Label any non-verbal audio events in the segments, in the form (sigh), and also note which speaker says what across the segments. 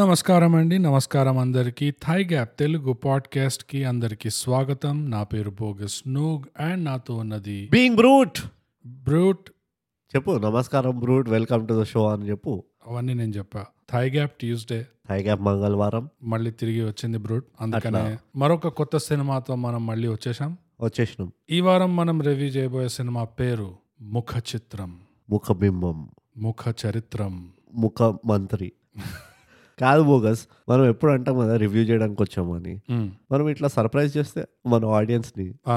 Speaker 1: నమస్కారం అండి నమస్కారం అందరికీ థై గ్యాప్ తెలుగు పాడ్కాస్ట్కి అందరికీ స్వాగతం నా పేరు బోగస్ నూగ్ అండ్ నాతో ఉన్నది
Speaker 2: బీయింగ్ బ్రూట్
Speaker 1: బ్రూట్
Speaker 2: చెప్పు నమస్కారం Brute welcome to the show అని చెప్పు
Speaker 1: అవన్నీ నేను చెప్పా థై గ్యాప్ ట్యూస్డే
Speaker 2: పైగా మంగళవారం
Speaker 1: మళ్ళీ తిరిగి వచ్చింది బ్రూట్ అందుకనే
Speaker 2: అట్లా.
Speaker 1: మరొక కొత్త సినిమాతో మనం మళ్ళీ వచ్చేసాం
Speaker 2: వచ్చేసినాం
Speaker 1: ఈ వారం మనం రివ్యూ చేయబోయే సినిమా పేరు ముఖ చిత్రం
Speaker 2: ముఖ బింబం
Speaker 1: ముఖ చరిత్రం
Speaker 2: ముఖ (laughs) మంత్రి కాదు బోగస్ మనం ఎప్పుడు అంటాం కదా రివ్యూ చేయడానికి వచ్చామని
Speaker 1: మ్,
Speaker 2: మనం ఇట్లా సర్ప్రైజ్ చేస్తే మన audience ని
Speaker 1: ఆ,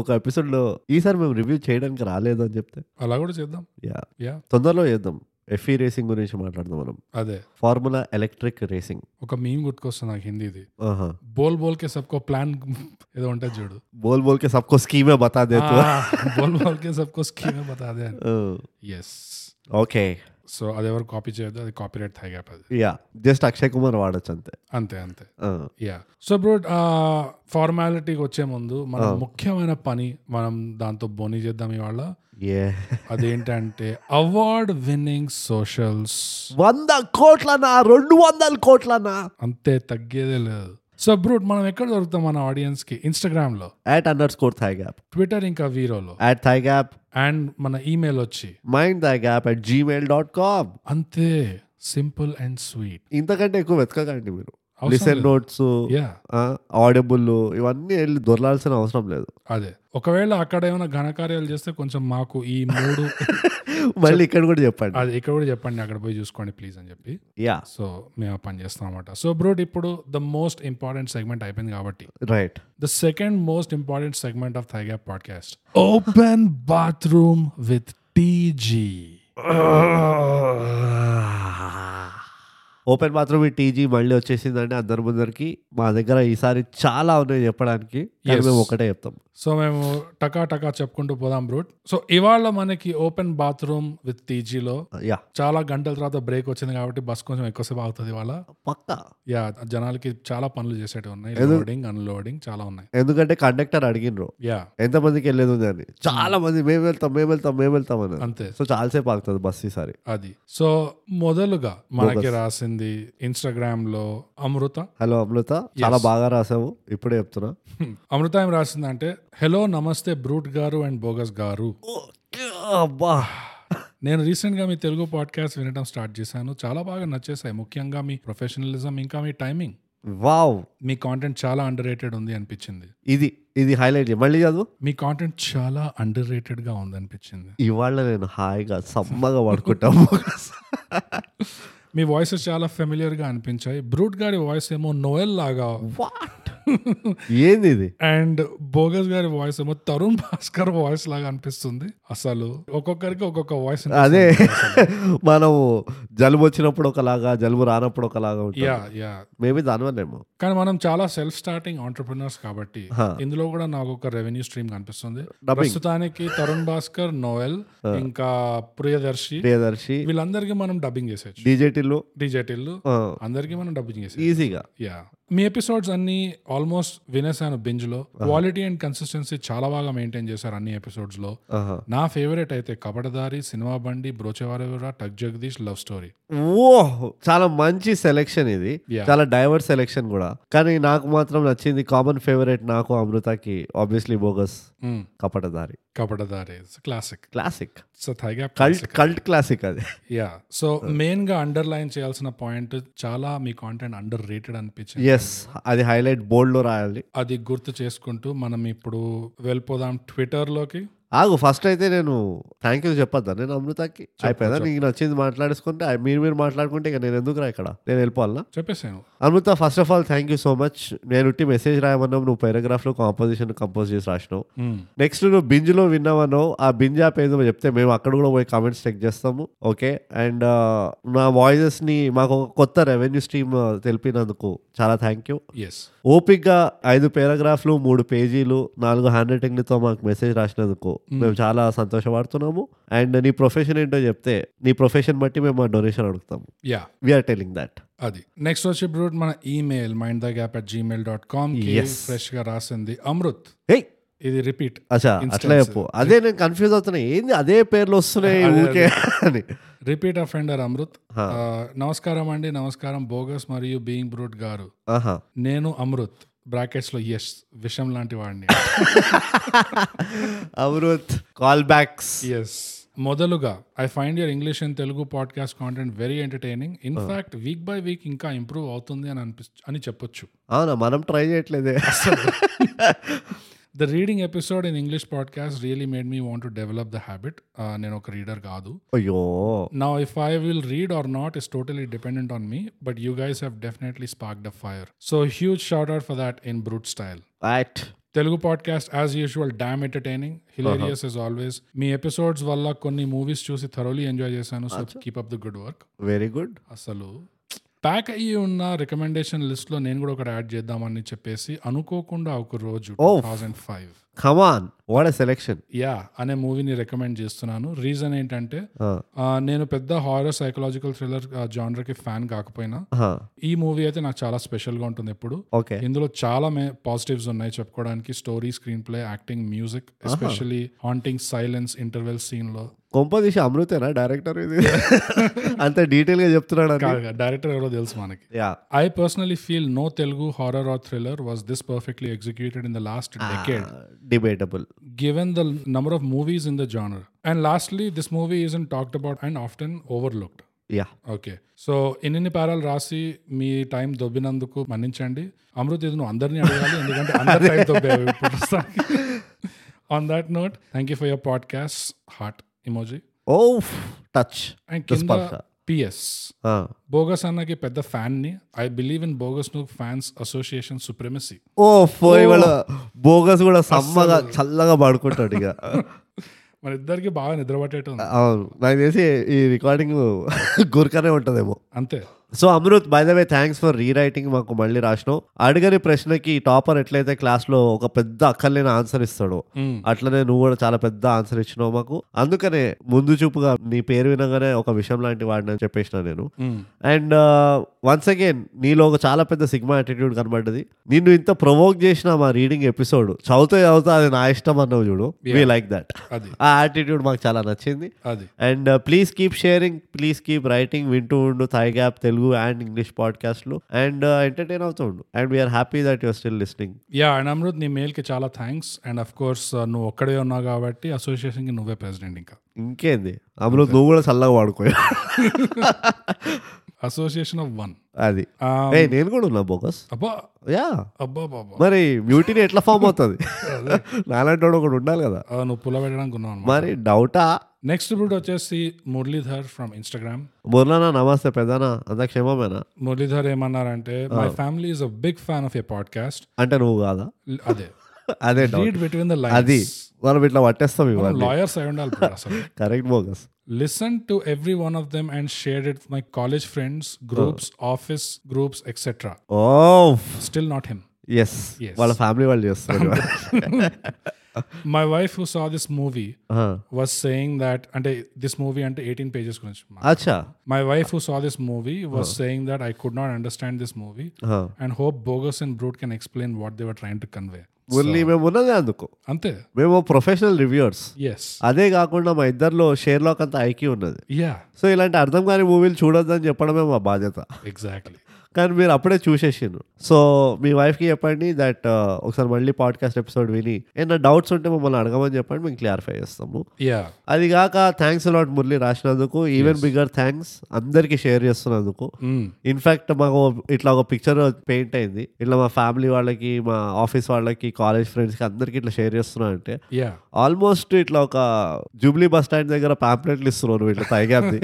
Speaker 2: ఒక ఎపిసోడ్లో ఈసారి మేము రివ్యూ చేయడానికి రాలేదు అని చెప్తే
Speaker 1: అలా కూడా చేద్దాం
Speaker 2: యా
Speaker 1: యా
Speaker 2: తొందరలో చేద్దాం ఎఫ్ఈ రేసింగ్ గురించి మాట్లాడదాం మనం
Speaker 1: అదే
Speaker 2: ఫార్ములా ఎలక్ట్రిక్ రేసింగ్
Speaker 1: ఒక మీమ్ గుర్తుకొస్తుంది నాకు హిందీది బోల్ బోల్ కే సబ్కో ప్లాన్ ఏదో ఉంటుంది చూడు
Speaker 2: బోల్ బోల్ కే సబ్కో స్కీమే బతా
Speaker 1: Ah,
Speaker 2: దే తు.
Speaker 1: (laughs) हाँ, बोल बोल के सबको स्कीमें बता दें
Speaker 2: ఆ,
Speaker 1: यस
Speaker 2: ఓకే
Speaker 1: సో అది ఎవరు కాపీ చేయొద్దు అది కాపీరైట్ థై గ్యాప్ అది
Speaker 2: యా జస్ట్ అక్షయ్ కుమార్ వాడచ్చు అంతే
Speaker 1: అంతే అంతే
Speaker 2: ఆ,
Speaker 1: యా సో బ్రో ఫార్మాలిటీకి uh, వచ్చే ముందు మన ముఖ్యమైన పని మనం దాంతో బోని చేద్దాం ఇవాళ
Speaker 2: ఏ
Speaker 1: అదేంటంటే అవార్డ్ విన్నింగ్ సోషల్స్
Speaker 2: వంద కోట్లనా రెండు వందల కోట్లనా
Speaker 1: అంతే తగ్గేదే లేదు సో బ్రూట్ మనం ఎక్కడ దొరుకుతాం మన ఆడియన్స్ కి ఇన్స్టాగ్రామ్ లో
Speaker 2: at under score thigh gap
Speaker 1: Twitter ఇంకా వీరోలో
Speaker 2: యాట్ థై గ్యాప్
Speaker 1: అండ్ మన ఈమెయిల్ వచ్చి
Speaker 2: mind thigh gap at Gmail dot com
Speaker 1: అంతే సింపుల్ అండ్ స్వీట్
Speaker 2: ఇంతకంటే ఎక్కువ వెతకకండి మీరు
Speaker 1: అవసరం
Speaker 2: లిసన్ నోట్స్
Speaker 1: యా
Speaker 2: ఆడిబుల్ ఇవన్నీ వెళ్ళి దొరలాల్సిన అవసరం లేదు
Speaker 1: అదే ఒకవేళ అక్కడ ఏమైనా ఘనకార్యాలు చేస్తే కొంచెం మాకు ఈ మూడు
Speaker 2: మళ్ళీ ఇక్కడ కూడా చెప్పండి
Speaker 1: అది ఇక్కడ కూడా చెప్పండి అక్కడ పోయి చూసుకోండి ప్లీజ్ అని చెప్పి
Speaker 2: యా
Speaker 1: సో మేము ఆ పని చేస్తాం అనమాట సో బ్రూట్ ఇప్పుడు ద మోస్ట్ ఇంపార్టెంట్ సెగ్మెంట్ అయిపోయింది కాబట్టి
Speaker 2: right
Speaker 1: the second most important segment of thigh gap podcast open bathroom with TG
Speaker 2: open మాత్రమే టీజీ మళ్ళీ వచ్చేసిందండి అందరి ముందరికి మా దగ్గర ఈసారి చాలా ఉన్నాయి చెప్పడానికి కానీ
Speaker 1: Yes.
Speaker 2: మేము ఒకటే చెప్తాం
Speaker 1: సో మేము టకా టకా చెప్పుకుంటూ పోదాం బ్రూట్ సో ఇవాళ మనకి ఓపెన్ బాత్రూమ్ విత్ టీజీలో
Speaker 2: యా
Speaker 1: చాలా గంటల తర్వాత బ్రేక్ వచ్చింది కాబట్టి బస్ కొంచెం ఎక్కువసేపు అవుతుంది ఇవాళ
Speaker 2: పక్కా
Speaker 1: యా జనాలకి చాలా పనులు చేసేటివి ఉన్నాయి లోడింగ్ అన్లోడింగ్ చాలా ఉన్నాయి
Speaker 2: ఎందుకంటే కండక్టర్ అడిగినరు
Speaker 1: యా
Speaker 2: ఎంతమందికి వెళ్ళేది ఉంది అని చాలా మంది మేము వెళ్తాం మేము వెళ్తాం మేము వెళ్తాం అని
Speaker 1: అంతే
Speaker 2: సో చాలాసేపు ఆగుతుంది బస్ ఈసారి
Speaker 1: అది సో మొదలుగా మనకి రాసింది ఇన్స్టాగ్రామ్ లో అమృత
Speaker 2: హలో అమృత చాలా బాగా రాసావు ఇప్పుడే చెప్తున్నా
Speaker 1: హ్మ్. అమృత ఏం రాసింది అంటే హలో నమస్తే బ్రూట్ గారు అండ్ బోగస్ గారు
Speaker 2: అబ్బా
Speaker 1: నేను రీసెంట్ గా మీ తెలుగు పాడ్కాస్ట్ వినడం స్టార్ట్ చేశాను చాలా బాగా నచ్చేసాయి ముఖ్యంగా మీ ప్రొఫెషనలిజం ఇంకా మీ టైమింగ్
Speaker 2: వావ్
Speaker 1: మీ కాంటెంట్ చాలా అండర్ ఉంది అనిపించింది
Speaker 2: ఇది ఇది హైలైట్ మళ్ళీ చదువు
Speaker 1: మీ కాంటెంట్ చాలా అండర్ గా ఉంది అనిపించింది
Speaker 2: ఇవాళ నేను హాయిగా సమ్మగా పడుకుంటాం
Speaker 1: మీ వాయిసెస్ చాలా ఫెమిలియర్ గా అనిపించాయి బ్రూట్ గారి వాయిస్ ఏమో నోయల్ లాగా (laughs)
Speaker 2: వాట్ ఏంది ఇది
Speaker 1: అండ్ బోగస్ గారి వాయిస్ ఏమో తరుణ్ భాస్కర్ వాయిస్ లాగా అనిపిస్తుంది అసలు ఒక్కొక్కరికి ఒక్కొక్క వాయిస్
Speaker 2: అదే మనము జలుబు వచ్చినప్పుడు ఒకలాగా జలుబు రానప్పుడు ఒకలాగా ఉంటుంది
Speaker 1: యా యా
Speaker 2: మేబీ దానివల్లేమో
Speaker 1: కానీ మనం చాలా సెల్ఫ్ స్టార్టింగ్ ఆంటర్ప్రినర్స్ కాబట్టి
Speaker 2: Huh.
Speaker 1: ఇందులో కూడా నాకు ఒక రెవెన్యూ స్ట్రీమ్ కనిపిస్తుంది
Speaker 2: Dubbing.
Speaker 1: ప్రస్తుతానికి తరుణ్ భాస్కర్ నోయల్ ఇంకా ప్రియదర్శి
Speaker 2: ప్రియదర్శి
Speaker 1: వీళ్ళందరికీ మనం డబ్బింగ్ చేసేచ్చు
Speaker 2: డీజేటీలు
Speaker 1: డిజెటిల్
Speaker 2: ఆ,
Speaker 1: అందరికీ మనం డబ్బింగ్ చేసేయచ్చు
Speaker 2: ఈజీగా
Speaker 1: యా మీ ఎపిసోడ్స్ అన్ని ఆల్మోస్ట్ వినేసాను బింజ్ లో క్వాలిటీ అండ్ కన్సిస్టెన్సీ చాలా బాగా మెయింటైన్ చేశారు అన్ని ఎపిసోడ్స్ లో
Speaker 2: ఆహా.
Speaker 1: నా ఫేవరెట్ అయితే కబడదారి సినిమా బండి బ్రోచేవారెవరా టక్ జగదీష్ లవ్ స్టోరీ
Speaker 2: ఓ చాలా మంచి సెలెక్షన్ ఇది
Speaker 1: Yeah.
Speaker 2: చాలా డైవర్స్ సెలెక్షన్ కూడా కానీ నాకు మాత్రం నచ్చింది కామన్ ఫేవరెట్ నాకు అమృతకి obviously bogus Kapatadhaari
Speaker 1: Kapatadhaari classic
Speaker 2: classic
Speaker 1: so థైగా
Speaker 2: కల్ట్ కల్ట్ క్లాసిక్ అది
Speaker 1: యా సో మెయిన్ గా అండర్లైన్ చేయాల్సిన పాయింట్ చాలా మీ కాంటెంట్ అండర్ రేటెడ్ అనిపించింది
Speaker 2: ఎస్ అది హైలైట్ బోల్డ్ లో రాయాలి
Speaker 1: అది గుర్తు చేసుకుంటూ మనం ఇప్పుడు వెళ్ళిపోదాం ట్విట్టర్ లోకి
Speaker 2: ఆగు ఫస్ట్ అయితే నేను థ్యాంక్ యూ చెప్పొద్దా నేను అమృతకి అయిపోయిందా నీకు నచ్చింది మాట్లాడేసుకుంటే ఆ- మీరు మీరు మాట్లాడుకుంటే ఇక నేను ఎందుకు రా ఇక్కడ నేను వెళ్ళిపోవాలనా
Speaker 1: చెప్పేసాను
Speaker 2: Amrutha first of all thank you so much నేను ఉట్టి మెసేజ్ రాయమన్నావు నువ్వు paragraph లో కాంపోజిషన్ కంపోజ్ చేసి రాసినావు
Speaker 1: మ్మ్.
Speaker 2: నెక్స్ట్ నువ్వు బింజ్లో విన్నావనో ఆ బింజ్ యాప్ ఏదో చెప్తే మేము అక్కడ కూడా పోయి కామెంట్స్ చెక్ చేస్తాము ఓకే అండ్ నా వాయిసెస్ని మాకు ఒక కొత్త రెవెన్యూ స్ట్రీమ్ తెలిపినందుకు చాలా థ్యాంక్ యూ
Speaker 1: ఎస్
Speaker 2: ఓపిక్గా ఐదు పేరాగ్రాఫ్లు మూడు పేజీలు నాలుగు హ్యాండ్ రైటింగ్లతో మాకు మెసేజ్ రాసినందుకు మేము చాలా సంతోషపడుతున్నాము అండ్ నీ ప్రొఫెషన్ ఏంటో చెప్తే నీ ప్రొఫెషన్ బట్టి మేము డొనేషన్ అడుగుతాము
Speaker 1: యా
Speaker 2: వీఆర్ టెలింగ్ దట్
Speaker 1: అది నెక్స్ట్ వచ్చి బ్రూట్ మన email mind the gap at Gmail dot com
Speaker 2: Yes.
Speaker 1: Fresh గా రాసింది అమృత్
Speaker 2: హే
Speaker 1: ఇది రిపీట్
Speaker 2: అచ్చా అట్లా చెప్పు అదే నేను కన్ఫ్యూజ్ అవుతున్నా ఏంది అదే పేర్లు వస్తున్నాయి ఊకే అని
Speaker 1: రిపీట్ అఫెండర్ అమృత్ ఆ, నమస్కారం అండి నమస్కారం బోగస్ మరియు బీయింగ్ బ్రూట్ గారు
Speaker 2: ఆహా
Speaker 1: నేను అమృత్ బ్రాకెట్స్ లో ఎస్ విషం లాంటి వాడిని
Speaker 2: అమృత్ కాల్ బ్యాక్స్
Speaker 1: ఎస్ మొదలుగా I find your English and Telugu podcast content very entertaining in fact week by week ఇంకా ఇంప్రూవ్ అవుతుంది అని అనిపి అని చెప్పొచ్చు
Speaker 2: అవునా మనం ట్రై చేయట్లేదే
Speaker 1: the reading episode in English podcast really made me want to develop the habit నేను ఒక రీడర్ కాదు
Speaker 2: అయ్యో
Speaker 1: నా if I will read or not is totally dependent on me but you guys have definitely spark the fire so huge shout out for that in Brute style
Speaker 2: right
Speaker 1: Telugu podcast as usual damn entertaining hilarious is always మీ episodes వల్ల కొన్ని movies చూసి thoroughly enjoy చేశాను so keep up the good work
Speaker 2: very good
Speaker 1: అసలు pack అయ్యి ఉన్న recommendation list లో నేను కూడా ఒకటి యాడ్ చేద్దామని చెప్పేసి అనుకోకుండా ఒక రోజు two thousand five
Speaker 2: come on what a selection
Speaker 1: yeah అనే మూవీని రికమెండ్ చేస్తున్నాను రీజన్ ఏంటంటే ఆ, నేను పెద్ద హారర్ సైకలాజికల్ థ్రిల్లర్ జానర్కి ఫ్యాన్ కాకపోయినా ఈ మూవీ అయితే నాకు చాలా స్పెషల్ గా ఉంటుంది ఎప్పుడు
Speaker 2: ఓకే
Speaker 1: ఇందులో చాలా పాజిటివ్స్ ఉన్నాయి చెప్పుకోవడానికి story screenplay acting music especially haunting silence interval scene లో
Speaker 2: కొంపదీసి అమృతేనా డైరెక్టర్ ఇది అంత డీటెయిల్ గా చెప్తున్నాడు అని
Speaker 1: డైరెక్టర్ ఎవరో తెలుసు మనకి
Speaker 2: yeah
Speaker 1: I personally feel no Telugu horror or thriller was this perfectly executed in the last decade
Speaker 2: Uh, debatable
Speaker 1: given the number of movies in the genre. And lastly, this movie isn't talked about and often overlooked.
Speaker 2: Yeah
Speaker 1: okay so ఇన్ని పేరాలు రాసి మీ time దొబ్బినందుకు మన్నించండి అమృత్ ఇది నువ్వు అందరినీ అడగాలి ఎందుకంటే అందరి టైం దొబ్బేవి on that note thank you for your podcast heart emoji
Speaker 2: ఓ టచ్
Speaker 1: అండ్
Speaker 2: స్పర్శ.
Speaker 1: కింద పిఎస్ బోగస్ అన్నకి పెద్ద ఫ్యాన్ ని ఐ బిలీవ్ ఇన్ బోగస్ ను ఫ్యాన్స్ అసోసియేషన్ సుప్రమసీ
Speaker 2: ఓ ఫో ఇవాళ బోగస్ కూడా సమ్మగా చల్లగా పడుకుంటాడు ఇక
Speaker 1: మన ఇద్దరికి బాగా నిద్రపట్టేట
Speaker 2: అవును నాకు తెలిసి ఈ రికార్డింగ్ గురకనే ఉంటదేమో
Speaker 1: అంతే
Speaker 2: so Amrit by the way thanks for rewriting మాకు మళ్ళీ రాసినావు అడగని ప్రశ్నకి టాపర్ ఎట్లయితే క్లాస్ లో ఒక పెద్ద అక్కర్లేని ఆన్సర్ ఇస్తాడు
Speaker 1: Mm.
Speaker 2: అట్లనే నువ్వు కూడా చాలా పెద్ద ఆన్సర్ ఇచ్చినావు మాకు అందుకనే ముందు చూపుగా నీ పేరు వినగానే ఒక విషయం లాంటి వాడిని అని చెప్పేసిన నేను
Speaker 1: Mm.
Speaker 2: అండ్ వన్స్ అగైన్ నీలో ఒక చాలా పెద్ద సిగ్మా యాటిట్యూడ్ కనబడ్డది నిన్ను ఇంత ప్రొవోక్ చేసిన మా రీడింగ్ ఎపిసోడ్ చదువుతా చదువుతా అది నా ఇష్టం అన్నావు చూడు వీ లైక్ దట్
Speaker 1: అది
Speaker 2: ఆ యాటిట్యూడ్ మాకు చాలా నచ్చింది
Speaker 1: అది
Speaker 2: and uh, please keep sharing please keep writing వింటూ ఉండు thigh gap Telugu and English పాడ్కాస్ట్లు అండ్ ఎంటర్టైన్ అవుతూ ఉండు and we're happy that your still listening
Speaker 1: yeah and Amrit నీ మెయిల్కి చాలా థ్యాంక్స్ అండ్ అఫ్ కోర్స్ నువ్వు ఒక్కడే ఉన్నావు కాబట్టి అసోసియేషన్కి నువ్వే ప్రెసిడెంట్ ఇంకా
Speaker 2: ఇంకేంది అందులో నువ్వు కూడా చల్లగా వాడుకో
Speaker 1: అసోసియేషన్ ఆఫ్ వన్
Speaker 2: అది ఏ నేను కూడా ఉన్నా బోకస్
Speaker 1: అబ్బా
Speaker 2: యా
Speaker 1: అబ్బా బాబా
Speaker 2: మరి మ్యూటీని ఎట్లా ఫామ్ అవుతుంది నాలాంటి వాడు ఒకడు ఉండాలి కదా
Speaker 1: నువ్వు పుల్ల పెట్టడానికి ఉన్నావు అనమాట
Speaker 2: మరి డౌటా
Speaker 1: నెక్స్ట్ ఇప్పుడు వచ్చేసి మురళీధర్ ఫ్రమ్ ఇన్స్టాగ్రామ్
Speaker 2: మురళనా నమస్తే పెదానా అంత క్షేమమేనా
Speaker 1: మురళీధర్ ఏమన్నారంటే my family is a big fan of a podcast
Speaker 2: అంటే నువ్వు కాదా
Speaker 1: అదే
Speaker 2: అదే డౌట్
Speaker 1: రీడ్ బిట్వీన్ ద
Speaker 2: అది
Speaker 1: లైన్స్
Speaker 2: మనం ఇట్లా పట్టేస్తాం ఇవాళ
Speaker 1: లాయర్స్ అయి ఉండాలి బ్రో
Speaker 2: (laughs)
Speaker 1: అసలు
Speaker 2: correct Bogus
Speaker 1: listen to every one of them and share it my college friends groups office groups etcetera
Speaker 2: ఓ
Speaker 1: స్టిల్ నాట్ హిమ్
Speaker 2: ఎస్ వాళ్ళ ఫ్యామిలీ వాళ్ళు చేస్తారు
Speaker 1: my wife who saw this movie
Speaker 2: ఆ,
Speaker 1: was saying that అంటే this movie అంటే eighteen pages గురించి
Speaker 2: అచ్చా
Speaker 1: my wife who saw this movie was saying that I could not understand this movie
Speaker 2: ఆ.
Speaker 1: And hope Bogus and brute can explain what they were trying to convey
Speaker 2: only మేము ఉన్నదే అందుకు
Speaker 1: అంతే
Speaker 2: మేము professional reviewers
Speaker 1: yes
Speaker 2: అదే కాకుండా మా ఇద్దరిలో షేర్లాక్ అంత ఐక్యూ ఉన్నది
Speaker 1: యా
Speaker 2: సో ఇలాంటి అర్థం కాని మూవీలు చూడొద్దని చెప్పడమే మా బాధ్యత
Speaker 1: ఎగ్జాక్ట్లీ
Speaker 2: కానీ మీరు అప్పుడే చూసేసిండ్రు సో మీ వైఫ్కి చెప్పండి దట్ ఒకసారి మళ్ళీ పాడ్కాస్ట్ ఎపిసోడ్ విని ఏమైనా డౌట్స్ ఉంటే మమ్మల్ని అడగమని చెప్పండి మేము క్లారిఫై చేస్తాము
Speaker 1: యా
Speaker 2: అది కాక థ్యాంక్స్ అలాట్ మురళి రాసినందుకు ఈవెన్ బిగ్గర్ థ్యాంక్స్ అందరికీ షేర్ చేస్తున్నందుకు ఇన్ఫాక్ట్ మాకు ఇట్లా ఒక పిక్చర్ పెయింట్ అయింది ఇట్లా మా ఫ్యామిలీ వాళ్ళకి మా ఆఫీస్ వాళ్ళకి కాలేజ్ ఫ్రెండ్స్కి అందరికీ ఇట్లా షేర్ చేస్తున్నా అంటే
Speaker 1: యా
Speaker 2: ఆల్మోస్ట్ ఇట్లా ఒక జూబ్లీ బస్ స్టాండ్ దగ్గర పాంప్లెట్లు ఇస్తున్నారు నువ్వు ఇట్లా తైగాది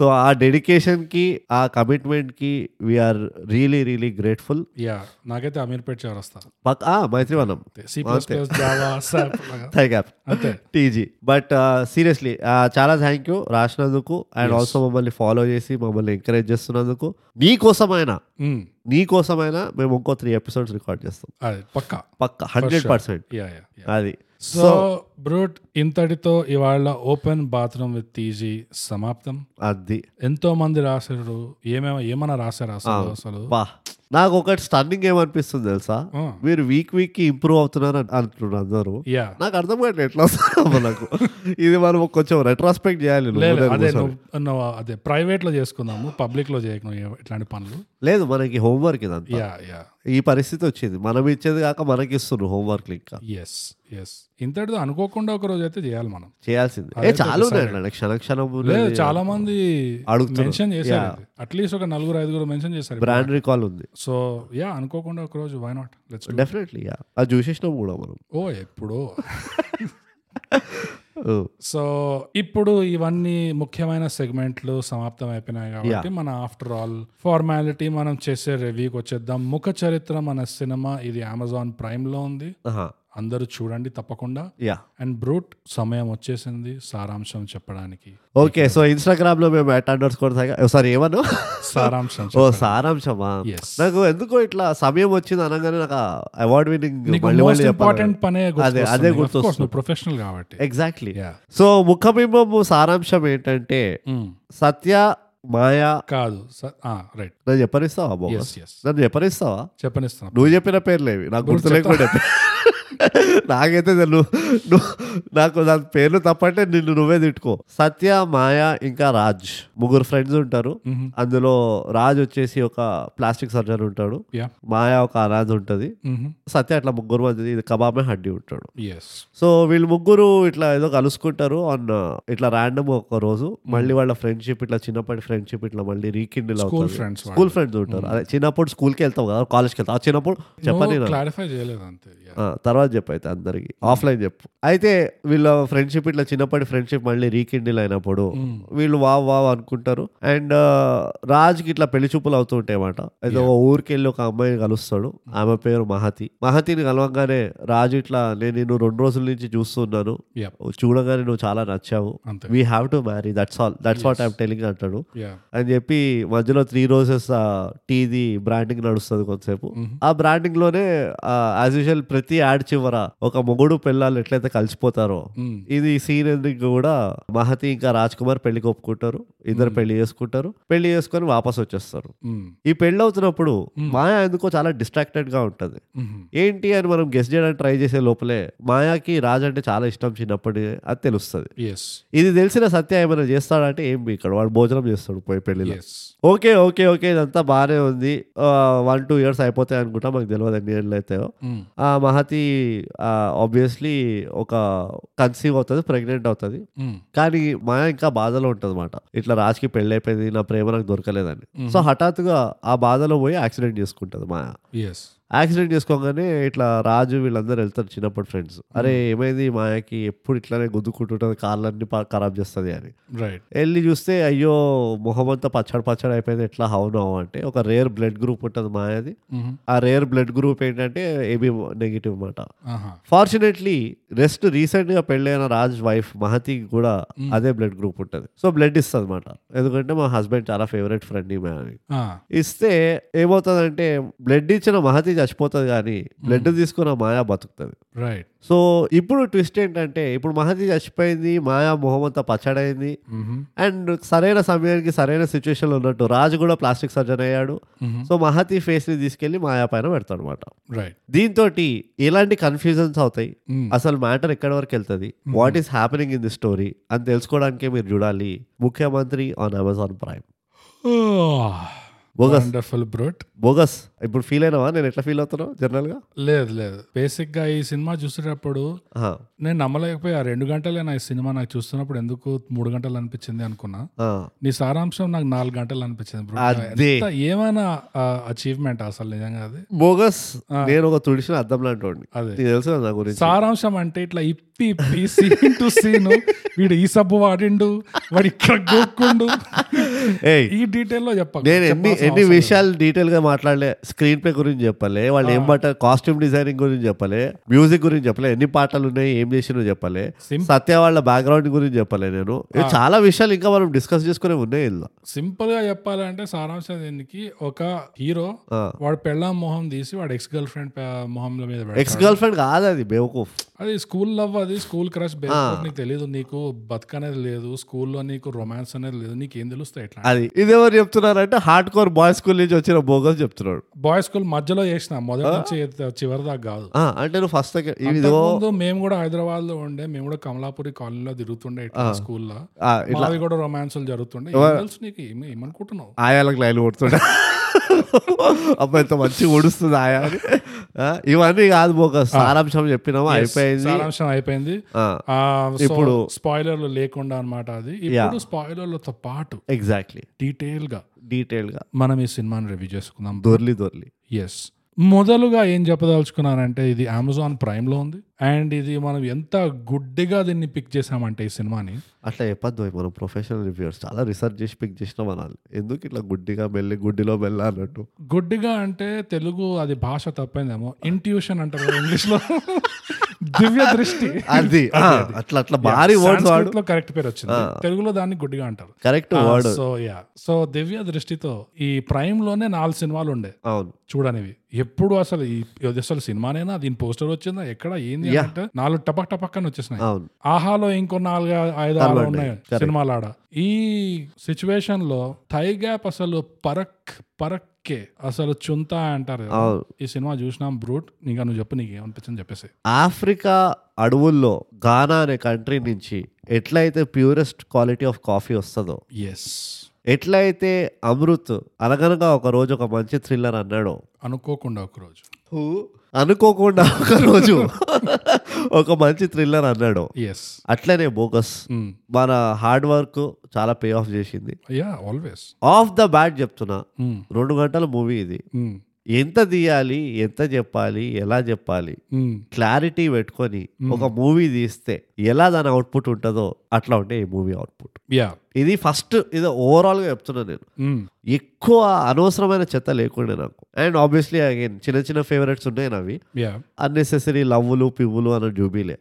Speaker 2: సో ఆ డెడికేషన్కి ఆ కమిట్మెంట్కి we are really really grateful
Speaker 1: yeah నాకైతే అమీర్పేట్ చివరి వస్తా
Speaker 2: పక్ ఆ, Maitrivanam
Speaker 1: C plus plus Java SAP (laughs) లాగా
Speaker 2: థైగ్యాప్
Speaker 1: అంతే
Speaker 2: టీజీ బట్ సీరియస్లీ చాలా థ్యాంక్ యూ రాసినందుకు అండ్ ఆల్సో మమ్మల్ని ఫాలో చేసి మమ్మల్ని ఎంకరేజ్ చేస్తున్నందుకు నీకోసమైనా
Speaker 1: Mm.
Speaker 2: నీకోసమైనా మేము ఇంకో త్రీ ఎపిసోడ్స్ రికార్డ్ చేస్తాం
Speaker 1: అది పక్కా
Speaker 2: పక్క హండ్రెడ్ పర్సెంట్
Speaker 1: యా యా
Speaker 2: అది
Speaker 1: సో బ్రూట్ ఇంతటితో ఇవాళ ఓపెన్ బాత్రూమ్ విత్ టీజీ సమాప్తం
Speaker 2: అది
Speaker 1: ఎంతో మంది రాశారు ఏమేమో ఏమన్నా రాశారు అసలు అసలు
Speaker 2: బా నాకు ఒకటి స్టన్నింగ్ ఏమనిపిస్తుంది తెలుసా
Speaker 1: Ah.
Speaker 2: మీరు వీక్ వీక్ కి ఇంప్రూవ్ అవుతున్నారు అని అంటున్నారు అందరూ
Speaker 1: యా
Speaker 2: నాకు అర్థం కావట్లేదు ఎట్లా వస్తున్నారో మనకు ఇది మనం కొంచెం రెట్రాస్పెక్ట్ చేయాలి నువ్వు
Speaker 1: లేదు
Speaker 2: నేను
Speaker 1: అదే
Speaker 2: కూర్చొని.
Speaker 1: నువ్వు- నువ్వు అదే ప్రైవేట్ లో చేసుకుందాము పబ్లిక్ లో చేయకు నువ్వు ఏ- ఇట్లాంటి పనులు
Speaker 2: లేదు మనకి హోంవర్క్ ఇదంతా
Speaker 1: యా యా
Speaker 2: ఈ పరిస్థితి వచ్చింది మనం ఇచ్చేది కాక మనకి ఇస్తున్నారు హోంవర్క్ ఇంకా
Speaker 1: ఎస్ ఎస్ ఇంతటితో అనుకోకుండా ఒక రోజు అయితే చేయాలి మనం
Speaker 2: చేయాల్సింది ఏ చాలా ఉన్నాయండి క్షణ క్షణం
Speaker 1: లేదు చాలా మంది
Speaker 2: అడుగుతున్నారు.
Speaker 1: మెన్షన్ చేశారు అట్లీస్ట్ ఒక నలుగురు ఐదుగురు మెన్షన్ చేశారు
Speaker 2: బ్రాండ్ రికాల్ ఉంది
Speaker 1: సో యా అనుకోకుండా ఒక రోజు వై నాట్ లెట్స్
Speaker 2: డెఫినెట్లీ అది చూసేసినాం కూడా మనం
Speaker 1: ఓ ఎప్పుడు
Speaker 2: ఓ,
Speaker 1: సో ఇప్పుడు ఇవన్నీ ముఖ్యమైన సెగ్మెంట్లు సమాప్తం అయిపోయినాయి కాబట్టి మన ఆఫ్టర్ ఆల్ ఫార్మాలిటీ మనం చేసే రివ్యూకి వచ్చేద్దాం ముఖ చరిత్ర మన సినిమా ఇది అమెజాన్ ప్రైమ్ లో ఉంది
Speaker 2: ఆహా,
Speaker 1: అందరూ చూడండి తప్పకుండా
Speaker 2: యా
Speaker 1: అండ్ బ్రూట్ సమయం వచ్చేసింది సారాంశం చెప్పడానికి
Speaker 2: ఓకే సో ఇన్స్టాగ్రామ్ లో మేము అట్ అండర్ స్కోర్ సారీ ఏమను
Speaker 1: (laughs) సారాంశం
Speaker 2: ఓ
Speaker 1: చెప్ప-
Speaker 2: Oh, సారాంశమా
Speaker 1: Yes.
Speaker 2: నాకు ఎందుకో ఇట్లా సమయం వచ్చింది అనగానే నాకు అవార్డ్ విన్నింగ్
Speaker 1: నీకు
Speaker 2: మళ్ళీ
Speaker 1: మోస్ట్
Speaker 2: మళ్ళీ చెప్పాలి
Speaker 1: ఇంపార్టెంట్ పనే
Speaker 2: అదే, అదే గుర్తొస్తుంది.
Speaker 1: గుర్తొస్తుంది ప్రొఫెషనల్ కాబట్టి
Speaker 2: ఎగ్జాక్ట్లీ
Speaker 1: Yeah.
Speaker 2: సో ముఖబింబము సారాంశం ఏంటంటే
Speaker 1: Mm.
Speaker 2: సత్య మాయా
Speaker 1: కాదు రైట్
Speaker 2: నన్ను చెప్పనిస్తావా బాబు
Speaker 1: ఎస్ ఎస్
Speaker 2: నన్ను చెప్పనిస్తావా
Speaker 1: చెప్పనిస్తాను
Speaker 2: నువ్వు చెప్పిన పేర్లేవి నాకు గుర్తులేకుండా (laughs) నాకైతే తెలు నువ్వు నాకు దాని పేర్లు తప్పంటే నిన్ను నువ్వే తిట్టుకో సత్య మాయా ఇంకా రాజ్ ముగ్గురు ఫ్రెండ్స్ ఉంటారు
Speaker 1: Mhm.
Speaker 2: అందులో రాజ్ వచ్చేసి ఒక ప్లాస్టిక్ సర్జన్ ఉంటాడు
Speaker 1: యా
Speaker 2: మాయా ఒక అనాథ ఉంటుంది
Speaker 1: Mm-hmm.
Speaker 2: సత్య అట్లా ముగ్గురు మంది ఇది కబాబే హడ్డి ఉంటాడు
Speaker 1: ఎస్
Speaker 2: సో వీళ్ళు ముగ్గురు ఇట్లా ఏదో కలుసుకుంటారు ఆన్ ఇట్లా ర్యాండమ్ ఒక రోజు మళ్ళీ వాళ్ళ ఫ్రెండ్షిప్ ఇట్లా చిన్నప్పటి ఫ్రెండ్షిప్ ఇట్లా మళ్ళీ రీకిండిల్
Speaker 1: స్కూల్
Speaker 2: అవుతుంది
Speaker 1: ఫ్రెండ్స్
Speaker 2: స్కూల్ ఫ్రెండ్స్ ఉంటారు అదే చిన్నప్పుడు స్కూల్కి వెళ్తాం కదా కాలేజ్కి వెళ్తాం ఆ చిన్నప్పుడు చెప్పని
Speaker 1: క్లారిఫై చేయలేదు అంతే Yeah.
Speaker 2: తర్వాత చెప్పు అయితే అందరికి ఆఫ్లైన్ చెప్పు అయితే వీళ్ళ ఫ్రెండ్షిప్ ఇట్లా చిన్నప్పటి ఫ్రెండ్షిప్ మళ్ళీ రీకిండిల్ అయినప్పుడు వీళ్ళు వావ్ వావ్ అనుకుంటారు అండ్ రాజ్కి ఇట్లా పెళ్లి చూపులు అవుతూ ఉంటాయన్నమాట అయితే ఒక ఊరికి వెళ్ళి ఒక అమ్మాయిని కలుస్తాడు ఆమె పేరు మహతి మహతిని కలవంగానే రాజు ఇట్లా నేను నిన్ను రెండు రోజుల నుంచి చూస్తున్నాను
Speaker 1: Yep.
Speaker 2: చూడగానే నువ్వు చాలా నచ్చావు
Speaker 1: అంతే
Speaker 2: we have to marry that's all that's what I'm telling అంటాడు
Speaker 1: యా
Speaker 2: అని చెప్పి మధ్యలో త్రీ రోజెస్ టీది బ్రాండింగ్ నడుస్తుంది కొంతసేపు ఆ బ్రాండింగ్ లోనే యాజ్ యూజువల్ ప్రతి యాడ్ చివర ఒక మొగుడు పిల్లలు ఎట్లయితే కలిసిపోతారో
Speaker 1: Mm.
Speaker 2: ఇది సీన్ ఎందుకు కూడా మహతి ఇంకా రాజ్ కుమార్ పెళ్లి ఒప్పుకుంటారు ఇద్దరు పెళ్లి చేసుకుంటారు పెళ్లి చేసుకొని వాపస్ వచ్చేస్తారు
Speaker 1: Hmm.
Speaker 2: ఈ పెళ్ళి అవుతున్నప్పుడు మాయా ఎందుకో చాలా డిస్ట్రాక్టెడ్ గా ఉంటది
Speaker 1: Mm-hmm.
Speaker 2: ఏంటి అని మనం గెస్ట్ చేయడానికి ట్రై చేసే లోపలే మాయాకి రాజ్ అంటే చాలా ఇష్టం చిన్నప్పటి అది తెలుస్తుంది
Speaker 1: ఎస్
Speaker 2: ఇది తెలిసిన సత్య ఏమైనా చేస్తాడంటే ఏం బి ఇక్కడ వాడు భోజనం చేస్తాడు పోయి పెళ్లిలో
Speaker 1: ఎస్
Speaker 2: ఓకే ఓకే ఓకే ఇదంతా బాగానే ఉంది వన్ టూ ఇయర్స్ అయిపోతాయి అనుకుంటా మాకు తెలియదు ఎన్ని ఇయర్లు అవుతాయో
Speaker 1: Hmm.
Speaker 2: ఆ మహతి ఆబ్వియస్లీ ఒక కన్సీవ్ అవుతుంది ప్రెగ్నెంట్ అవుతుంది
Speaker 1: Hmm.
Speaker 2: కానీ మాయ ఇంకా బాధలో ఉంటుంది అనమాట ఇట్లా రాజ్కి పెళ్ళి అయిపోయింది నా ప్రేమ నాకు దొరకలేదని సో హఠాత్తుగా ఆ బాధలో పోయి యాక్సిడెంట్ చేసుకుంటుంది మాయ
Speaker 1: ఎస్
Speaker 2: యాక్సిడెంట్ చేసుకోగానే ఇట్లా రాజు వీళ్ళందరూ వెళ్తారు చిన్నప్పుడు ఫ్రెండ్స్ అరే ఏమైంది మాయకి ఎప్పుడు ఇట్లానే గుద్దుకుంటుంటుంది కార్లన్నీ పా- ఖరాబ్ చేస్తుంది అని
Speaker 1: రైట్
Speaker 2: వెళ్ళి చూస్తే అయ్యో మొహం అంతా పచ్చడి పచ్చడి అయిపోయింది ఎట్లా అవును అంటే ఒక రేర్ బ్లడ్ గ్రూప్ ఉంటుంది మాయది
Speaker 1: Mm-hmm.
Speaker 2: ఆ రేర్ బ్లడ్ గ్రూప్ ఏంటంటే ఏబీ నెగిటివ్ అన్నమాట
Speaker 1: ఆహా
Speaker 2: ఫార్చునేట్లీ రెస్ట్ రీసెంట్ గా పెళ్ళైన రాజ్ వైఫ్ మహతి కూడా అదే బ్లడ్ గ్రూప్ ఉంటుంది సో బ్లడ్ ఇస్తుంది అనమాట ఎందుకంటే మా హస్బెండ్ చాలా ఫేవరెట్ ఫ్రెండ్ ఈమె అని
Speaker 1: Ah,
Speaker 2: ఇస్తే ఏమవుతుందంటే బ్లడ్ ఇచ్చిన మహతి చచ్చిపోతుంది కానీ బ్లడ్ తీసుకున్న మాయా బతుకుతుంది
Speaker 1: రైట్
Speaker 2: సో ఇప్పుడు ట్విస్ట్ ఏంటంటే ఇప్పుడు మహతి చచ్చిపోయింది మాయా మొహం అంతా పచ్చడైంది
Speaker 1: Mm-hmm.
Speaker 2: అండ్ సరైన సమయానికి సరైన situation లో ఉన్నట్టు రాజు కూడా ప్లాస్టిక్ సర్జన్ అయ్యాడు
Speaker 1: Mm-hmm.
Speaker 2: సో మహతి face ని తీసుకెళ్లి మాయా పైన పెడతాడు అనమాట
Speaker 1: రైట్
Speaker 2: దీంతో ఎలాంటి కన్ఫ్యూజన్స్ అవుతాయి అసలు మ్యాటర్ ఎక్కడి వరకు వెళ్తుంది what is happening in the story అని తెలుసుకోవడానికే మీరు చూడాలి ముఖ్యమంత్రి on Amazon Prime
Speaker 1: Ah.
Speaker 2: Bogus
Speaker 1: wonderful brought
Speaker 2: bogus ఇప్పుడు ఫీల్ అయినావా నేను ఎట్లా ఫీల్ అవుతాను జనరల్ గా
Speaker 1: లేదు లేదు బేసిక్ గా ఈ సినిమా చూసేటప్పుడు
Speaker 2: ఆహా,
Speaker 1: నేను నమ్మలేకపోయా రెండు గంటలే నా ఈ సినిమా నాకు చూస్తున్నప్పుడు ఎందుకు మూడు గంటలు అనిపించింది అనుకున్నా
Speaker 2: ఆ,
Speaker 1: నీ సారాంశం నాకు నాలుగు గంటలు అనిపించింది bro.
Speaker 2: అదే.
Speaker 1: ఎంత ఏమైనా అచీవ్మెంట్ అసలు నిజంగా అది
Speaker 2: బోగస్ నేను ఒక తుడిచిన అద్దం లాంటి
Speaker 1: అదే
Speaker 2: నీకు తెలుసు కదా నా గురించి
Speaker 1: సారాంశం అంటే ఇట్లా ఇప్పి ఇప్పి సీన్ టు సీన్ వీడు ఈ సబ్బు వాడిండు వాడు ఇక్కడ గోక్కుండు
Speaker 2: ఏయ్
Speaker 1: ఈ డీటెయిల్ లో చెప్పకు.
Speaker 2: నేను ఎన్ని
Speaker 1: చెప్పాల్సిన
Speaker 2: ఎన్ని
Speaker 1: అవసరం లేదు.
Speaker 2: విషయాలు డీటెయిల్ గా మాట్లాడలే స్క్రీన్ ప్లే గురించి చెప్పలే వాళ్ళు ఏం పాట కాస్ట్యూమ్ డిజైనింగ్ గురించి చెప్పలే మ్యూజిక్ గురించి చెప్పలే ఎన్ని పాటలు ఉన్నాయి ఏం చేసినో చెప్పలే
Speaker 1: Simple.
Speaker 2: సత్య వాళ్ళ బ్యాక్గ్రౌండ్ గురించి చెప్పలే నేను ఇవి చాలా విషయాలు ఇంకా మనం డిస్కస్ చేసుకునే ఉన్నాయి ఇందులో
Speaker 1: సింపుల్ గా చెప్పాలంటే సారాంశం దీనికి ఒక హీరో వాడు పెళ్ళాం మొహం తీసి వాడు ఎక్స్ గర్ల్ ఫ్రెండ్ మొహం మీద పెడతాడు.
Speaker 2: ఎక్స్ గర్ల్ ఫ్రెండ్ కాదు అది బేవకూఫ్
Speaker 1: అది స్కూల్ లవ్ అది స్కూల్ క్రష్ బేస్ నీకు తెలియదు నీకు బతుకు అనేది లేదు స్కూల్లో నీకు రొమాన్స్ అనేది లేదు నీకు ఏం తెలుస్తాయి ఎట్లా
Speaker 2: అది ఇదేవారు చెప్తున్నారంటే హార్డ్ కోర్ బాయ్స్ స్కూల్ నుంచి వచ్చిన బోగస్ చెప్తున్నాడు
Speaker 1: బాయ్స్ స్కూల్ మధ్యలో చేసిన మొదటి నుంచి చివరి దాకా కాదు
Speaker 2: ఆ, అంటే నువ్వు ఫస్ట్ ఇది
Speaker 1: ఇంతకుముందు మేము కూడా హైదరాబాద్ లో ఉండే మేము కూడా కమలాపురి కాలనీలో తిరుగుతుండే ఇట్లా స్కూల్లో
Speaker 2: ఆ,
Speaker 1: మావి కూడా రొమాన్సులు జరుగుతుండే ఏం తెలుసు నీకు ఏమి- ఏమనుకుంటున్నావు
Speaker 2: ఆయాలకు లైన్ కొడుతుంటా అబ్బా ఎంత మంచిగా ఒడుస్తుంది ఆయా అని. ఆ, ఇవన్నీ కాదు ఒక సారాంశం చెప్పినాము అయిపోయింది
Speaker 1: సారాంశం అయిపోయింది
Speaker 2: ఆ,
Speaker 1: ఇప్పుడు స్పాయిలర్లు లేకుండా అన్నమాట అది ఇప్పుడు స్పాయిలర్లతో పాటు
Speaker 2: ఎగ్జాక్ట్లీ
Speaker 1: డీటెయిల్ గా
Speaker 2: డీటెయిల్ గా
Speaker 1: మనం ఈ సినిమాని రివ్యూ చేసుకుందాం
Speaker 2: దొర్లి దొర్లి
Speaker 1: ఎస్ మొదలుగా ఏం చెప్పదలుచుకున్నానంటే ఇది అమెజాన్ ప్రైమ్ లో ఉంది అండ్ ఇది మనం ఎంత గుడ్డిగా దీన్ని పిక్ చేసామంటే ఈ సినిమాని
Speaker 2: అట్లా చెప్పద్దు ఓయ్, మనం ప్రొఫెషనల్ రివ్యూర్స్ చాలా రీసెర్చ్ చేసి పిక్ చేసినాం అనాలి ఎందుకు ఇట్లా గుడ్డిగా మెల్లి గుడ్డిలో మెల్ల అన్నట్టు
Speaker 1: గుడ్డిగా అంటే తెలుగు అది భాష తప్పైందేమో ఇంట్యూషన్ అంటారు ఇంగ్లీష్ లో దివ్య దృష్టి
Speaker 2: అది ఆ, అట్లా అట్లా భారీ వర్డ్స్ వాడు
Speaker 1: లో కరెక్ట్ పేరు వచ్చింది తెలుగులో దాన్ని గుడ్డిగా అంటారు
Speaker 2: correct word
Speaker 1: so yeah so దివ్య దృష్టితో ఈ ప్రైమ్ లోనే నాలుగు సినిమాలు ఉండే
Speaker 2: అవును
Speaker 1: చూడనివి ఎప్పుడు అసలు ఈ ఇది అసలు సినిమానేనా దీని పోస్టర్ వచ్చిందా ఎక్కడ ఏంది అంటే నాలుగు టపక్ టపక్ అని వచ్చేసినాయి
Speaker 2: అవును
Speaker 1: ఆహాలో ఇంకో నాలుగు ఐదు ఆరు ఉన్నాయి సినిమాలు ఆడ ఈ సిచ్యువేషన్ లో థై గ్యాప్ అసలు పరక్ పరక్కే అసలు చుంతా అంటారు కదా.
Speaker 2: అవును
Speaker 1: ఈ సినిమా చూసినాం బ్రూట్ ఇంకా నువ్వు చెప్పు నీకు ఏమనిపించింది చెప్పేసి
Speaker 2: ఆఫ్రికా అడవుల్లో గానా అనే కంట్రీ నుంచి ఎట్లయితే ప్యూరెస్ట్ క్వాలిటీ ఆఫ్ కాఫీ వస్తుందో
Speaker 1: ఎస్
Speaker 2: ఎట్లయితే అమృత్ అనగనగా ఒక రోజు ఒక మంచి థ్రిల్లర్ అన్నాడో
Speaker 1: అనుకోకుండా ఒకరోజు
Speaker 2: అనుకోకుండా (laughs) ఒక రోజు ఒక మంచి థ్రిల్లర్ అన్నాడో
Speaker 1: ఎస్
Speaker 2: అట్లనే బోకస్ మన హార్డ్ వర్క్ చాలా పే ఆఫ్ చేసింది
Speaker 1: yeah always
Speaker 2: off the bat చెప్తున్నా రెండు గంటల మూవీ ఇది
Speaker 1: Mm.
Speaker 2: ఎంత తీయాలి ఎంత చెప్పాలి ఎలా చెప్పాలి
Speaker 1: Mm.
Speaker 2: క్లారిటీ పెట్టుకొని ఒక మూవీ తీస్తే ఎలా దాని అవుట్పుట్ ఉంటుందో అట్లా ఉంటే ఈ మూవీ అవుట్పుట్
Speaker 1: యా
Speaker 2: ఇది ఫస్ట్ ఇది overall గా చెప్తున్నా నేను
Speaker 1: Mm.
Speaker 2: ఎక్కువ అనవసరమైన చెత్త లేకుండా నాకు అండ్ ఆబ్వియస్లీ అగైన్ చిన్న చిన్న ఫేవరెట్స్ ఉన్నాయి నావి
Speaker 1: యా
Speaker 2: అన్నెసెసరీ లవ్వులు పివ్వులు అన్న జూబీలే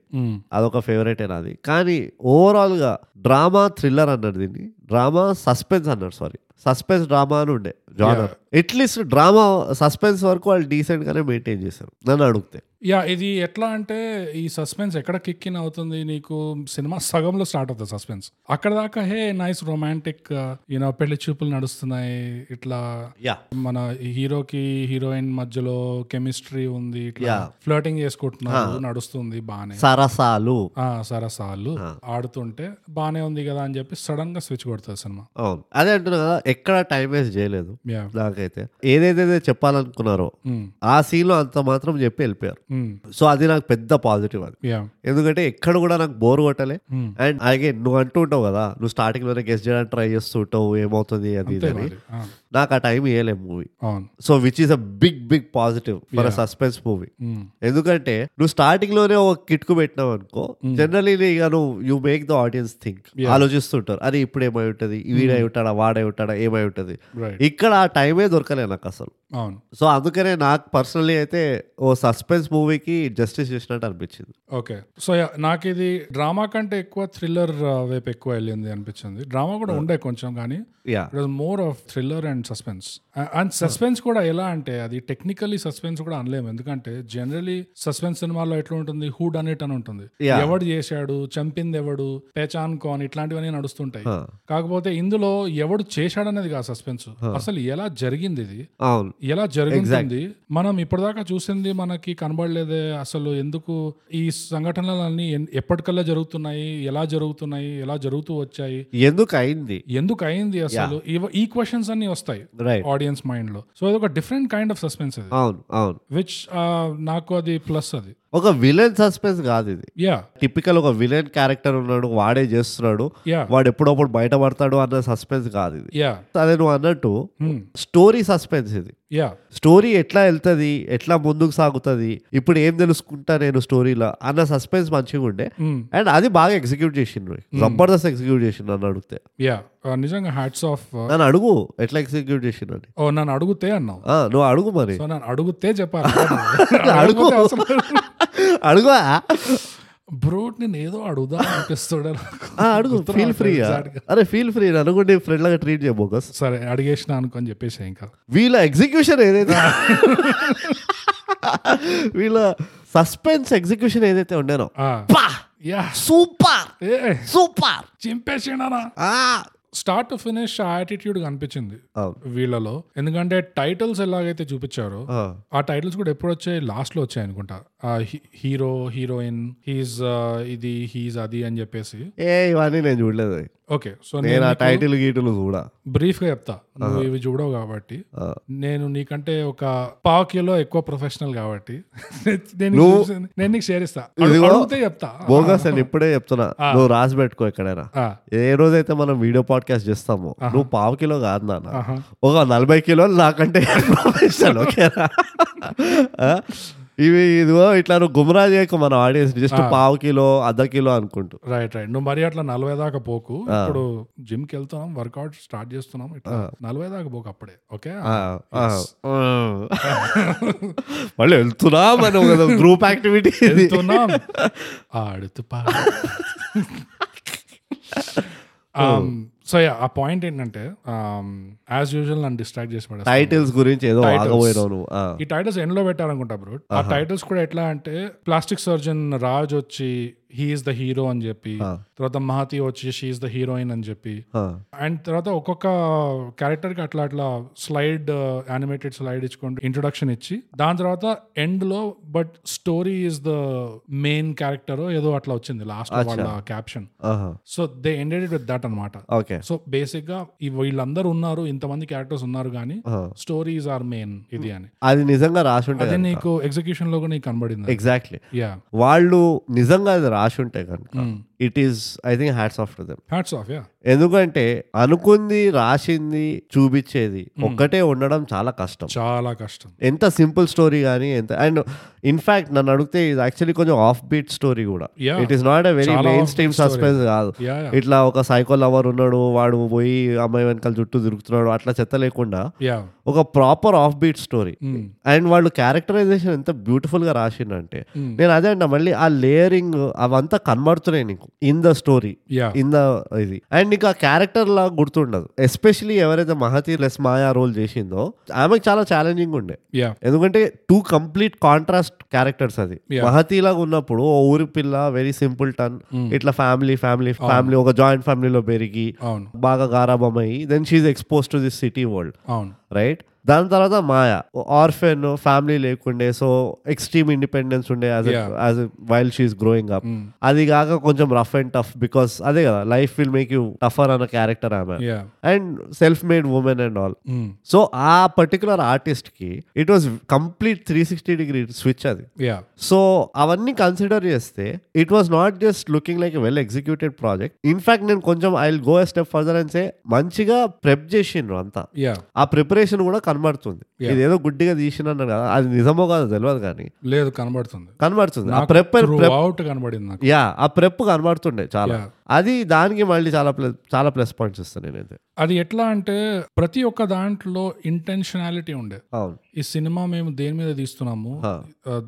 Speaker 2: అదొక ఫేవరెటే నాది కానీ overall గా డ్రామా థ్రిల్లర్ అన్నారు దీన్ని డ్రామా సస్పెన్స్ అన్నారు సారీ సస్పెన్స్ డ్రామా అని ఉండే జానర్ అట్లీస్ట్ డ్రామా సస్పెన్స్ వరకు వాళ్ళు decent గానే మెయింటైన్ చేశారు నన్ను అడిగితే
Speaker 1: యా ఇది ఎట్లా అంటే ఈ సస్పెన్స్ ఎక్కడ కిక్ ఇన్ అవుతుంది నీకు సినిమా సగంలో స్టార్ట్ అవుతుంది సస్పెన్స్ అక్కడ దాకా హే నైస్ రొమాంటిక్ యూనో పెళ్లి చూపులు నడుస్తున్నాయి ఇట్లా
Speaker 2: యా
Speaker 1: మన హీరోకి హీరోయిన్ మధ్యలో కెమిస్ట్రీ ఉంది ఇట్లా ఫ్లర్టింగ్ చేసుకుంటున్నారు నడుస్తుంది బానే
Speaker 2: సరసాలు
Speaker 1: ఆ సరసాలు ఆడుతుంటే బానే ఉంది కదా అని చెప్పి సడన్ గా స్విచ్ కొడుతుంది సినిమా
Speaker 2: అవును అదే అంటున్నా కదా ఎక్కడ టైం వేస్ట్ చేయలేదు
Speaker 1: యా
Speaker 2: నాకైతే ఏదైతే చెప్పాలనుకున్నారో ఆ scene లో అంత మాత్రం చెప్పి వెళ్ళిపోయారు సో అది నాకు పెద్ద పాజిటివ్ అది
Speaker 1: యా
Speaker 2: ఎందుకంటే ఎక్కడ కూడా నాకు బోర్ కొట్టలే అండ్ అగైన్ నువ్వు అంటూ ఉంటావు కదా నువ్వు స్టార్టింగ్ లోనే గెస్ట్ చేయడానికి ట్రై చేస్తూ ఉంటావు ఏమవుతుంది అది ఇది అని నాకు ఆ టైం ఇవ్వలేదు మూవీ
Speaker 1: అవును
Speaker 2: so which is a big big positive for suspense movie ఎందుకంటే నువ్వు స్టార్టింగ్ లోనే ఒక కిట్కు పెట్టినావు అనుకో జనరలీ ఇక నువ్వు you make the audience think ఆలోచిస్తుంటారు అరే ఇప్పుడు ఏమై ఉంటుంది వీడై ఉంటాడా వాడై ఉంటాడా ఏమై ఉంటుంది
Speaker 1: రైట్
Speaker 2: ఇక్కడ ఆ టైమే దొరకలే నాకు అసలు
Speaker 1: అవును
Speaker 2: సో అందుకనే నాకు పర్సనలీ అయితే ఓ సస్పెన్స్ మూవీకి జస్టిస్ చేసినట్టు అనిపించింది
Speaker 1: ఓకే సో నాకు ఇది డ్రామా కంటే ఎక్కువ థ్రిల్లర్ వైపు ఎక్కువ వెళ్ళింది అనిపించింది డ్రామా కూడా ఉండే కొంచెం కానీ
Speaker 2: yeah
Speaker 1: it was more of thriller and suspense and suspense కూడా ఎలా అంటే అది టెక్నికలీ సస్పెన్స్ కూడా అనలేము ఎందుకంటే జనరలీ సస్పెన్స్ సినిమాల్లో ఎట్లా ఉంటుంది హూ డన్ ఇట్ అని ఉంటుంది
Speaker 2: Yeah.
Speaker 1: ఎవడు చేశాడు చంపింది ఎవడు పేచాన్ కాన్ ఇట్లాంటివన్నీ నడుస్తుంటాయి
Speaker 2: Huh.
Speaker 1: కాకపోతే ఇందులో ఎవడు చేశాడనేది కాదు సస్పెన్స్ అసలు ఎలా జరిగింది ఇది
Speaker 2: అవును
Speaker 1: ఎలా జరుగుతుంది మనం ఇప్పటిదాకా చూసింది మనకి కనబడలేదే అసలు ఎందుకు ఈ సంఘటనలన్నీ ఎన్- ఎప్పటికల్లా జరుగుతున్నాయి ఎలా జరుగుతున్నాయి ఎలా జరుగుతూ వచ్చాయి
Speaker 2: ఎందుకు అయింది
Speaker 1: ఎందుకు అయింది అసలు ఇవ- ఈ క్వశ్చన్స్ అన్ని వస్తాయి
Speaker 2: రైట్
Speaker 1: ఆడియన్స్ మైండ్ లో సో ఇది ఒక డిఫరెంట్ కైండ్ ఆఫ్ సస్పెన్స్ అది
Speaker 2: అవును అవును
Speaker 1: విచ్ నాకు అది ప్లస్ అది
Speaker 2: ఒక విలన్ సస్పెన్స్ కాదు ఇది
Speaker 1: యా
Speaker 2: టిపికల్ ఒక విలన్ క్యారెక్టర్ ఉన్నాడు వాడే చేస్తున్నాడు
Speaker 1: యా
Speaker 2: వాడు ఎప్పుడప్పుడు బయటపడతాడు అన్న సస్పెన్స్ కాదు ఇది
Speaker 1: యా
Speaker 2: అదే నువ్వు అన్నట్టు
Speaker 1: Hmm.
Speaker 2: స్టోరీ సస్పెన్స్ ఇది
Speaker 1: యా
Speaker 2: స్టోరీ ఎట్లా వెళ్తుంది ఎట్లా ముందుకు సాగుతుంది ఇప్పుడు ఏం తెలుసుకుంటా నేను స్టోరీలో అన్న సస్పెన్స్ మంచిగా ఉండే అండ్ అది బాగా ఎగ్జిక్యూట్ చేసిండ్రు జబర్దస్త్ ఎగ్జిక్యూట్ చేసిండు అని అడిగితే
Speaker 1: యా Uh, నిజంగా హ్యాట్స్ ఆఫ్
Speaker 2: నన్ను అడుగు ఎట్లా ఎగ్జిక్యూట్ చేసిండు అని
Speaker 1: ఓ నన్ను అడుగుతే అన్నావు
Speaker 2: ఆ, నువ్వు అడుగు మరి
Speaker 1: సో నన్ను అడుగుతే చెప్పాలి అడగకపోతే అవసరం
Speaker 2: అడుగు
Speaker 1: బ్రూట్ నేను ఏదో అడుగుదా అనిపిస్తాడు నాకు.
Speaker 2: అడుగు
Speaker 1: గుర్తు
Speaker 2: ఫీల్ ఫ్రీ
Speaker 1: రావట్లేదు.
Speaker 2: అరే ఫీల్ ఫ్రీ నన్ను కూడా ఫ్రెండ్ లాగా ట్రీట్ చేయ బోకస్
Speaker 1: సరే అడిగేసిన అనుకొని చెప్పేసి ఇంకా
Speaker 2: వీళ్ళ ఎగ్జిక్యూషన్ ఏదైతే వీళ్ళ సస్పెన్స్ ఎగ్జిక్యూషన్ ఏదైతే ఉండేనో
Speaker 1: ఆ, యా
Speaker 2: సూపర్
Speaker 1: ఏ
Speaker 2: సూపర్
Speaker 1: చింపేసిండనా స్టార్ట్ టు ఫినిష్ ఆ యాటిట్యూడ్ కనిపించింది
Speaker 2: అవును
Speaker 1: వీళ్ళలో ఎందుకంటే టైటిల్స్ ఎలాగైతే చూపించారో
Speaker 2: ఆ,
Speaker 1: ఆ టైటిల్స్ కూడా ఎప్పుడు వచ్చాయి లాస్ట్ లో వచ్చాయి అనుకుంటా ఆ హీ- హీరో హీరోయిన్ హీజ్ ఆ, ఇది హీజ్ అది అని చెప్పేసి
Speaker 2: ఏ ఇవన్నీ నేను చూడలేదు
Speaker 1: ఓకే సో
Speaker 2: నేను
Speaker 1: నేను
Speaker 2: ఆ టైటిల్ గీటిల్ కూడా
Speaker 1: బ్రీఫ్ గా చెప్తా నువ్వు ఇవి చూడవు కాబట్టి
Speaker 2: ఆ.
Speaker 1: నేను నీకంటే ఒక పావు కిలో ఎక్కువ ప్రొఫెషనల్ కాబట్టి (laughs) నేను చూసాను. నేను నీకు షేర్ ఇస్తా అడు- అడిగితే చెప్తా
Speaker 2: బోగస్ అని ఇప్పుడే చెప్తున్నా నువ్వు రాసి పెట్టుకో ఎక్కడైనా
Speaker 1: ఆ,
Speaker 2: ఏ రోజైతే మనం వీడియో పాడ్కాస్ట్ చేస్తామో నువ్వు పావు కిలో కాదు నాన్న
Speaker 1: ఆహా.
Speaker 2: ఒక నలభై కిలోలు నాకంటే ప్రొఫెషనల్ ఓకేనా ఆ? ఇవి ఇదిగో ఇట్లా నువ్వు గుమరా చేయకు మన ఆడియన్స్ జస్ట్ పావు కిలో అర్ధ కిలో అనుకుంటూ
Speaker 1: రైట్ రైట్ నువ్వు మరీ అట్లా నలభై దాకా పోకు ఇప్పుడు జిమ్ కి వెళ్తున్నాం వర్కౌట్ స్టార్ట్ చేస్తున్నాం ఇట్లా నలభై దాకా పోకు అప్పుడే ఓకే
Speaker 2: ఆ, ఆ, ఆ. మళ్ళీ వెళ్తున్నా మనం కదా గ్రూప్ యాక్టివిటీ ఇది.
Speaker 1: వెళ్తున్నాం ఆడుతూ సో Um, ఆ పాయింట్ ఏంటంటే యాజ్ యూజువల్ నన్ను డిస్ట్రాక్ట్ చేసి పడేస్తా.
Speaker 2: టైటిల్స్ గురించి ఏదో ఆగబోయినావు నువ్వు ఆ,
Speaker 1: ఈ టైటిల్స్ ఎండ్ లో పెట్టారనుకుంటా బ్రో ఆ టైటిల్స్ కూడా ఎట్లా అంటే ప్లాస్టిక్ సర్జన్ రాజ్ వచ్చి హీఈస్ ద హీరో అని చెప్పి తర్వాత మహతి వచ్చి షీఈస్ ద హీరోయిన్ అని చెప్పి
Speaker 2: ఆ.
Speaker 1: అండ్ తర్వాత ఒక్కొక్క క్యారెక్టర్ కి అట్లా అట్లా స్లైడ్ యానిమేటెడ్ స్లైడ్ ఇచ్చుకుంటూ ఇంట్రొడక్షన్ ఇచ్చి దాని తర్వాత ఎండ్ లో but story is the main character ఏదో అట్లా వచ్చింది లాస్ట్ వాళ్ళ క్యాప్షన్
Speaker 2: ఆహా.
Speaker 1: So they ended with that అనమాట
Speaker 2: ఓకే
Speaker 1: సో బేసిక్ గా ఈ వీళ్ళందరూ ఉన్నారు ఇంతమంది క్యారెక్టర్స్ ఉన్నారు కానీ
Speaker 2: ఆ.
Speaker 1: స్టోరీస్ ఆర్ మెయిన్ ఇది అని
Speaker 2: అది నిజంగా రాసి
Speaker 1: అదే
Speaker 2: ఉంటాయి
Speaker 1: నీకు ఎగ్జిక్యూషన్ లో కూడా నీకు కనబడింది
Speaker 2: ఎగ్జాక్ట్లీ
Speaker 1: యా
Speaker 2: వాళ్ళు నిజంగా అది రాసి ఉంటాయి కనుక
Speaker 1: Hmm.
Speaker 2: It is I think hats off to them
Speaker 1: hats off yeah
Speaker 2: ఎందుకంటే అనుకుంది రాసింది చూపించేది
Speaker 1: Hmm.
Speaker 2: ఒక్కటే ఉండడం చాలా కష్టం
Speaker 1: చాలా కష్టం
Speaker 2: ఎంత సింపుల్ స్టోరీ కానీ ఎంత అండ్ ఇన్ఫాక్ట్ నన్ను అడిగితే ఇది యాక్చువల్లీ కొంచెం ఆఫ్ బీట్ స్టోరీ కూడా
Speaker 1: Yeah.
Speaker 2: It is not a very
Speaker 1: చాలా
Speaker 2: మెయిన్
Speaker 1: offbeat
Speaker 2: స్ట్రీమ్ సస్పెన్స్ కాదు
Speaker 1: యా యా
Speaker 2: ఇట్లా ఒక సైకో లవర్ ఉన్నాడు వాడు పోయి అమ్మాయి వెనకాల చుట్టూ తిరుగుతున్నాడు అట్లా చెత్త లేకుండా
Speaker 1: యా
Speaker 2: ఒక proper off beat story
Speaker 1: Hmm.
Speaker 2: And వాళ్ళు క్యారెక్టరైజేషన్ ఎంత బ్యూటిఫుల్ గా రాసిండంటే
Speaker 1: Hmm.
Speaker 2: నేను అదే అంట మళ్ళీ ఆ లేయరింగ్ అవంతా కనబడుతున్నాయి నీకు in the story
Speaker 1: yeah
Speaker 2: in the ఇది అండ్ నీకు ఆ క్యారెక్టర్ లా గుర్తుండదు ఎస్పెషలీ ఎవరైతే మహతి లెస్ మాయా రోల్ చేసిందో ఆమెకు చాలా ఛాలెంజింగ్ ఉండే
Speaker 1: యా
Speaker 2: ఎందుకంటే టూ కంప్లీట్ కాంట్రాస్ట్ క్యారెక్టర్స్ అది
Speaker 1: Yeah.
Speaker 2: మహతీలాగా ఉన్నప్పుడు ఓ ఊరి పిల్ల వెరీ సింపుల్ టన్ ఇట్లా ఫ్యామిలీ ఫ్యామిలీ ఫ్యామిలీ ఒక జాయింట్ ఫ్యామిలీలో పెరిగి
Speaker 1: అవును
Speaker 2: బాగా గారాబం అయ్యి then she expose to this city world
Speaker 1: అవును
Speaker 2: రైట్ దాని తర్వాత మాయా ఆర్ఫెన్ ఫ్యామిలీ లేకుండే సో ఎక్స్ట్రీమ్ ఇండిపెండెన్స్ ఉండే as
Speaker 1: Yeah.
Speaker 2: As while she's growing up అది కాక కొంచెం రఫ్ అండ్ టఫ్ బికాస్ అదే కదా life will make you tougher అన్న క్యారెక్టర్ ఆమె
Speaker 1: yeah
Speaker 2: and self made women and all so ఆ పర్టికులర్ ఆర్టిస్ట్ కి it was complete three sixty degree switch అది
Speaker 1: యా
Speaker 2: సో అవన్నీ కన్సిడర్ చేస్తే it was not just looking like well executed project in fact నేను కొంచెం I go step further and say మంచిగా prep చేసిండ్రు అంతా
Speaker 1: యా
Speaker 2: ఆ ప్రిపరేషన్ కూడా కనబడుతుంది ఇదేదో గుడ్డిగా తీసినన్నాను కదా అది నిజమో కాదో తెలియదు కానీ
Speaker 1: లేదు కనబడుతుంది
Speaker 2: కనబడుతుంది ఆ ప్రెప్
Speaker 1: అవుట్ కనబడింది నాకు
Speaker 2: యా ఆ ప్రెప్ కనబడుతుండే చాలా
Speaker 1: Yeah.
Speaker 2: అది దానికి మళ్ళీ చాలా ప్లస్ చాలా ప్లస్ పాయింట్స్ ఇస్తాను నేనైతే
Speaker 1: అది ఎట్లా అంటే ప్రతి ఒక్క దాంట్లో ఇంటెన్షనాలిటీ ఉండే
Speaker 2: అవును
Speaker 1: ఈ సినిమా మేము దేని మీద తీస్తున్నాము ఆ,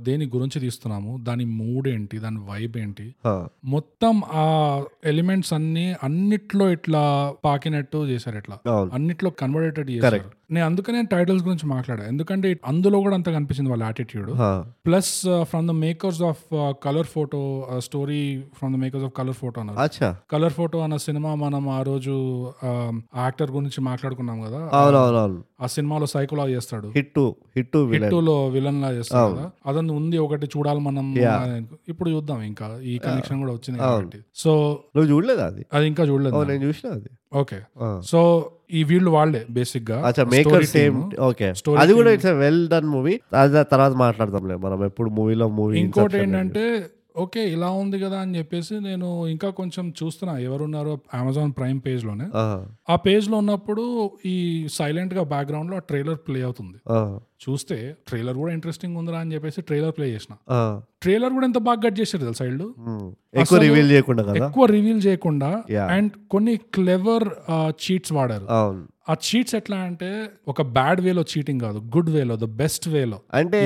Speaker 1: దేని గురించి తీస్తున్నాము దాని మూడ్ ఏంటి దాని వైబ్ ఏంటి
Speaker 2: Huh.
Speaker 1: మొత్తం ఆ ఎలిమెంట్స్ అన్ని అన్నిట్లో ఇట్లా పాకినట్టు చేశారు ఇట్లా
Speaker 2: అవును.
Speaker 1: అన్నిట్లో కన్వర్టెడ్ చేశారు నేను అందుకనే టైటిల్స్ గురించి మాట్లాడా ఎందుకంటే అందులో కూడా అంత కనిపించింది వాళ్ళ attitude
Speaker 2: Huh.
Speaker 1: Plus from the makers of colour photo story from the makers of colour photo అన్నారు
Speaker 2: అచ్చా
Speaker 1: కలర్ ఫోటో అన్న సినిమా మనం ఆ రోజు యాక్టర్ గురించి మాట్లాడుకున్నాం కదా
Speaker 2: అవునవునవును
Speaker 1: ఆ సినిమాలో సైకోలా చేస్తాడు
Speaker 2: హిట్ హిట్ విలన్
Speaker 1: టూలో విలన్ లా చేస్తాడు కదా అదన్ని ఉంది ఒకటి చూడాలి మనం అని ఇప్పుడు చూద్దాం ఇంకా ఈ కనెక్షన్ కూడా వచ్చింది కాబట్టి సో
Speaker 2: నువ్వు చూడలేదు అది
Speaker 1: అది ఇంకా చూడలేదు
Speaker 2: ఓ, నేను చూసిన అది
Speaker 1: ఓకే సో ఈ వీళ్ళు వాళ్ళే బేసిక్ గా
Speaker 2: అచ్చా మేకర్ సేమ్ ఓకే
Speaker 1: Story
Speaker 2: అది కూడా ఇట్స్ వెల్ డన్ మూవీ అది తర్వాత మాట్లాడదాంలే మనం ఎప్పుడు మూవీలో మూవీ
Speaker 1: ఇంకోటి ఏంటంటే ఓకే ఇలా ఉంది కదా అని చెప్పేసి నేను ఇంకా కొంచెం చూస్తున్నా ఎవరున్నారో అమెజాన్ ప్రైమ్ పేజ్ లోనే ఆ పేజ్ లో ఉన్నప్పుడు ఈ సైలెంట్ గా బ్యాక్గ్రౌండ్ లో ట్రైలర్ ప్లే అవుతుంది చూస్తే ట్రైలర్ కూడా ఇంట్రెస్టింగ్ ఉందిరా అని చెప్పేసి ట్రైలర్ ప్లే చేసిన ట్రైలర్ కూడా ఎంత బాగా కట్ చేశారు తెలుసా వీళ్ళు
Speaker 2: ఎక్కువ రివీల్ చేయకుండా కదా
Speaker 1: ఎక్కువ రివీల్ చేయకుండా
Speaker 2: Yeah.
Speaker 1: అండ్ కొన్ని క్లెవర్ చీట్స్ వాడారు
Speaker 2: అవును
Speaker 1: ఆ చీట్స్ ఎట్లా అంటే ఒక బ్యాడ్ వేలో చీటింగ్ కాదు గుడ్ వేలో ద బెస్ట్ వేలో
Speaker 2: అంటే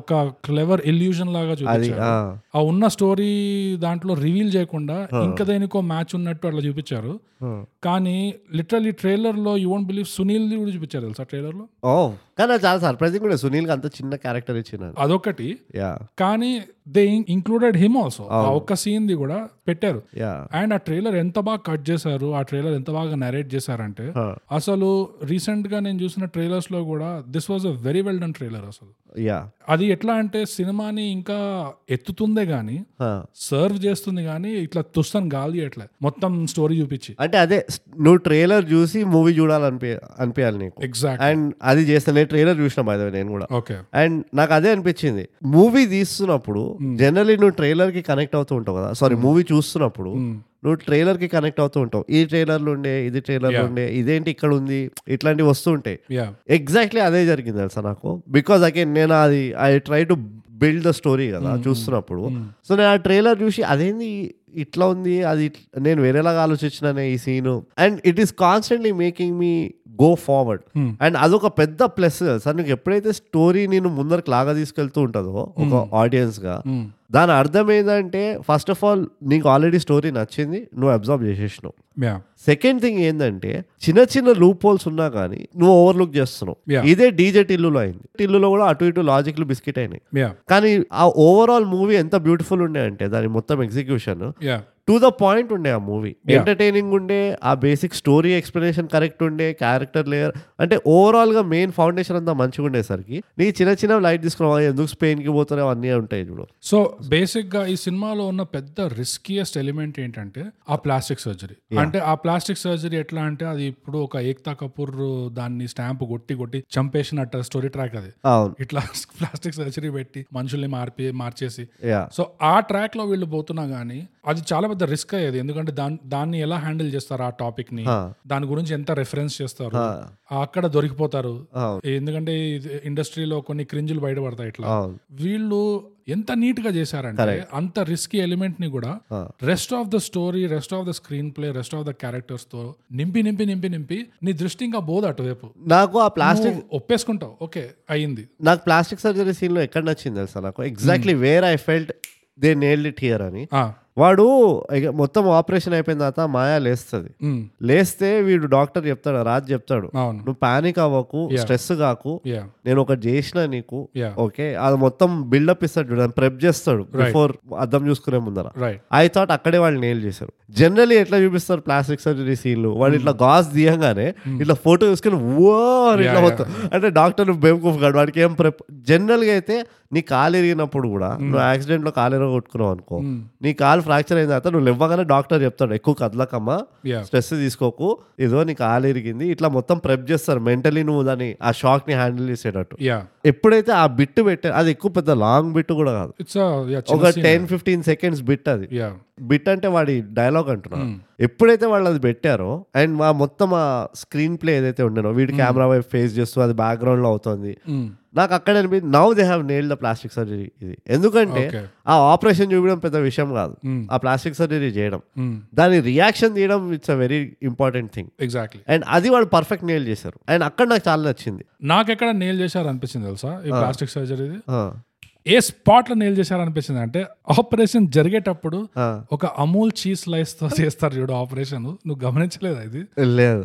Speaker 1: ఒక క్లెవర్ ఇల్యూజన్ లాగా
Speaker 2: అది
Speaker 1: చూపించారు
Speaker 2: ఆ,
Speaker 1: ఆ ఉన్న స్టోరీ దాంట్లో రివీల్ చేయకుండా ఇంకా దేనికో మ్యాచ్ ఉన్నట్టు అట్లా చూపించారు
Speaker 2: Hmm.
Speaker 1: కానీ లిటరలీ ట్రైలర్ లో యూ వోంట్ బిలీవ్ సునీల్ కూడా చూపించారు తెలుసా ట్రైలర్ లో
Speaker 2: ఓ కానీ అది చాలా సర్ప్రైజింగ్ కూడా సునీల్ అంత చిన్న క్యారెక్టర్ ఇచ్చినారు
Speaker 1: అదొకటి
Speaker 2: యా
Speaker 1: కానీ దే ఇంక్లూడెడ్ హిమ్ ఆల్సో ఆ ఒక్క సీన్ ది కూడా పెట్టారు
Speaker 2: యా
Speaker 1: అండ్ ఆ ట్రైలర్ ఎంత బాగా కట్ చేశారు ఆ ట్రైలర్ ఎంత బాగా నరేట్ చేశారంటే అసలు రీసెంట్ గా నేను చూసిన ట్రైలర్స్ లో కూడా this was a very well done trailer అసలు
Speaker 2: యా
Speaker 1: అది ఎట్లా అంటే సినిమాని ఇంకా ఎత్తుతుందే గానీ సర్వ్ చేస్తుంది కానీ ఇట్లా తుస్తాను గాలి అట్లా మొత్తం స్టోరీ చూపించి
Speaker 2: అంటే అదే స్- నువ్వు ట్రైలర్ చూసి మూవీ చూడాలనిపి అనిపించాలి నీకు
Speaker 1: ఎగ్జాక్ట్
Speaker 2: అండ్ అది చేస్తే నేను ట్రైలర్ చూసిన బాధ నేను కూడా
Speaker 1: ఓకే
Speaker 2: అండ్ నాకు అదే అనిపించింది మూవీ తీస్తున్నప్పుడు జనరలీ నువ్వు ట్రైలర్ కి కనెక్ట్ అవుతూ ఉంటావు కదా సారీ మూవీ చూస్తున్నప్పుడు నువ్వు ట్రైలర్ కి కనెక్ట్ అవుతూ ఉంటావు ఈ ట్రైలర్లు ఉండే ఇది ట్రైలర్లు
Speaker 1: Yeah.
Speaker 2: ఉండే ఇదేంటి ఇక్కడ ఉంది ఇట్లాంటివి వస్తూ ఉంటాయి
Speaker 1: యా
Speaker 2: ఎగ్జాక్ట్లీ అదే జరిగింది తెలుసా నాకు బికాజ్ అగైన్ నేను అది I try to build the story కదా చూస్తున్నప్పుడు సో నేను ఆ ట్రైలర్ చూసి అదేంది ఇట్లా ఉంది అది ఇట్- నేను వేరేలాగా ఆలోచించినానే ఈ scene and it is constantly making me go forward and అదొక పెద్ద ప్లస్ సార్ నీకు ఎప్పుడైతే స్టోరీ నేను ముందరకు లాగా తీసుకెళ్తూ ఉంటుందో ఒక ఆడియన్స్ గా
Speaker 1: Hmm.
Speaker 2: దాని అర్థం ఏంటంటే ఫస్ట్ ఆఫ్ ఆల్ నీకు ఆల్రెడీ స్టోరీ నచ్చింది నువ్వు అబ్జర్వ్ చేసేసినావు
Speaker 1: యా
Speaker 2: సెకండ్ థింగ్ ఏంటంటే చిన్న చిన్న లూప్ హోల్స్ ఉన్నా కానీ నువ్వు ఓవర్లుక్ చేస్తున్నావు
Speaker 1: Yeah.
Speaker 2: ఇదే డీజే టిల్లులో అయింది టిల్లులో కూడా అటు ఇటు లాజిక్లు బిస్కెట్ అయినాయి
Speaker 1: యా
Speaker 2: కానీ ఆ ఓవరాల్ మూవీ ఎంత బ్యూటిఫుల్ ఉండే అంటే దాని మొత్తం execution
Speaker 1: yeah
Speaker 2: to the point ఉండే ఆ మూవీ
Speaker 1: Yeah.
Speaker 2: ఎంటర్టైనింగ్ ఉండే ఆ బేసిక్ స్టోరీ ఎక్స్ప్లెనేషన్ కరెక్ట్ ఉండే క్యారెక్టర్ లేయర్ అంటే ఓవరాల్ గా మెయిన్ ఫౌండేషన్ అంతా మంచిగా ఉండేసరికి నీ చిన్న చిన్న లైట్ తీసుకున్నావు ఎందుకు స్పెయిన్ కి పోతున్నావు అన్నీ ఉంటాయి చూడు
Speaker 1: సో బేసిక్ గా ఈ సినిమాలో ఉన్న పెద్ద రిస్కియెస్ట్ ఎలిమెంట్ ఏంటంటే ఆ ప్లాస్టిక్ సర్జరీ అంటే ఆ ప్లాస్టిక్ సర్జరీ ఎట్లా అంటే అది ఇప్పుడు ఒక ఏక్తా కపూర్ దాన్ని స్టాంప్ కొట్టి కొట్టి చంపేసినట్టు స్టోరీ ట్రాక్ అది
Speaker 2: అవును
Speaker 1: ఇట్లా (laughs) ప్లాస్టిక్ సర్జరీ పెట్టి మనుషుల్ని మార్పి మార్చేసి
Speaker 2: యా
Speaker 1: సో ఆ ట్రాక్ లో వీళ్ళు పోతున్నా గానీ అది చాలా పెద్ద రిస్క్ అయ్యేది ఎందుకంటే దాన్ని దాన్ని ఎలా హ్యాండిల్ చేస్తారు ఆ టాపిక్ ని దాని గురించి ఎంత రెఫరెన్స్ చేస్తారు అక్కడ దొరికిపోతారు ఎందుకంటే ఇండస్ట్రీలో కొన్ని క్రింజులు బయటపడతాయి ఇట్లా
Speaker 2: అవును
Speaker 1: వీళ్ళు ఎంత నీట్ గా చేశారంటే అంత రిస్కీ ఎలిమెంట్ ని కూడా rest of the story rest of the screenplay rest of the characters తో నింపి నింపి నింపి నింపి నీ దృష్టి ఇంకా బోదు అటువైపు
Speaker 2: నాకు ఆ ప్లాస్టిక్
Speaker 1: నువ్వు ఒప్పేసుకుంటావు ఓకే అయ్యింది
Speaker 2: నాకు ప్లాస్టిక్ సర్జరీ సీన్లో ఎక్కడ నచ్చింది తెలుసా నాకు exactly where I felt they nailed it here అని
Speaker 1: ఆ,
Speaker 2: వాడు ఇక మొత్తం ఆపరేషన్ అయిపోయిన తర్వాత మాయా లేస్తుంది
Speaker 1: ఉమ్,
Speaker 2: లేస్తే వీడు డాక్టర్ చెప్తాడు రాజు చెప్తాడు
Speaker 1: అవును
Speaker 2: నువ్వు పానిక్ అవ్వకు స్ట్రెస్ కాకు
Speaker 1: యా
Speaker 2: నేను ఒకటి చేసిన నీకు
Speaker 1: Yeah.
Speaker 2: ఓకే అది మొత్తం బిల్డప్ ఇస్తాడు చూడు ప్రెప్ చేస్తాడు బిఫోర్ అర్థం చూసుకునే ముందర
Speaker 1: రైట్
Speaker 2: ఐ థాట్ అక్కడే వాళ్ళు నేల్ చేశారు జనరలీ ఎట్లా చూపిస్తారు ప్లాస్టిక్ సర్జరీ సీన్లు వాళ్ళు ఇట్లా గాజ్ తీయంగానే ఇట్లా ఫోటో తీసుకుని ఓ అని ఇట్లా మొత్తం అంటే డాక్టర్ బేవకూఫ్ గాడు వాడికి ఏం ప్రెప్ జనరల్గా అయితే నీ కాలు ఎరిగినప్పుడు కూడా నువ్వు యాక్సిడెంట్లో కాలు ఎరగ కొట్టుకున్నావు అనుకో నీ కాలు ఫ్రాక్చర్ అయిన తర్వాత నువ్వు లేవగానే డాక్టర్ చెప్తాడు ఎక్కువ కదలకమ్మా
Speaker 1: యా
Speaker 2: స్ట్రెస్ తీసుకోకు ఏదో నీ కాలు ఎరిగింది ఇట్లా మొత్తం ప్రెప్ చేస్తారు మెంటలీ నువ్వు దాన్ని ఆ షాక్ ని హ్యాండిల్ చేసేటట్టు
Speaker 1: యా
Speaker 2: ఎప్పుడైతే ఆ బిట్ పెట్టా అది ఎక్కువ పెద్ద లాంగ్ బిట్ కూడా కాదు
Speaker 1: ఇట్స్
Speaker 2: ఒక టెన్ ఫిఫ్టీన్ సెకండ్స్ బిట్ అది
Speaker 1: యా
Speaker 2: బిట్ అంటే వాడి డైలాగ్ అంటున్నాను ఎప్పుడైతే వాళ్ళు అది పెట్టారో అండ్ మా మొత్తం ఆ స్క్రీన్ ప్లే ఏదైతే ఉండేనో వీడి కెమెరా వైపు ఫేస్ చేస్తూ అది background లో అవుతుంది నాకు అక్కడ అనిపించింది now they have nail the plastic surgery ఇది ఎందుకంటే
Speaker 1: Okay.
Speaker 2: ఆ ఆపరేషన్ చూపించడం పెద్ద విషయం కాదు ఆ ప్లాస్టిక్ సర్జరీ చేయడం దాని రియాక్షన్ తీయడం it's a very important thing
Speaker 1: exactly
Speaker 2: and అది వాళ్ళు పర్ఫెక్ట్ నేల్ చేశారు అండ్ అక్కడ నాకు చాలా నచ్చింది
Speaker 1: నాకు ఎక్కడ నేల్ చేశారు అనిపించింది తెలుసా ఈ ప్లాస్టిక్ సర్జరీది
Speaker 2: ఆ,
Speaker 1: ఏ స్పాట్ లో నేల్ చేశారు అనిపించింది అంటే ఆపరేషన్ జరిగేటప్పుడు
Speaker 2: ఆ.
Speaker 1: ఒక అమూల్ చీజ్ స్లైస్ తో చేస్తారు చూడు ఆపరేషన్ నువ్వు గమనించలేదా ఇది (laughs)
Speaker 2: లేదు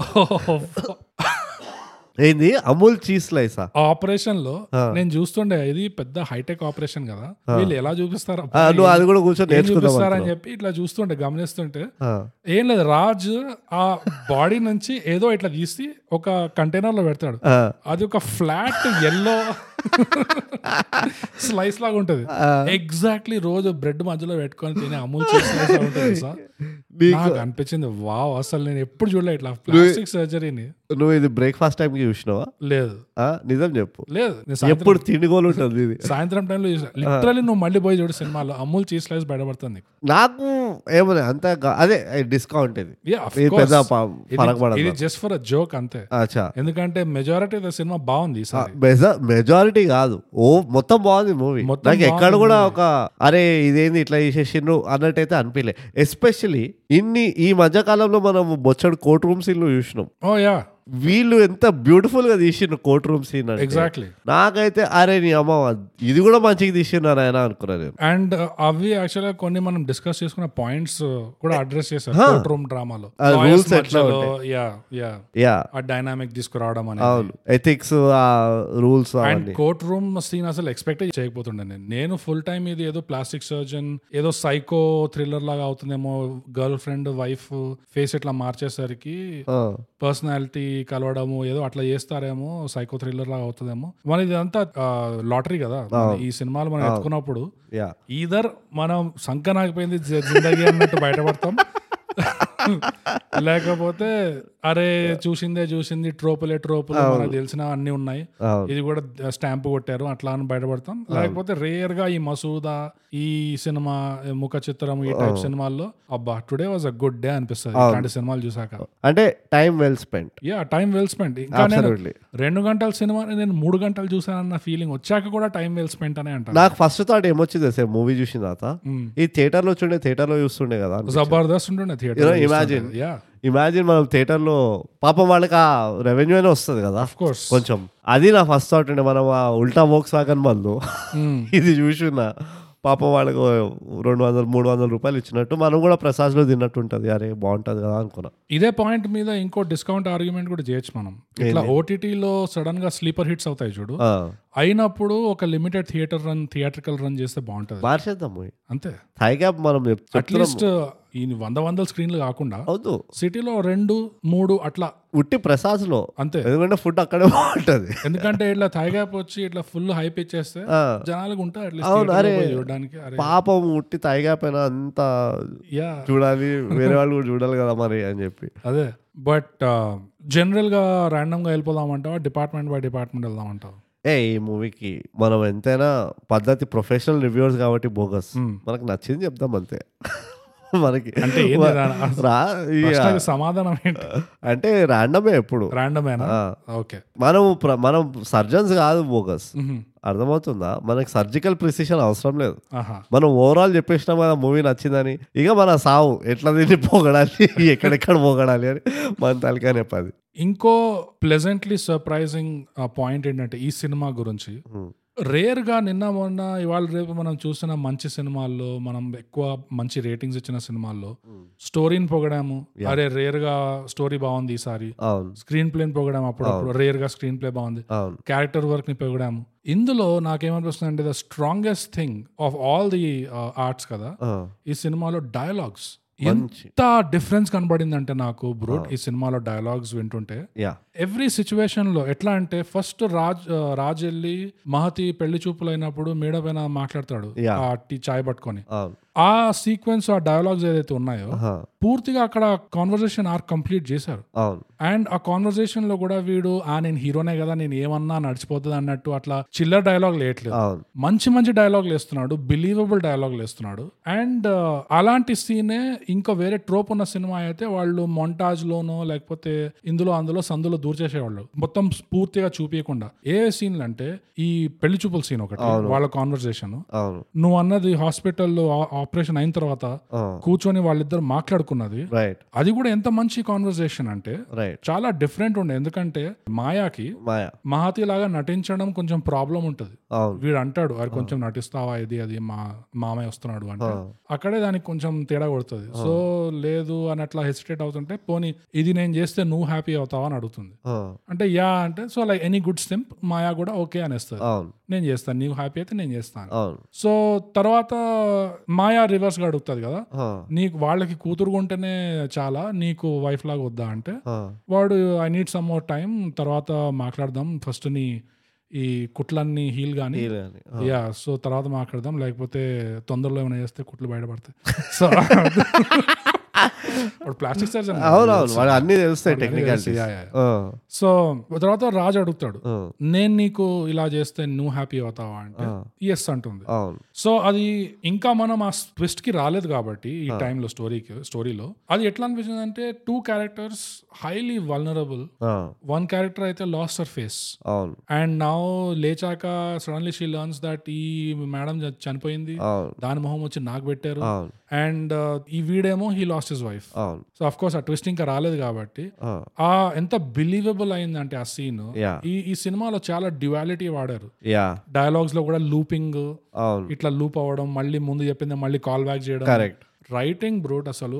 Speaker 2: ఏంది అమూల్ చీజ్ స్లైసా
Speaker 1: ఆ ఆపరేషన్ లో నేను చూస్తుండే ఇది పెద్ద హైటెక్ ఆపరేషన్ కదా వీళ్ళు ఎలా చూపిస్తారు
Speaker 2: నువ్వు అది కూడా కూర్చొని
Speaker 1: ఏం
Speaker 2: నేర్చుకుందాం
Speaker 1: చూపిస్తారని చెప్పి ఇట్లా చూస్తుండే గమనిస్తుంటే
Speaker 2: ఆ,
Speaker 1: ఏం లేదు రాజ్ ఆ బాడీ నుంచి ఏదో ఇట్లా తీసి ఒక కంటైనర్ లో పెడతాడు
Speaker 2: ఆ,
Speaker 1: అది ఒక ఫ్లాట్ ఎల్లో స్లైస్ లాగా ఉంటది ఎగ్జాక్ట్లీ రోజు బ్రెడ్ మధ్యలో పెట్టుకొని తినే అమూల్ స్లైస్ ఉంటుంది సార్ నాకు అనిపించింది వావ్ అసలు నేను ఎప్పుడు చూడలే ఇట్లా ప్లాస్టిక్ సర్జరీని
Speaker 2: నువ్వు ఇది బ్రేక్ఫాస్ట్ టైంకి చూసినావా
Speaker 1: లేదు
Speaker 2: ఆ, నిజం చెప్పు
Speaker 1: లేదు నేను సాయంత్రం-
Speaker 2: ఎప్పుడు తిండిగోలు ఉంటుంది ఇది
Speaker 1: సాయంత్రం టైంలో లిటరలీ నువ్వు మళ్ళీ పోయి చూడు సినిమాలో అమూల్ చీజ్ స్లైస్ బయటపడుతుంది నీకు.
Speaker 2: నాకు ఏమో అంత గా- అదే డిస్కౌంట్ ఇది
Speaker 1: Yeah, of
Speaker 2: ఇది
Speaker 1: course.
Speaker 2: పెద్ద ప- ఫరక్
Speaker 1: ఇది- ఇది
Speaker 2: పడదు
Speaker 1: జస్ట్ ఫర్ అ జోక్ అంతే
Speaker 2: అచ్చా
Speaker 1: ఎందుకంటే మెజారిటీ ఆఫ్ ద సినిమా బాగుంది ఈసారి
Speaker 2: మెజారిటీ కాదు ఓ మొత్తం బాగుంది మూవీ
Speaker 1: మొత్తం
Speaker 2: నాకు ఎక్కడ
Speaker 1: బాగుంది
Speaker 2: కూడా ఒక అరే ఇదేంది ఇట్లా చేసేసిండ్రు అన్నట్టయితే అనిపించలే
Speaker 1: Oh,
Speaker 2: ఎస్పెషలీ ఇన్ని ఈ మధ్య కాలంలో మనం బొచ్చడు కోర్ట్ రూమ్స్ ఇల్లు చూసినాం
Speaker 1: ఓ యా
Speaker 2: వీళ్ళు ఎంత బ్యూటిఫుల్ గా తీసిండ్రు కోర్ట్ రూమ్ సీన్ అంటే
Speaker 1: ఎగ్జాక్ట్లీ
Speaker 2: నాకైతే అరే నీ అమ్మ ఇది కూడా మంచిగా తీసిండు ఆయన అనుకున్నా నేను
Speaker 1: అండ్ uh, అవి యాక్చువల్గా కొన్ని మనం డిస్కస్ చేసుకున్న పాయింట్స్ కూడా అడ్రస్ చేశారు కోర్ట్ రూమ్ డ్రామాలో
Speaker 2: ఆ rules ఎట్లా
Speaker 1: యా యా
Speaker 2: యా
Speaker 1: ఆ డైనామిక్ తీసుకురావడం అనేది
Speaker 2: అవును ఎథిక్స్ ఆ rules
Speaker 1: and courtroom scene అసలు ఎక్స్పెక్ట్ చేయకపోతుండే నేను నేను ఫుల్ టైం ఇది ఏదో ప్లాస్టిక్ సర్జన్ ఏదో సైకో థ్రిల్లర్ లాగా అవుతుందేమో గర్ల్ ఫ్రెండ్ వైఫ్ ఫేస్ ఇట్లా మార్చేసరికి పర్సనాలిటీ కలవడము ఏదో అట్లా చేస్తారేమో సైకో థ్రిల్లర్ లాగా అవుతుందేమో మన ఇదంతా లాటరీ కదా ఈ సినిమాలు మనం ఎత్తుకున్నప్పుడు
Speaker 2: యా
Speaker 1: ఈధర్ మనం సంక నాకపోయింది జ- జిందగీ అన్నట్టు బయటపడతాం లేకపోతే అరే చూసిందే చూసింది ట్రోపులే ట్రోపులు మనకు తెలిసిన అన్ని ఉన్నాయి
Speaker 2: అవును.
Speaker 1: ఇది కూడా స్టాంప్ కొట్టారు అట్లా అని బయటపడతాం లేకపోతే రేర్ గా ఈ మసూదా ఈ సినిమా ఈ ముఖ చిత్రం ఈ టైప్ సినిమాల్లో అబ్బా today was a good day అనిపిస్తుంది ఇట్లాంటి సినిమాలు చూసాక
Speaker 2: అంటే time well spend
Speaker 1: yeah time well spend ఇంకా నేను
Speaker 2: Absolutely.
Speaker 1: రెండు గంటల సినిమా నేను మూడు గంటలు చూసానన్న ఫీలింగ్ వచ్చాక కూడా టైం వెల్ స్పెంట్ అనే అంటాను
Speaker 2: నాకు ఫస్ట్ థాట్ ఏమొచ్చింది సార్ మూవీ చూసిన తర్వాత ఈ థియేటర్ లో చూడే థియేటర్ లో చూస్తుండే కదా
Speaker 1: జబర్దస్త్ ఉంటుండే థియేటర్
Speaker 2: imagine.
Speaker 1: యా
Speaker 2: ఇమాజిన్ మనం థియేటర్ లో పాపం వాళ్ళకి ఆ రెవెన్యూ అయినా వస్తుంది కదా
Speaker 1: ఆఫ్ కోర్స్
Speaker 2: కొంచెం అది నా ఫస్ట్ థాట్ ఉండే మనం ఆ ఉల్టా వోక్స్ వాగన్ వాళ్ళు (laughs) ఇది చూసిన పాపం వాళ్ళకు రెండు వందలు మూడు వందల రూపాయలు ఇచ్చినట్టు మనం కూడా ప్రసాద్లో తిన్నట్టు ఉంటుంది అరే బాగుంటుంది కదా అనుకున్నా
Speaker 1: ఇదే పాయింట్ మీద ఇంకో డిస్కౌంట్ ఆర్గ్యుమెంట్ కూడా చేయొచ్చు మనం ఇట్లా ఓటీటీలో సడన్ గా స్లీపర్ హిట్స్ అవుతాయి చూడు
Speaker 2: ఆ,
Speaker 1: అయినప్పుడు ఒక limited theatre run theatrical run చేస్తే బాగుంటది
Speaker 2: మార్చేద్దాం పోయి.
Speaker 1: అంతే
Speaker 2: థై గ్యాప్ మనం చెప్- చెప్తున్నాం
Speaker 1: అట్లీస్ట్ ఈ వంద వందల స్క్రీన్లు కాకుండా
Speaker 2: అవుతూ
Speaker 1: సిటీలో రెండు మూడు అట్లా
Speaker 2: ఉట్టి ప్రసాద్లో
Speaker 1: అంతే
Speaker 2: ఎందుకంటే ఫుడ్ అక్కడే బాగుంటుంది
Speaker 1: ఎందుకంటే ఇట్లా థైగ్యాప్ వచ్చి ఇట్లా ఫుల్ హైప్ ఇచ్చేస్తే
Speaker 2: ఆ,
Speaker 1: జనాలకు ఉంటారు
Speaker 2: అవును,
Speaker 1: అట్లీస్ట్
Speaker 2: అరే.
Speaker 1: చూడడానికి అరే
Speaker 2: పాపం ఉట్టి థై గ్యాప్ అయినా అంతా
Speaker 1: యా
Speaker 2: చూడాలి వేరే వాళ్ళు కూడా చూడాలి కదా మరి అని చెప్పి
Speaker 1: అదే బట్ జనరల్ గా ర్యాండమ్ గా వెళ్ళిపోదాం అంటావా డిపార్ట్మెంట్ బై డిపార్ట్మెంట్ వెళ్దాం అంటావా
Speaker 2: ఏ ఈ మూవీకి మనం ఎంతైనా పద్ధతి ప్రొఫెషనల్ రివ్యూర్స్ కాబట్టి బోగస్ మనకు నచ్చింది చెప్దాం అంతే మనకి
Speaker 1: అంటే ఏంది రా-
Speaker 2: రా ఈ-
Speaker 1: ప్రశ్నకి సమాధానం ఏంటి
Speaker 2: అంటే ర్యాండమే ఎప్పుడు
Speaker 1: ర్యాండమేనా ఓకే
Speaker 2: మనం ప్ర- మనం సర్జన్స్ కాదు బోగస్ అర్థమవుతుందా మనకి సర్జికల్ ప్రిసిషన్ అవసరం లేదు
Speaker 1: ఆహా
Speaker 2: మనం ఓవరాల్ చెప్పేసినాం కదా మూవీ నచ్చిందని ఇక మన సావు ఎట్లా తిని పోగడాలి (laughs) ఎక్కడెక్కడ పోగడాలి అని మన తలకానే పది
Speaker 1: ఇంకో ప్లెజెంట్లీ సర్ప్రైజింగ్ పాయింట్ ఏంటంటే ఈ సినిమా గురించి రేర్ గా నిన్న మొన్న ఇవాళ రేపు మనం చూసిన మంచి సినిమాల్లో మనం ఎక్కువ మంచి రేటింగ్స్ ఇచ్చిన సినిమాల్లో స్టోరీని పొగడాము అరే రేర్ గా స్టోరీ బాగుంది ఈసారి
Speaker 2: అవును
Speaker 1: స్క్రీన్ ప్లేని పొగడాము అప్పుడప్పుడు రేర్ గా స్క్రీన్ ప్లే బాగుంది
Speaker 2: అవును
Speaker 1: క్యారెక్టర్ వర్క్ ని పొగడాము ఇందులో నాకేమనిపిస్తుంది అంటే the strongest thing of all the arts కదా
Speaker 2: ఆ,
Speaker 1: ఈ సినిమాలో డైలాగ్స్
Speaker 2: మంచి
Speaker 1: ఎంత డిఫరెన్స్ కనబడిందంటే నాకు బ్రూట్ ఈ సినిమాలో డైలాగ్స్ వింటుంటే
Speaker 2: యా
Speaker 1: ఎవ్రీ సిచ్యువేషన్ లో ఎట్లా అంటే ఫస్ట్ రాజ్ ఆ, రాజ్ వెళ్ళి మహతి పెళ్లి చూపులు అయినప్పుడు మేడ పైన మాట్లాడతాడు
Speaker 2: Yeah.
Speaker 1: ఆ టీ చాయ్ పట్టుకొని
Speaker 2: అవును
Speaker 1: ఆ సీక్వెన్స్ ఆ డైలాగ్స్ ఏదైతే ఉన్నాయో
Speaker 2: ఆహా,
Speaker 1: పూర్తిగా అక్కడ కాన్వర్జేషన్ ఆర్ కంప్లీట్ చేశారు
Speaker 2: అవును
Speaker 1: అండ్ ఆ కాన్వర్జేషన్ లో కూడా వీడు ఆ నేను హీరోనే కదా నేను ఏమన్నా నడిచిపోతుంది అన్నట్టు అట్లా చిల్లర్ డైలాగ్ లేయట్లేదు
Speaker 2: అవును
Speaker 1: మంచి మంచి డైలాగులు వేస్తున్నాడు బిలీవబుల్ డైలాగులు వేస్తున్నాడు అండ్ అలాంటి సీనే ఇంకా వేరే ట్రోప్ ఉన్న సినిమా అయితే వాళ్ళు మొంటాజ్ లోనో లేకపోతే ఇందులో అందులో సందులో దూర్చేసేవాళ్ళు మొత్తం పూర్తిగా చూపించకుండా ఏ సీన్లు అంటే ఈ పెళ్లి చూపుల సీన్ ఒకటి వాళ్ళ కాన్వర్సేషన్
Speaker 2: అవును
Speaker 1: నువ్వు అన్నది హాస్పిటల్లో ఆపరేషన్ అయిన తర్వాత
Speaker 2: ఆ,
Speaker 1: కూర్చొని వాళ్ళిద్దరు మాట్లాడుకున్నది
Speaker 2: రైట్
Speaker 1: అది కూడా ఎంత మంచి కాన్వర్సేషన్ అంటే
Speaker 2: రైట్
Speaker 1: చాలా డిఫరెంట్ ఉండే ఎందుకంటే మాయాకి
Speaker 2: మాయా
Speaker 1: మహాతి లాగా నటించడం కొంచెం ప్రాబ్లం ఉంటుంది
Speaker 2: అవును
Speaker 1: వీడు అంటాడు అది కొంచెం నటిస్తావా ఇది అది మా మామయ్య వస్తున్నాడు అంటే అక్కడే దానికి కొంచెం తేడా కొడుతుంది సో లేదు అని అట్లా హెసిటేట్ అవుతుంటే పోనీ ఇది నేను చేస్తే నువ్వు హ్యాపీ అవుతావా అని అడుగుతుంది
Speaker 2: ఆ,
Speaker 1: అంటే యా అంటే so like any good simp Maya కూడా ఓకే అనేస్తుంది
Speaker 2: అవును
Speaker 1: నేను చేస్తాను నీవు హ్యాపీ అయితే నేను చేస్తాను
Speaker 2: అవును
Speaker 1: సో తర్వాత మాయా రివర్స్ గా అడుగుతుంది కదా
Speaker 2: ఆ,
Speaker 1: నీకు వాళ్ళకి కూతురు కొంటేనే చాలా నీకు వైఫ్ లాగా వద్దా అంటే
Speaker 2: ఆ,
Speaker 1: వాడు I need some more time తర్వాత మాట్లాడదాం ఫస్ట్ నీ ఈ కుట్లన్నీ హీల్ కానీ
Speaker 2: ఇది అని. ఆ,
Speaker 1: యా సో తర్వాత మాట్లాడదాం లేకపోతే తొందరలో ఏమైనా చేస్తే కుట్లు బయటపడతాయి సో వాడు ప్లాస్టిక్ సర్జన్
Speaker 2: అవును అవును వాడు అన్ని తెలుస్తాయి టెక్నికాలిటీ
Speaker 1: సో తర్వాత రాజు అడుగుతాడు నేను నీకు ఇలా చేస్తే నువ్వు హ్యాపీ అవుతావా అంటే ఎస్ అంటుంది
Speaker 2: అవును
Speaker 1: సో అది ఇంకా మనం ఆ ట్విస్ట్ కి రాలేదు కాబట్టి ఈ టైంలో స్టోరీకి స్టోరీలో అది ఎట్లా అనిపించింది అంటే టూ క్యారెక్టర్స్ హైలీ వల్నరబుల్
Speaker 2: ఆ,
Speaker 1: వన్ క్యారెక్టర్ అయితే లాస్ట్ సర్ ఫేస్
Speaker 2: అవును
Speaker 1: అండ్ నౌ లేచాక సడన్లీ షీ లర్న్స్ దట్ ఈ మేడం చనిపోయింది
Speaker 2: అవును
Speaker 1: దాని మొహం వచ్చి నాకు పెట్టారు
Speaker 2: అవును
Speaker 1: అండ్ ఈ వీడేమో హీ లాస్ట్ హిస్ వైఫ్
Speaker 2: అవును
Speaker 1: సో అఫ్ కోర్స్ ఆ ట్విస్ట్ ఇంకా రాలేదు కాబట్టి
Speaker 2: ఆ,
Speaker 1: ఆ ఎంత బిలీవబుల్ అయిందంటే ఆ సీన్
Speaker 2: Yeah.
Speaker 1: ఈ ఈ సినిమాలో చాలా డ్యువాలిటీ వాడారు
Speaker 2: యా
Speaker 1: డైలాగ్స్ లో కూడా లూపింగ్
Speaker 2: అవును
Speaker 1: ఇట్లా లూప్ అవ్వడం మళ్ళీ ముందు చెప్పింది మళ్ళీ కాల్ బ్యాక్ చేయడం
Speaker 2: కరెక్ట్
Speaker 1: రైటింగ్ బ్రోట్ అసలు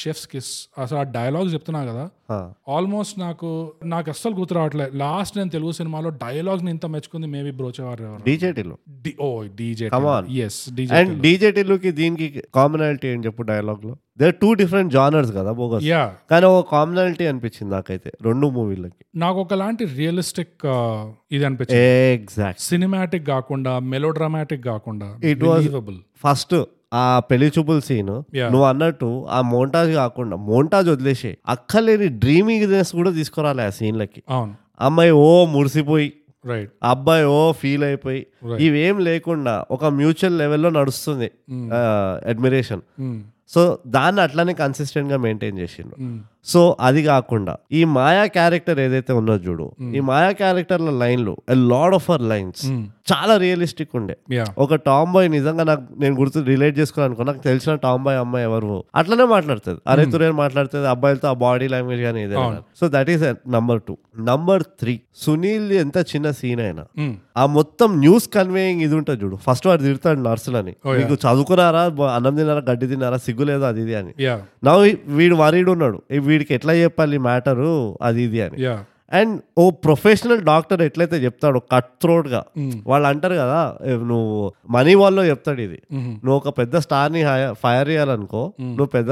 Speaker 1: షెఫ్స్ కిస్ అసలు ఆ డైలాగ్స్ చెప్తున్నా కదా ఆల్మోస్ట్ నాకు నాకు అస్సలు గుర్తు రావట్లేదు లాస్ట్ నేను తెలుగు సినిమాలో డైలాగ్స్ ని ఇంత మెచ్చుకుంది మేబీ బ్రోచేవారు ఎవరు
Speaker 2: డీజేటీలో
Speaker 1: డి- ఓ DJ
Speaker 2: on.
Speaker 1: Yes DJ
Speaker 2: and డీజేటీలోకి దీనికి కామనాలిటీ అని చెప్పు డైలాగ్ లో దేర్ టూ డిఫరెంట్ జానర్స్ కదా బోగస్
Speaker 1: యా
Speaker 2: కానీ ఒక కామనాలిటీ అనిపించింది నాకైతే రెండు మూవీలకి
Speaker 1: నాకు ఒకలాంటి రియలిస్టిక్ ఇది అనిపించింది
Speaker 2: ఎగ్జాక్ట్
Speaker 1: సినిమాటిక్ కాకుండా మెలోడ్రామాటిక్ కాకుండా
Speaker 2: It was-
Speaker 1: believable.
Speaker 2: ఫస్ట్ ఆ పెళ్లి చూపుల సీన్
Speaker 1: Yeah.
Speaker 2: నువ్వు అన్నట్టు ఆ మోంటాజ్ కాకుండా మోంటాజ్ వదిలేసి అక్కలేని డ్రీమింగ్నెస్ కూడా తీసుకురాలే ఆ సీన్లకి
Speaker 1: అవును
Speaker 2: అమ్మాయి ఓ మురిసిపోయి
Speaker 1: రైట్
Speaker 2: అబ్బాయి ఓ ఫీల్ అయిపోయి ఇవేం లేకుండా ఒక మ్యూచువల్ లెవెల్లో నడుస్తుంది అడ్మిరేషన్
Speaker 1: Hmm.
Speaker 2: సో దాన్ని అట్లానే కన్సిస్టెంట్ గా మెయింటైన్ చేసిండు
Speaker 1: Hmm.
Speaker 2: సో అది కాకుండా ఈ మాయా క్యారెక్టర్ ఏదైతే ఉన్నదో చూడు ఈ మాయా క్యారెక్టర్ల లైన్లు లాడ్ ఆఫ్ అర్ లైన్స్ చాలా రియలిస్టిక్ ఉండే
Speaker 1: యా
Speaker 2: ఒక టామ్ బాయ్ నిజంగా నాకు నేను గుర్తు రిలేట్ చేసుకోవాలనుకో నాకు తెలిసిన టామ్ బాయ్ అమ్మాయి ఎవరు అట్లనే మాట్లాడుతుంది అరే తురేన్ మాట్లాడుతుంది అబ్బాయిలతో ఆ బాడీ లాంగ్వేజ్ కానీ ఏదైనా so that is number two number three Sunil ఎంత చిన్న సీన్ అయినా ఆ మొత్తం న్యూస్ కన్వేయింగ్ ఇది ఉంటుంది చూడు ఫస్ట్ వాడు తిడతాడు నర్సులని మీకు చదువుకున్నారా బ- అన్నం తిన్నారా గడ్డి తిన్నారా సిగ్గు లేదా అది ఇది అని
Speaker 1: యా
Speaker 2: నా వీడు వరీడ్ ఉన్నాడు ఏ వీడికి ఎట్లా చెప్పాలి మ్యాటరు అది ఇది అని
Speaker 1: యా
Speaker 2: అండ్ ఓ ప్రొఫెషనల్ డాక్టర్ ఎట్లయితే చెప్తాడో కట్ థ్రోట్ గా వాళ్ళు అంటారు కదా "ఏ, నువ్వు మనీ వాళ్ళలో చెప్తాడు ఇది నువ్వు ఒక పెద్ద స్టార్ ని ఫైర్ చేయాలనుకో నువ్వు పెద్ద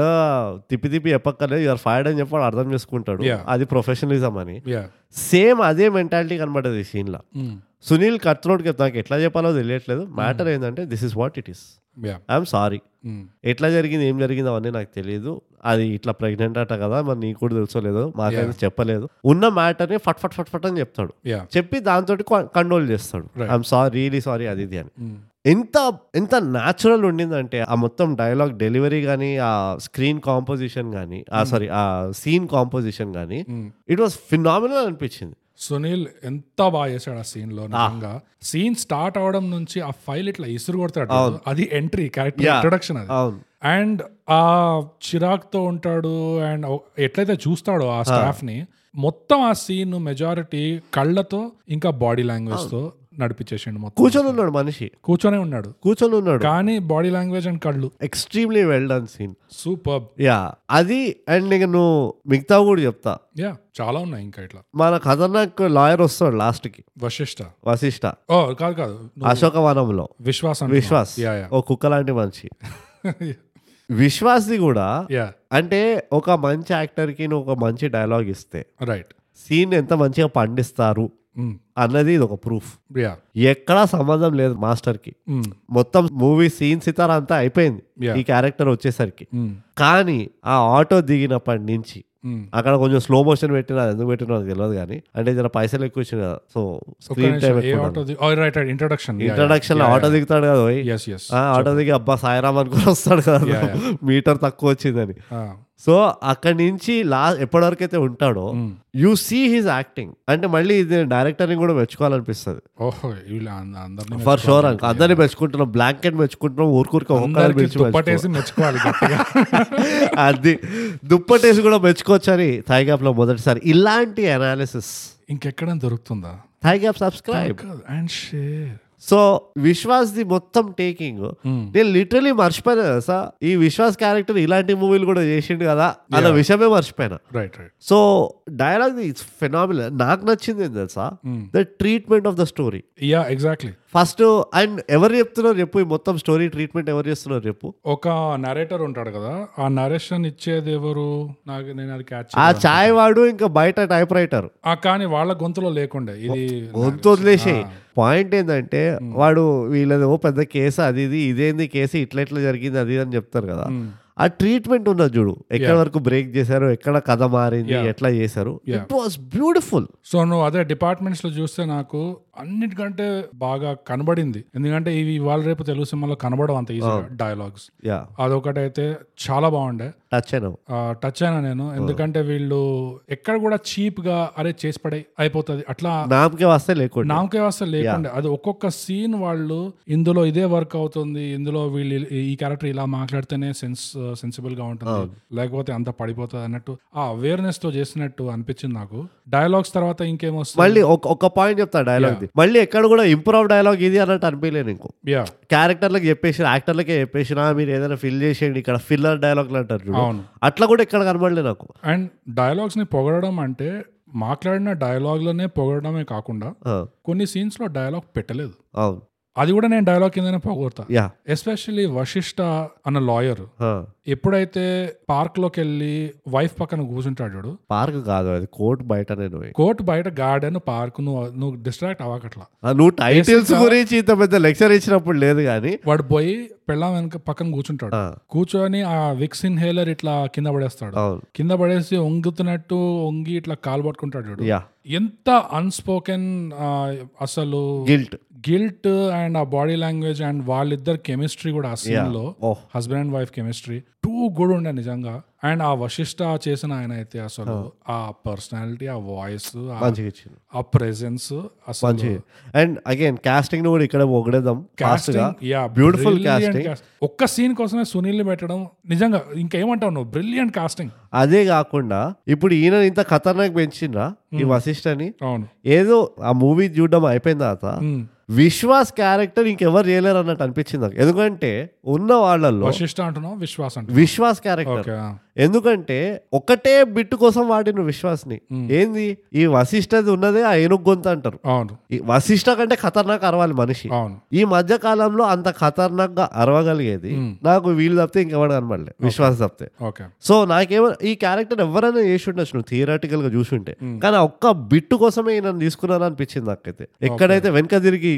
Speaker 2: తిప్పి తిప్పి చెప్పక్కర్లేదు యూఆర్ ఫైర్డ్ అని చెప్పి వాడు అర్థం చేసుకుంటాడు
Speaker 1: Yeah.
Speaker 2: అది ప్రొఫెషనలిజం అని
Speaker 1: యా
Speaker 2: సేమ్ అదే మెంటాలిటీ కనబడదు ఈ సీన్ లో
Speaker 1: Hmm.
Speaker 2: సునీల్ కట్ థ్రోట్ కి నాకు ఎట్లా చెప్పాలో తెలియట్లేదు మ్యాటర్ ఏంటంటే this is what it is
Speaker 1: yeah
Speaker 2: I'm sorry
Speaker 1: Hmm.
Speaker 2: ఎట్లా జరిగింది ఏం జరిగింది అవన్నీ నాకు తెలియదు అది ఇట్లా ప్రెగ్నెంట్ అట కదా మరి నీకు కూడా తెలుసో లేదో మాకైతే చెప్పలేదు ఉన్న మ్యాటర్ని ఫట్ ఫట్ ఫట్ ఫట్ అని చెప్తాడు
Speaker 1: యా
Speaker 2: చెప్పి దాంతో కంట్రోల్ చేస్తాడు
Speaker 1: Right.
Speaker 2: I'm sorry really sorry అది ఇది అని ఎంత ఎంత న్యాచురల్ ఉండిందంటే ఆ మొత్తం డైలాగ్ డెలివరీ కానీ ఆ స్క్రీన్ కాంపోజిషన్ కానీ ఆ సారీ ఆ సీన్ కాంపోజిషన్ కానీ ఇట్ వాస్ ఫినామినల్ అనిపించింది
Speaker 1: సునీల్ ఎంత బాగా చేశాడు ఆ సీన్
Speaker 2: Ah.
Speaker 1: లో నిజంగా సీన్ స్టార్ట్ అవడం నుంచి ఆ ఫైల్ ఇట్లా ఇసురు కొడతాడు అది ఎంట్రీ క్యారెక్టర్
Speaker 2: Yeah.
Speaker 1: ఇంట్రొడక్షన్ అది
Speaker 2: అవును
Speaker 1: అండ్ ఆ చిరాక్తో ఉంటాడు అండ్ ఎట్లయితే చూస్తాడో ఆ స్టాఫ్ ని మొత్తం ఆ సీన్ మెజారిటీ కళ్ళతో ఇంకా బాడీ లాంగ్వేజ్ తో నడిపించేసిండు మొత్తం
Speaker 2: కూర్చొని ఉన్నాడు మనిషి
Speaker 1: కూర్చొనే ఉన్నాడు
Speaker 2: కూర్చొని ఉన్నాడు
Speaker 1: కానీ బాడీ లాంగ్వేజ్ అండ్ కళ్ళు
Speaker 2: extremely well done scene
Speaker 1: super
Speaker 2: yeah అది అండ్ నేను మిగతా కూడా చెప్తా
Speaker 1: యా చాలా ఉన్నాయి ఇంకా ఇట్లా
Speaker 2: మన ఖతర్నాక్ లాయర్ వస్తాడు లాస్ట్ కి
Speaker 1: వశిష్ట
Speaker 2: వశిష్ట
Speaker 1: ఓ కాదు కాదు
Speaker 2: అశోకవనంలో
Speaker 1: విశ్వాసం
Speaker 2: విశ్వాస్
Speaker 1: యా యా
Speaker 2: ఓ కుక్క లాంటి మనిషి విశ్వాస్ది కూడా
Speaker 1: (laughs) యా
Speaker 2: అంటే ఒక మంచి యాక్టర్ కి నువ్వు ఒక మంచి డైలాగ్ ఇస్తే
Speaker 1: రైట్
Speaker 2: సీన్ ఎంత మంచిగా పండిస్తారు అన్నది ఇది ఒక ప్రూఫ్
Speaker 1: యా
Speaker 2: ఎక్కడా సంబంధం లేదు మాస్టర్ కి
Speaker 1: Mm.
Speaker 2: మొత్తం మూవీ సీన్ సితారా అంతా అయిపోయింది
Speaker 1: Yeah.
Speaker 2: ఈ క్యారెక్టర్ వచ్చేసరికి
Speaker 1: Mm.
Speaker 2: కానీ ఆ ఆటో దిగినప్పటి నుంచి
Speaker 1: Mm.
Speaker 2: అక్కడ కొంచెం స్లో మోషన్ పెట్టినా ఎందుకు పెట్టినా నాకు తెలియదు కానీ అంటే జర పైసలు ఎక్కువ ఇచ్చింది కదా సో స్క్రీన్ టైం ఎక్కువ
Speaker 1: ఇంట్రొడక్షన్
Speaker 2: ఇంట్రడక్షన్ లో ఆటో దిగుతాడు కదా పోయి.
Speaker 1: ఎస్ ఎస్
Speaker 2: ఆ ఆటో దిగి అబ్బా సాయిరామ్ అనుకుని వస్తాడు కదా
Speaker 1: Yeah,
Speaker 2: (laughs) మీటర్ తక్కువ వచ్చిందని సో అక్కడి నుంచి లా ఎప్పటి వరకు అయితే ఉంటాడో
Speaker 1: Hmm.
Speaker 2: You see his acting అంటే మళ్ళీ ఇది డైరెక్టర్ ని కూడా మెచ్చుకోవాలనిపిస్తుంది
Speaker 1: ఓహో వీళ్ళు అంద- అందరినీ
Speaker 2: ఫర్ షోర్ అంక అందరిని మెచ్చుకుంటున్నాం బ్లాంకెట్ మెచ్చుకుంటున్నాం ఊరుకూరికి ఒక్కొక్కరు
Speaker 1: అందరికీ
Speaker 2: మెచ్చి
Speaker 1: దుప్పటేసి మెచ్చుకోవాలి గట్టిగా
Speaker 2: మెచ్చుకో- (laughs) అది దుప్పటేసి కూడా మెచ్చుకోవచ్చు అని థై గ్యాప్ లో మొదటిసారి ఇలాంటి అనాలిసిస్
Speaker 1: ఇంకెక్కడ దొరుకుతుందా
Speaker 2: thigh gap subscribe
Speaker 1: and share
Speaker 2: so విశ్వాస్ ది మొత్తం టేకింగ్ నేను లిటరలీ మర్చిపోయినా తెలుసా ఈ విశ్వాస్ క్యారెక్టర్ ఇలాంటి మూవీలు కూడా చేసిండు కదా అన్న విషయమే మర్చిపోయినా
Speaker 1: right right
Speaker 2: so dialogue it's phenomenal నాకు నచ్చింది ఏం తెలుసా the treatment of the story
Speaker 1: yeah exactly
Speaker 2: first and ఎవరు చెప్తున్నారు చెప్పు ఈ మొత్తం స్టోరీ ట్రీట్మెంట్ ఎవరు చేస్తున్నారు చెప్పు
Speaker 1: ఒక నరేటర్ ఉంటాడు కదా ఆ నరేషన్ ఇచ్చేది ఎవరు నాకు నేను అది క్యాచ్
Speaker 2: ఆ ఛాయ్ వాడు ఇంకా బయట టైప్ రైటర్
Speaker 1: ఆ కానీ వాళ్ళ గొంతులో లేకుండే ఇది
Speaker 2: గొంతు వదిలేసి పాయింట్ ఏంటంటే వాడు వీళ్ళదేమో పెద్ద కేసు అది ఇది ఇదేంది కేసు ఇట్లా ఇట్లా జరిగింది అది ఇది అని చెప్తారు కదా ఆ ట్రీట్మెంట్ ఉన్నది చూడు ఎక్కడ వరకు బ్రేక్ చేశారు ఎక్కడ కథ మారింది ఎట్లా చేశారు ఇట్ వాస్ బ్యూటిఫుల్
Speaker 1: సో నువ్వు అదే డిపార్ట్మెంట్స్ లో చూస్తే నాకు అన్నిటికంటే బాగా కనబడింది ఎందుకంటే ఇవి ఇవాళ రేపు తెలుగు సినిమాలో కనబడవు అంత ఈజీగా డైలాగ్స్
Speaker 2: యా
Speaker 1: అదొకటైతే చాలా బాగుండే
Speaker 2: టచ్ అయినావు
Speaker 1: టచ్ అయినా నేను ఎందుకంటే వీళ్ళు ఎక్కడ కూడా చీప్ గా అరే చేసి పడే అయిపోతుంది అట్లా
Speaker 2: నామకే వస్తే లేకుండా
Speaker 1: నామకే వ్యవస్థ లేకుండా అది ఒక్కొక్క సీన్ వాళ్ళు ఇందులో ఇదే వర్క్ అవుతుంది ఇందులో వీళ్ళు ఇ- ఈ క్యారెక్టర్ ఇలా మాట్లాడితేనే సెన్స్ సెన్సిబుల్ గా ఉంటుంది లేకపోతే అంత పడిపోతుంది అన్నట్టు ఆ అవేర్నెస్ తో చేసినట్టు అనిపించింది నాకు డైలాగ్స్ తర్వాత ఇంకేమొస్తుంది
Speaker 2: మళ్ళీ ఒక ఒక పాయింట్ చెప్తా డైలాగ్ ది మళ్ళీ ఎక్కడ కూడా ఇంప్రూవ్ డైలాగ్ ఇది అన్నట్టు అనిపించలేదు నీకు
Speaker 1: యా
Speaker 2: క్యారెక్టర్లకు చెప్పేసిన యాక్టర్లకే చెప్పేసినా మీరు ఏదైనా ఫిల్ చేసేయండి ఇక్కడ ఫిల్లర్ డైలాగ్లు అంటారు చూడు.
Speaker 1: అవును.
Speaker 2: అట్లా కూడా ఇక్కడ కనబడలే నాకు
Speaker 1: అండ్ డైలాగ్స్ ని పొగడడం అంటే మాట్లాడిన dialogue లోనే పొగడమే కాకుండా
Speaker 2: ఆ,
Speaker 1: కొన్ని సీన్స్ లో డైలాగ్ పెట్టలేదు
Speaker 2: Ah. అవును
Speaker 1: అది కూడా నేను డైలాగ్ కిందనే పొగడతా
Speaker 2: యా
Speaker 1: ఎస్పెషల్లీ వశిష్ట అన్న లాయర్
Speaker 2: Ah.
Speaker 1: ఎప్పుడైతే పార్క్ లోకి వెళ్ళి వైఫ్ పక్కన కూర్చుంటాడు చూడు
Speaker 2: పార్క్ కాదు అది కోర్ట్ బయట నేను పోయి.
Speaker 1: కోర్టు బయట గార్డెన్ పార్క్ నువ్వు నువ్వు డిస్ట్రాక్ట్ అవ్వకట్లా
Speaker 2: ఆ, నువ్వు టైటిల్స్ గురించి ఇంత పెద్ద లెక్చర్ ఇచ్చినప్పుడు లేదు కానీ
Speaker 1: వాడు పోయి పెళ్ళాం వెనక పక్కన కూర్చుంటాడు
Speaker 2: ఆ.
Speaker 1: కూర్చొని ఆ విక్స్ ఇన్హేలర్ ఇట్లా కింద పడేస్తాడు
Speaker 2: అవును
Speaker 1: కింద పడేసి ఒంగుతున్నట్టు ఒంగి ఇట్లా కాలు పట్టుకుంటాడు చూడు
Speaker 2: యా
Speaker 1: ఎంత అన్స్పోకెన్ అసలు
Speaker 2: గిల్ట్
Speaker 1: గిల్ట్ అండ్ ఆ బాడీ లాంగ్వేజ్ అండ్ వాళ్ళిద్దరు కెమిస్ట్రీ కూడా ఆ సీన్ లో
Speaker 2: oh
Speaker 1: husband and wife chemistry too good ఉండే నిజంగా అండ్ ఆ వశిష్ట చేసిన ఆయన అయితే అసలు ఆ పర్సనాలిటీ ఆ వాయిస్
Speaker 2: మంచిగా ఇచ్చింది
Speaker 1: ఆ ప్రెజెన్స్ అసలు
Speaker 2: మంచిగా అండ్ అగైన్ కాస్టింగ్ ను కూడా ఇక్కడ పొగిడేద్దాం కాస్ట్ గా
Speaker 1: casting, yeah,
Speaker 2: beautiful
Speaker 1: brilliant
Speaker 2: casting
Speaker 1: cast. ఒక్క సీన్ కోసమే సునీల్ ని పెట్టడం నిజంగా ఇంకేమంటావు నువ్వు బ్రిలియంట్ కాస్టింగ్
Speaker 2: అదే కాకుండా ఇప్పుడు ఈయన ఇంత ఖతర్నాక్ పెంచిండ్రా ఈ వశిష్ఠ అని
Speaker 1: అవును
Speaker 2: ఏదో ఆ మూవీ చూడడం అయిపోయిన తర్వాత
Speaker 1: మ్.
Speaker 2: విశ్వాస్ క్యారెక్టర్ ఇంకెవరు చేయలేరు అన్నట్టు అనిపించింది నాకు ఎందుకంటే ఉన్న వాళ్ళల్లో
Speaker 1: వశిష్ట అంటున్నావు విశ్వాస్ అంటున్నావు
Speaker 2: విశ్వాస్ క్యారెక్టర్
Speaker 1: ఓకే
Speaker 2: ఎందుకంటే ఒకటే బిట్ కోసం వాడిన విశ్వాస్ని ఏంది ఈ వశిష్ఠది ఉన్నదే ఆ ఏనుగు గొంతు అంటారు
Speaker 1: అవును
Speaker 2: ఈ వశిష్ఠ కంటే ఖతర్నాక్ అరవాలి మనిషి
Speaker 1: అవును
Speaker 2: ఈ మధ్య కాలంలో అంత ఖతర్నాక్ గా అరవగలిగేది నాకు వీళ్ళు తప్పితే ఇంకెవడు కనబడలే విశ్వాస్ తప్పితే
Speaker 1: ఓకే
Speaker 2: సో నాకేమో ఈ క్యారెక్టర్ ఎవరైనా చేసి ఉండొచ్చు నువ్వు థియరాటికల్ గా చూసి ఉంటే
Speaker 1: Hmm.
Speaker 2: కానీ ఆ ఒక్క బిట్టు కోసమే నన్ను తీసుకున్నాను అనిపించింది నాకైతే ఎక్కడైతే వెనక తిరిగి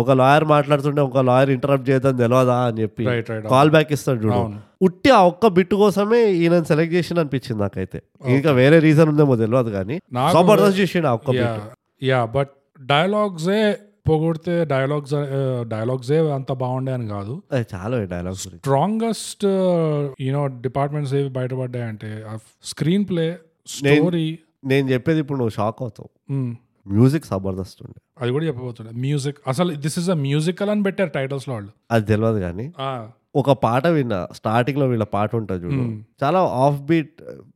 Speaker 2: ఒక లాయర్ మాట్లాడుతుంటే ఒక లాయర్ ఇంటరప్ట్ చేద్దాం తెలియదా అని చెప్పి
Speaker 1: రైట్ రైట్
Speaker 2: కాల్ బ్యాక్ ఇస్తాడు చూడు
Speaker 1: అవును.
Speaker 2: ఉట్టి ఆ ఒక్క బిట్టు కోసమే ఈయన సెలెక్ట్ చేసిన అనిపించింది నాకైతే ఇంకా వేరే రీజన్ ఉందేమో తెలియదు కానీ
Speaker 1: నాకు-
Speaker 2: జబర్దస్త్ చేసిండు ఆ ఒక్క
Speaker 1: యా
Speaker 2: బిట్
Speaker 1: యా బట్ డైలాగ్సే పొగిడితే డైలాగ్స్ డైలాగ్సే uh, అంత బాగుండే అని కాదు uh,
Speaker 2: అది చాలా డైలాగ్ గురించి
Speaker 1: స్ట్రాంగెస్ట్ యూనో డిపార్ట్మెంట్స్ ఏవి బయటపడ్డాయి అంటే స్క్రీన్ ప్లే స్టోరీ
Speaker 2: నేను చెప్పేది ఇప్పుడు నువ్వు షాక్ అవుతావు మ్యూజిక్ జబర్దస్త్ ఉండే
Speaker 1: mm, అది కూడా చెప్పబోతుండే మ్యూజిక్ అసలు దిస్ ఇస్ అ మ్యూజికల్ అని పెట్టారు టైటిల్స్ లో వాళ్ళు
Speaker 2: అది తెలియదు కానీ
Speaker 1: ఆ,
Speaker 2: ఒక పాట విన్నా స్టార్టింగ్ లో వీళ్ళ పాట ఉంటుంది చూడు చాలా ఆఫ్ బీట్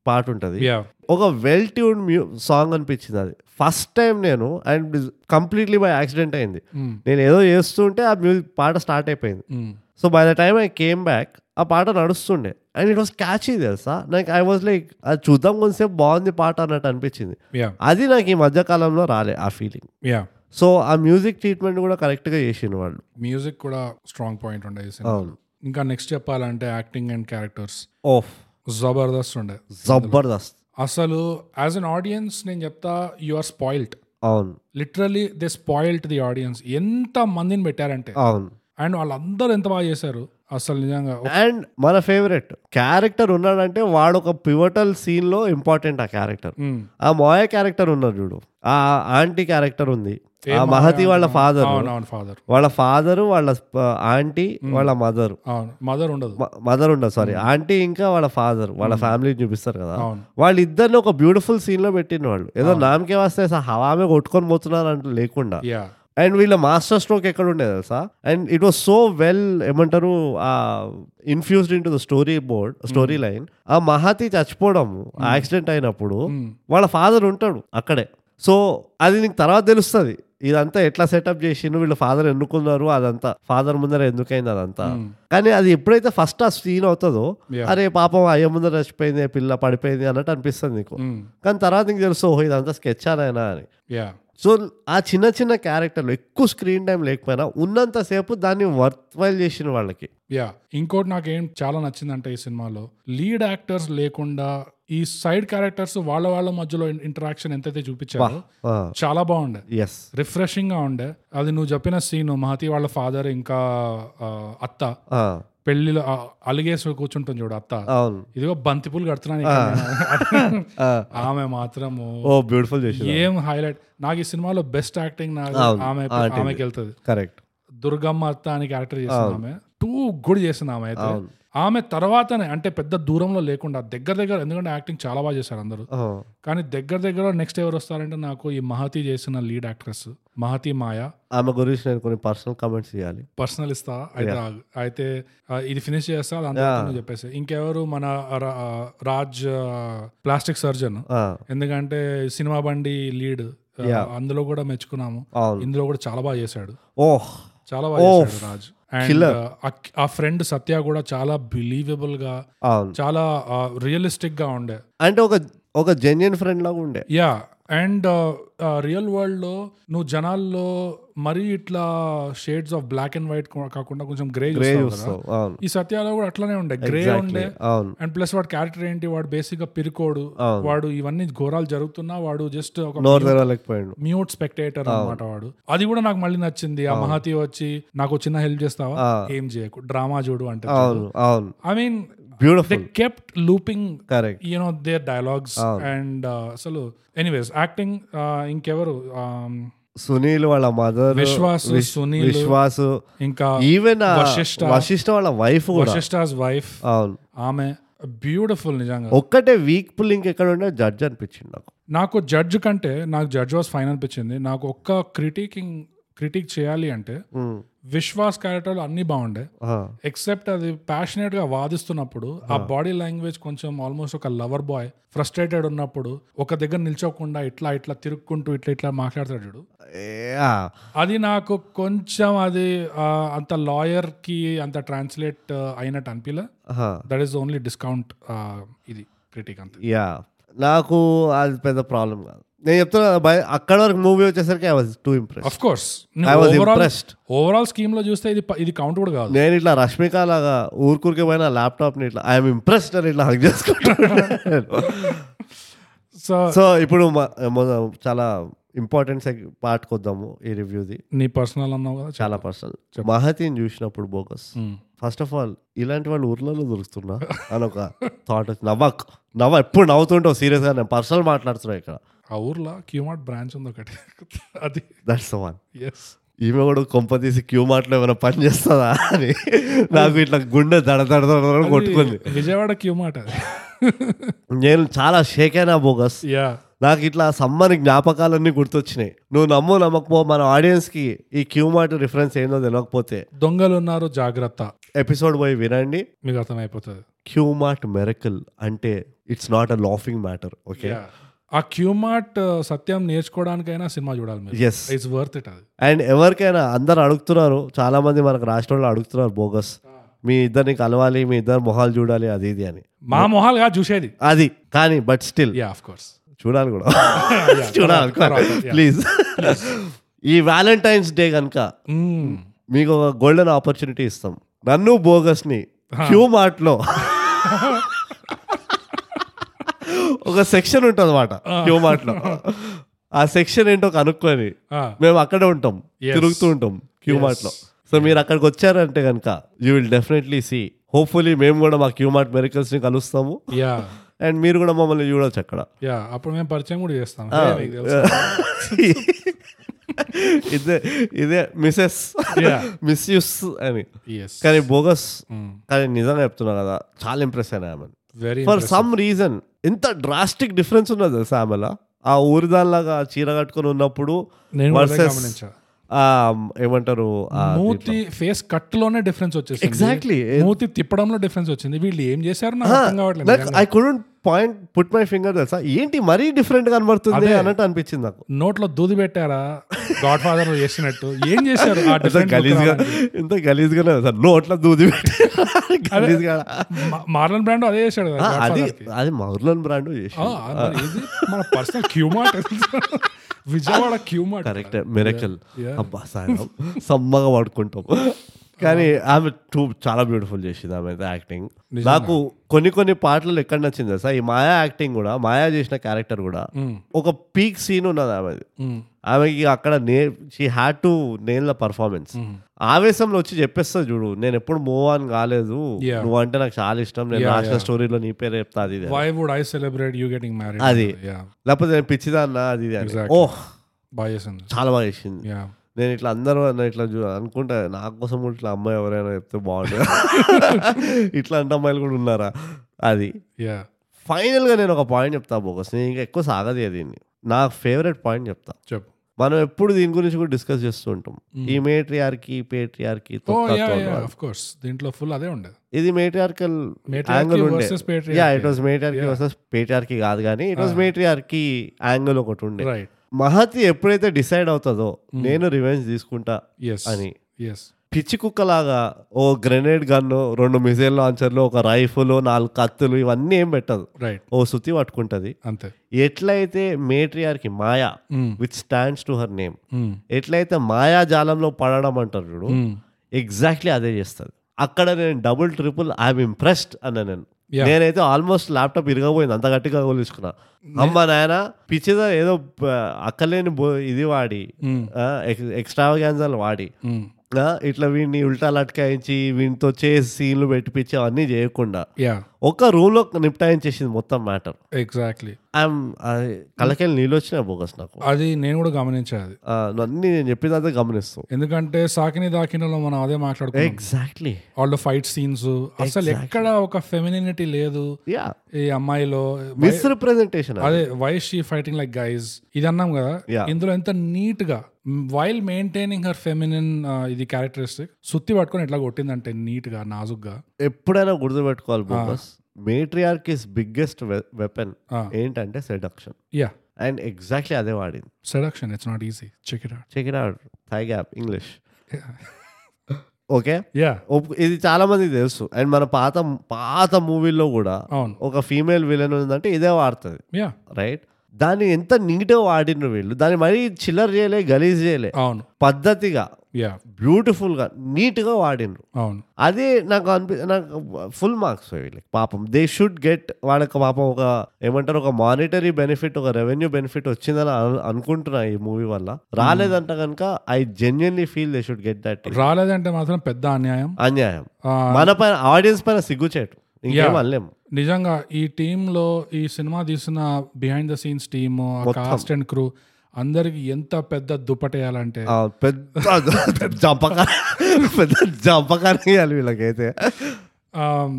Speaker 2: పాట ఉంటది
Speaker 1: యా
Speaker 2: ఒక వెల్ ట్యూన్ మ్యూ సాంగ్ అనిపించింది అది ఫస్ట్ టైం నేను అండ్ కంప్లీట్లీ బై యాక్సిడెంట్ అయింది
Speaker 1: Hmm.
Speaker 2: నేను ఏదో చేస్తుంటే ఆ మ్యూజిక్ పాట స్టార్ట్ అయిపోయింది
Speaker 1: um,
Speaker 2: so by the time I came back ఆ పాట నడుస్తుండే అండ్ ఇట్ వాస్ క్యాచీ తెలుసా నాకు ఐ వాజ్ లైక్ అది చూద్దాం కొంతసేపు బాగుంది పాట అన్నట్టు అనిపించింది
Speaker 1: యా
Speaker 2: అది నాకు ఈ మధ్య కాలంలో రాలే ఆ ఫీలింగ్
Speaker 1: యా
Speaker 2: సో ఆ మ్యూజిక్ ట్రీట్మెంట్ కూడా కరెక్ట్గా చేసిన వాళ్ళు
Speaker 1: మ్యూజిక్ కూడా స్ట్రాంగ్ పాయింట్ ఉండే ఈ సినిమా
Speaker 2: అవును
Speaker 1: ఇంకా నెక్స్ట్ చెప్పాలంటే acting and characters
Speaker 2: of
Speaker 1: Jabardasth ఉండే
Speaker 2: జబర్దస్త్
Speaker 1: అసలు యాజ్ అన్ ఆడియన్స్ నేను చెప్తా యు ఆర్ స్పాయిల్డ్
Speaker 2: అవును
Speaker 1: literally they spoiled the audience ఎంత మందిని పెట్టారంటే
Speaker 2: అవును
Speaker 1: అండ్ వాళ్ళందరూ ఎంత బాగా చేశారు అసలు నిజంగా ఒక-
Speaker 2: అండ్ మన ఫేవరెట్ క్యారెక్టర్ ఉన్నాడంటే వాడు ఒక పివటల్ సీన్ లో ఇంపార్టెంట్ ఆ క్యారెక్టర్
Speaker 1: మ్మ్.
Speaker 2: ఆ మోయ క్యారెక్టర్ ఉన్నాడు చూడు ఆ ఆంటీ క్యారెక్టర్ ఉంది ఆ మహతి వాళ్ళ ఫాదర్
Speaker 1: అవును అవును ఫాదర్
Speaker 2: వాళ్ళ ఫాదరు వాళ్ళ ఆంటీ వాళ్ళ మదర్
Speaker 1: అవును మదర్ ఉండదు
Speaker 2: మదర్ ఉండదు సారీ ఆంటీ ఇంకా వాళ్ళ ఫాదర్ వాళ్ళ ఫ్యామిలీ చూపిస్తారు కదా
Speaker 1: అవును
Speaker 2: వాళ్ళిద్దరిని ఒక బ్యూటిఫుల్ సీన్ లో పెట్టిన వాళ్ళు ఏదో నామకే వస్తే సహా హవామే కొట్టుకొని పోతున్నారు అంటూ లేకుండా
Speaker 1: యా
Speaker 2: అండ్ వీళ్ళ మాస్టర్ స్ట్రోక్ ఎక్కడ ఉండేది తెలుసా and it was so well ఏమంటారు ఆ infused into the story board story line ఆ మహాతి చచ్చిపోవడం యాక్సిడెంట్ అయినప్పుడు వాళ్ళ ఫాదర్ ఉంటాడు అక్కడే సో అది నీకు తర్వాత తెలుస్తుంది ఇదంతా ఎట్లా సెటప్ చేసిండు వీళ్ళ ఫాదర్ ఎన్నుకున్నారు అదంతా ఫాదర్ ముందర ఎందుకైంది అదంతా కానీ అది ఎప్పుడైతే ఫస్ట్ ఆ సీన్ అవుతుందో
Speaker 1: Yeah.
Speaker 2: అరే పాపం అయ్య ముందర చచ్చిపోయింది పిల్ల పడిపోయింది అన్నట్టు అనిపిస్తుంది నీకు కానీ తర్వాత నీకు తెలుసు "ఓహో, ఇదంతా స్కెచ్ అనైనా అని
Speaker 1: యా
Speaker 2: సో ఆ చిన్న చిన్న క్యారెక్టర్లు ఎక్కువ స్క్రీన్ టైం లేకపోయినా ఉన్నంతసేపు దాన్ని వర్త్ వైల్ చేసిన వాళ్ళకి
Speaker 1: యా ఇంకోటి నాకేం చాలా నచ్చిందంటే ఈ సినిమాలో లీడ్ యాక్టర్స్ లేకుండా ఈ సైడ్ క్యారెక్టర్స్ వాళ్ళ వాళ్ళ మధ్యలో ఇంటరాక్షన్ ఎంతైతే చూపించారో చాలా బాగుండే
Speaker 2: ఎస్
Speaker 1: రిఫ్రెషింగ్ గా ఉండే అది నువ్వు చెప్పిన సీన్ మహతి వాళ్ళ ఫాదర్ ఇంకా ఆ, అత్త పెళ్లిలో ఆ, అలిగేసి కూర్చుంటుంది చూడు అత్త
Speaker 2: అవును
Speaker 1: ఇదిగో బంతిపూలు కడుతున్నాను ఇక్కడ నేను. ఆమె మాత్రము
Speaker 2: ఓ బ్యూటిఫుల్ చేసింది
Speaker 1: ఏం హైలైట్ నాకు ఈ సినిమాలో బెస్ట్ యాక్టింగ్ నాకు ఆమె ఆమెకి వెళ్తుంది
Speaker 2: కరెక్ట్
Speaker 1: దుర్గమ్మ అత్త అని క్యారెక్టర్ చేసింది ఆమె టూ గుడ్ చేసింది ఆమె అయితే ఆమె తర్వాతనే అంటే పెద్ద దూరంలో లేకుండా దగ్గర దగ్గర ఎందుకంటే యాక్టింగ్ చాలా బాగా చేశారు అందరూ కానీ దగ్గర దగ్గర నెక్స్ట్ ఎవరు వస్తారంటే నాకు ఈ మహతి చేసిన లీడ్ యాక్ట్రెస్ మహతి మాయా
Speaker 2: ఆమె గురించి నేను కొన్ని పర్సనల్ కామెంట్స్ చేయాలి
Speaker 1: పర్సనల్ ఇస్తా అయితే ఆగు. అయితే ఆ, ఇది ఫినిష్ చేస్తా అది అందరికీ
Speaker 2: Yeah.
Speaker 1: నువ్వు చెప్పేసి ఇంకెవరు మన రా- ఆ, రాజ్ ప్లాస్టిక్ సర్జన్
Speaker 2: ఆ,
Speaker 1: ఎందుకంటే సినిమా బండి లీడ్
Speaker 2: Yeah.
Speaker 1: అందులో కూడా మెచ్చుకున్నాము
Speaker 2: అవును
Speaker 1: ఇందులో కూడా చాలా బాగా చేశాడు
Speaker 2: ఓహ్
Speaker 1: చాలా బాగా
Speaker 2: Oh.
Speaker 1: చేశాడు రాజ్ అండ్
Speaker 2: Killer.
Speaker 1: ఆ ఫ్రెండ్ సత్య కూడా చాలా బిలీవబుల్ గా
Speaker 2: అవును
Speaker 1: చాలా రియలిస్టిక్ గా ఉండే
Speaker 2: అంటే ఒక ఒక జెన్యున్ ఫ్రెండ్ లాగా ఉండే
Speaker 1: యా అండ్ రియల్ వరల్డ్ లో నువ్వు జనాల్లో మరీ ఇట్లా shades of black and white కాకుండా కొంచెం గ్రే
Speaker 2: గ్రే
Speaker 1: చూస్తావు కదా
Speaker 2: చూస్తావు అవును
Speaker 1: ఈ సత్యాలో కూడా అట్లానే ఉండే గ్రే
Speaker 2: Exactly.
Speaker 1: ఉండే
Speaker 2: అవును
Speaker 1: అండ్ ప్లస్ వాడు క్యారెక్టర్ ఏంటి వాడు బేసిక్ గా పిరుకోడు
Speaker 2: అవును.
Speaker 1: వాడు ఇవన్నీ ఘోరాలు జరుగుతున్నా వాడు జస్ట్ ఒక
Speaker 2: నోరు తెరవలేకపోయాడు
Speaker 1: మ్యూట్ స్పెక్టేటర్ అన్నమాట వాడు అది కూడా నాకు మళ్ళీ నచ్చింది ఆ మహతి వచ్చి నాకు ఓ చిన్న హెల్ప్ చేస్తావా
Speaker 2: ఆ.
Speaker 1: ఏం చేయకు డ్రామా చూడు అంటే
Speaker 2: అవును అవును
Speaker 1: I mean they
Speaker 2: beautiful
Speaker 1: kept looping
Speaker 2: correct
Speaker 1: you know their dialogues and uh, అసలు ఎనీవేస్ యాక్టింగ్ ఇంకెవరు Um,
Speaker 2: సునీల్ వాళ్ళ మదర్
Speaker 1: విశ్వాస్ సునీల్
Speaker 2: Uh, విశ్వాస్
Speaker 1: ఇంకా
Speaker 2: ఈవెన్
Speaker 1: వశిష్ఠ.
Speaker 2: వశిష్ఠ వాళ్ళ వైఫ్ కూడా
Speaker 1: వశిష్ఠాస్ వైఫ్
Speaker 2: అవును
Speaker 1: ఆమె బ్యూటిఫుల్ నిజంగా
Speaker 2: ఒక్కటే వీక్ పుల్లింగ్ ఎక్కడ ఉండే జడ్జ్ అనిపించింది నాకు
Speaker 1: నాకు జడ్జ్ కంటే నాకు జడ్జ్ వాస్ ఫైన్ అనిపించింది నాకు ఒక్క క్రిటికింగ్ క్రిటిక్ చేయాలి అంటే
Speaker 2: ఉమ్,
Speaker 1: విశ్వాస్ క్యారెక్టర్లు అన్నీ బాగుండే
Speaker 2: ఆ,
Speaker 1: ఎక్సెప్ట్ అది ప్యాషనేట్ గా వాదిస్తున్నప్పుడు ఆ బాడీ లాంగ్వేజ్ కొంచెం ఆల్మోస్ట్ ఒక లవర్ బాయ్ ఫ్రస్ట్రేటెడ్ ఉన్నప్పుడు ఒక దగ్గర నిల్చోకుండా ఇట్లా ఇట్లా తిరుక్కుంటూ ఇట్లా ఇట్లా మాట్లాడతాడు చూడు
Speaker 2: ఏ, ఆ,
Speaker 1: అది నాకు కొంచెం అది ఆ, అంత లాయర్ కి అంత ట్రాన్స్లేట్ అయినట్టు అనిపిలే
Speaker 2: ఆ,
Speaker 1: దట్ ఈస్ ఓన్లీ డిస్కౌంట్ ఇది క్రిటిక్ అంతే
Speaker 2: యా నాకు అది పెద్ద ప్రాబ్లం కాదు నేను చెప్తున్నా కదా, బయ- అక్కడ వరకు మూవీ వచ్చేసరికి I was too impress
Speaker 1: of course
Speaker 2: I was
Speaker 1: overall
Speaker 2: impressed
Speaker 1: overall scheme లో చూస్తే ఇది ప- ఇది కౌంట్ కూడా కాదు
Speaker 2: నేను ఇట్లా రష్మిక లాగా ఊరుకూరికే పోయిన ల్యాప్టాప్ ని ఇట్లా ఐఎమ్ ఇంప్రెస్డ్ అని ఇట్లా హక్ (laughs) చేసుకుంటాను
Speaker 1: సో
Speaker 2: సో ఇప్పుడు మ- మొద- చాలా ఇంపార్టెంట్ పార్ట్ కొద్దాము ఈ రివ్యూది
Speaker 1: నీ పర్సనల్ అన్నావు కదా
Speaker 2: చాలా పర్సనల్ మహతిని చూసినప్పుడు బోకస్ ఫస్ట్ ఆఫ్ ఆల్ ఇలాంటి వాళ్ళు ఊర్లలో దొరుకుతున్నా అని ఒక థాట్ వచ్చి నవ్వ నవ్వ ఎప్పుడు నవ్వుతుంటావు serious గా నేను పర్సనల్ మాట్లాడుతున్నా ఇక్కడ
Speaker 1: ఆ ఊర్లో క్యూమార్ట్ బ్రాంచ్ ఉంది ఒకటి (laughs) అది
Speaker 2: దట్స్ వన్
Speaker 1: ఎస్
Speaker 2: ఈమె కూడా కొంప తీసి క్యూ మాటలో ఏమైనా పని చేస్తుందా అని నాకు ఇట్లా గుండె దడ దడ దడ దడ కొట్టుకుంది
Speaker 1: విజయవాడ క్యూమార్ట్ అది
Speaker 2: నేను చాలా షేక్ అయినా బోగస్
Speaker 1: యా
Speaker 2: నాకు ఇట్లా సమ్మని జ్ఞాపకాలన్నీ గుర్తొచ్చినాయి నువ్వు నమ్ము నమ్మకపో మన ఆడియన్స్కి ఈ క్యూ మాట రిఫరెన్స్ ఏందో తెలియకపోతే
Speaker 1: దొంగలు ఉన్నారు జాగ్రత్త
Speaker 2: ఎపిసోడ్ పోయి వినండి
Speaker 1: మీకు అర్థమైపోతుంది
Speaker 2: క్యూ మార్ట్ మెరకల్ అంటే it's not a laughing matter okay
Speaker 1: Yeah. ఆ క్యూమార్ట్ సత్యం నేర్చుకోవడానికైనా సినిమా చూడాలి మీరు
Speaker 2: ఎస్
Speaker 1: ఇట్స్ వర్త్ ఇట్ అది
Speaker 2: అండ్ ఎవరికైనా అందరు అడుగుతున్నారు చాలా మంది మనకు రాష్ట్రంలో అడుగుతున్నారు బోగస్ మీ ఇద్దరిని కలవాలి మీ ఇద్దరు మొహాలు చూడాలి అది ఇది అని
Speaker 1: మా మొహాలుగా చూసేది
Speaker 2: అది కానీ but still
Speaker 1: yeah of course
Speaker 2: చూడాలి కూడా చూడాలి ప్లీజ్ ఈ వ్యాలంటైన్స్ డే కనుక మీకు ఒక గోల్డెన్ ఆపర్చునిటీ ఇస్తాం నన్ను బోగస్ ని క్యూ మార్ట్ లో ఒక సెక్షన్ ఉంటుంది అనమాట క్యూ మార్ట్ లో ఆ సెక్షన్ ఏంటో కనుక్కొని మేము అక్కడే ఉంటాం
Speaker 1: Yes.
Speaker 2: తిరుగుతూ ఉంటాం క్యూ మార్ట్ లో సో మీరు అక్కడికి వచ్చారంటే కనుక you will definitely see hopefully మేము కూడా మా క్యూ మార్ట్ మెరికల్స్ ని కలుస్తాము
Speaker 1: యా
Speaker 2: అండ్ మీరు కూడా మమ్మల్ని చూడొచ్చు
Speaker 1: (laughs)
Speaker 2: అక్కడ
Speaker 1: యా అప్పుడు మేము పరిచయం కూడా చేస్తాం Hey, మీకు తెలుసు.
Speaker 2: ఇదే ఇదే మిసెస్
Speaker 1: Yeah.
Speaker 2: మిస్యూస్ అని
Speaker 1: Yes.
Speaker 2: కానీ బోగస్ కానీ నిజంగా చెప్తున్నా కదా చాలా ఇంప్రెస్ అయినా ఆమె
Speaker 1: వెరీ
Speaker 2: ఫర్ సమ్ రీజన్ ఎంత డ్రాస్టిక్ డిఫరెన్స్ ఉన్నది తెలుసా ఆమెలా ఆ ఊరి దానిలాగా చీర కట్టుకొని ఉన్నప్పుడు
Speaker 1: నేను కూడా అదే
Speaker 2: versus-
Speaker 1: గమనించా
Speaker 2: ఆ, ఏమంటారు ఆ,
Speaker 1: మూతి ఫేస్ కట్ లోనే డిఫరెన్స్ వచ్చేసింది
Speaker 2: Exactly.
Speaker 1: మూతి తిప్పడంలో డిఫరెన్స్ వచ్చింది వీళ్ళు ఏం చేశారు నాకు
Speaker 2: ఆ,
Speaker 1: అర్థం కావట్లేదు
Speaker 2: నాకు I couldn't point put my finger తెలుసా ఏంటి మరీ డిఫరెంట్ కనబడుతుంది అన్నట్టు అనిపించింది నాకు
Speaker 1: నోట్లో దూది పెట్టారా గాడ్ ఫాదర్ చేసినట్టు ఏం చేశారు ఆ
Speaker 2: ఎంత
Speaker 1: different look
Speaker 2: గలీజ్గా
Speaker 1: రావడానికి?
Speaker 2: ఎంత గలీజ్గానే ఉంది సార్ నోట్లో దూది పెట్టి గలీజ్గా
Speaker 1: మా- మార్లన్ బ్రాండ్ అదే చేశాడు కదా,
Speaker 2: ఆ,
Speaker 1: Godfather
Speaker 2: అది
Speaker 1: కి.
Speaker 2: అది మౌర్లన్ బ్రాండ్
Speaker 1: ఆ, మరి ఇది మన personal క్యూమార్ట్ Vijayawada క్యూమార్ట్
Speaker 2: correct miracle
Speaker 1: Yeah.
Speaker 2: అబ్బా సాయం సమ్మగా వాడుకుంటాం కానీ ఆమె టూ చాలా బ్యూటిఫుల్ చేసింది ఆమె అయితే యాక్టింగ్ నాకు కొన్ని కొన్ని పాటలు ఎక్కడ నచ్చింది తెలుసా ఈ మాయా యాక్టింగ్ కూడా మాయా చేసిన క్యారెక్టర్ కూడా
Speaker 1: Hmm.
Speaker 2: ఒక పీక్ సీన్ ఉన్నది ఆమెది
Speaker 1: మ్మ్.
Speaker 2: ఆమెకి అక్కడ నే she had to nail the performance
Speaker 1: Hmm.
Speaker 2: ఆవేశంలో వచ్చి చెప్పేస్తా చూడు నేను ఎప్పుడు మూవ్ ఆన్ కాలేదు
Speaker 1: Yeah.
Speaker 2: నువ్వంటే నాకు చాలా ఇష్టం నేను
Speaker 1: Yeah,
Speaker 2: రాసిన
Speaker 1: yeah.
Speaker 2: స్టోరీలో నీ పేరు చెప్తా అది ఇది అని.
Speaker 1: Why would I celebrate you getting married
Speaker 2: అది.
Speaker 1: యా
Speaker 2: లేకపోతే నేను పిచ్చిదా అన్న అది ఇది అని.
Speaker 1: Exactly.
Speaker 2: ఓహ్
Speaker 1: బాగా చేసింది
Speaker 2: చాలా బాగా చేసింది
Speaker 1: యా
Speaker 2: నేను ఇట్లా అందరూ అన్న ఇట్లా చూ అనుకుంటా నా కోసం కూడా ఇట్లా అమ్మాయి ఎవరైనా చెప్తే బాగుంటుంది ఇట్లా అంటే అమ్మాయిలు కూడా ఉన్నారా అది
Speaker 1: యా
Speaker 2: ఫైనల్గా నేను ఒక పాయింట్ చెప్తా బోగస్ నేను ఇంకా ఎక్కువ సాగది దీన్ని నా ఫేవరెట్ పాయింట్ చెప్తా
Speaker 1: చెప్పు
Speaker 2: మనం ఎప్పుడు దీని గురించి కూడా డిస్కస్ చేస్తూ ఉంటాం ఈ matriarchy patriarchy
Speaker 1: oh yeah yeah of course దీంట్లో ఫుల్ అదే ఉండదు
Speaker 2: ఇది మేట్రియార్కల్
Speaker 1: Matriarchy
Speaker 2: యాంగిల్ ఉండే
Speaker 1: versus
Speaker 2: yeah
Speaker 1: patriarchy.
Speaker 2: It was matriarchy versus patriarchy కాదు కానీ ఇట్ వాస్ మేట్రియార్కి యాంగిల్ ఒకటి ఉండే
Speaker 1: రైట్
Speaker 2: మహతి ఎప్పుడైతే డిసైడ్ అవుతుందో నేను రివెంజ్ తీసుకుంటా
Speaker 1: ఎస్
Speaker 2: అని
Speaker 1: ఎస్
Speaker 2: పిచ్చి కుక్కలాగా ఓ గ్రెనేడ్ గన్ను రెండు మిసైల్ లాంచర్లు ఒక రైఫుల్ నాలుగు కత్తులు ఇవన్నీ ఏం పెట్టదు
Speaker 1: రైట్
Speaker 2: ఓ సుత్తి పట్టుకుంటది
Speaker 1: అంతే
Speaker 2: ఎట్లయితే matriarchy Maya
Speaker 1: Mm.
Speaker 2: Which stands to her name
Speaker 1: Mm.
Speaker 2: ఎట్లయితే మాయా జాలంలో పడడం అంటారు చూడు
Speaker 1: Mm.
Speaker 2: ఎగ్జాక్ట్లీ అదే చేస్తుంది అక్కడ నేను డబుల్ ట్రిపుల్ ఐఎమ్ ఇంప్రెస్డ్ అన్న నేను
Speaker 1: Yeah.
Speaker 2: నేనైతే ఆల్మోస్ట్ ల్యాప్టాప్ ఇరగబోయింది అంత గట్టిగా కొలుచుకున్నా అమ్మ నాయన పిచ్చిదా ఏదో ప- అక్కలేని బో ఇది వాడి
Speaker 1: Mm.
Speaker 2: ఎక్స్ట్రావగాన్జాలు వాడి
Speaker 1: Mm.
Speaker 2: ఆ, ఇట్లా వీడిని ఉల్టా లట్కాయించి వీనితో చేసి సీన్లు పెట్టిపించి అవన్నీ చేయకుండా
Speaker 1: యా
Speaker 2: ఒక్క రూమ్లో నిప్టాయించేసింది మొత్తం మ్యాటర్
Speaker 1: ఎగ్జాక్ట్లీ
Speaker 2: ఐఎమ్ కళ్ళకెళ్ళి నీళ్ళు వచ్చిన బోగస్ నాకు
Speaker 1: అది నేను కూడా గమనించా అది
Speaker 2: ఆ, నువ్వు అన్నీ నేను చెప్పినంత గమనిస్తావు
Speaker 1: ఎందుకంటే సాకిని దాకినలో మనం అదే మాట్లాడుకున్నాం
Speaker 2: ఎగ్జాక్ట్లీ
Speaker 1: వాళ్ళు ఫైట్ సీన్స్ అసలు ఎక్కడ ఒక ఫెమినిటీ లేదు
Speaker 2: యా
Speaker 1: ఈ అమ్మాయిలో
Speaker 2: మిస్రిప్రజెంటేషన్
Speaker 1: అదే why she fighting like guys ఇది అన్నాం కదా
Speaker 2: Yeah.
Speaker 1: ఇందులో ఎంత నీట్ గా వైల్ మెయింటైనింగ్ హర్ ఫెమినిన్ ఇది క్యారెక్టరిస్టిక్ సుత్తి పట్టుకొని ఎట్లా కొట్టిందంటే నీట్ గా నాజుగ్గా
Speaker 2: ఎప్పుడైనా గుర్తుపెట్టుకోవాలి bogus matriarch is biggest weapon
Speaker 1: Ah.
Speaker 2: ఏంటంటే సెడక్షన్
Speaker 1: యా
Speaker 2: అండ్ ఎగ్జాక్ట్లీ అదే వాడింది
Speaker 1: seduction it's not easy check it out
Speaker 2: check it out thigh gap English okay
Speaker 1: yeah
Speaker 2: ఇది చాలా మందికి తెలుసు అండ్ మన పాత పాత మూవీల్లో కూడా
Speaker 1: అవును
Speaker 2: ఒక ఫీమేల్ విలన్ ఉందంటే ఇదే వాడుతుంది
Speaker 1: యా
Speaker 2: రైట్ దాన్ని ఎంత నీట్గా వాడిన వీళ్ళు దాన్ని మరీ చిల్లర చేయలే గలీజ్ చేయలే
Speaker 1: అవును
Speaker 2: పద్ధతిగా
Speaker 1: యా
Speaker 2: బ్యూటిఫుల్గా నీట్గా వాడినరు
Speaker 1: అవును
Speaker 2: అదే నాకు అనిపి నాకు ఫుల్ మార్క్స్ వీళ్ళకి పాపం దే షుడ్ గెట్ వాళ్ళకి పాపం ఒక ఏమంటారు ఒక మానిటరీ బెనిఫిట్ ఒక రెవెన్యూ బెనిఫిట్ వచ్చిందని అను- అనుకుంటున్నా ఈ మూవీ వల్ల రాలేదంట కనుక I genuinely feel they should get that
Speaker 1: రాలేదంటే మాత్రం పెద్ద అన్యాయం
Speaker 2: అన్యాయం
Speaker 1: ఆ,
Speaker 2: మన పైన ఆడియన్స్ పైన సిగ్గుచేటు ఇంకేం
Speaker 1: Yeah.
Speaker 2: అనలేము
Speaker 1: నిజంగా ఈ టీమ్ లో ఈ సినిమా తీసిన behind the scenes team cast and crew అందరికి ఎంత పెద్ద దుప్పటేయాలంటే
Speaker 2: ఆ, పెద్ద (laughs) జంపకా పెద్ద జంపకాన్ని ఇవ్వాలి వీళ్ళకైతే
Speaker 1: Um,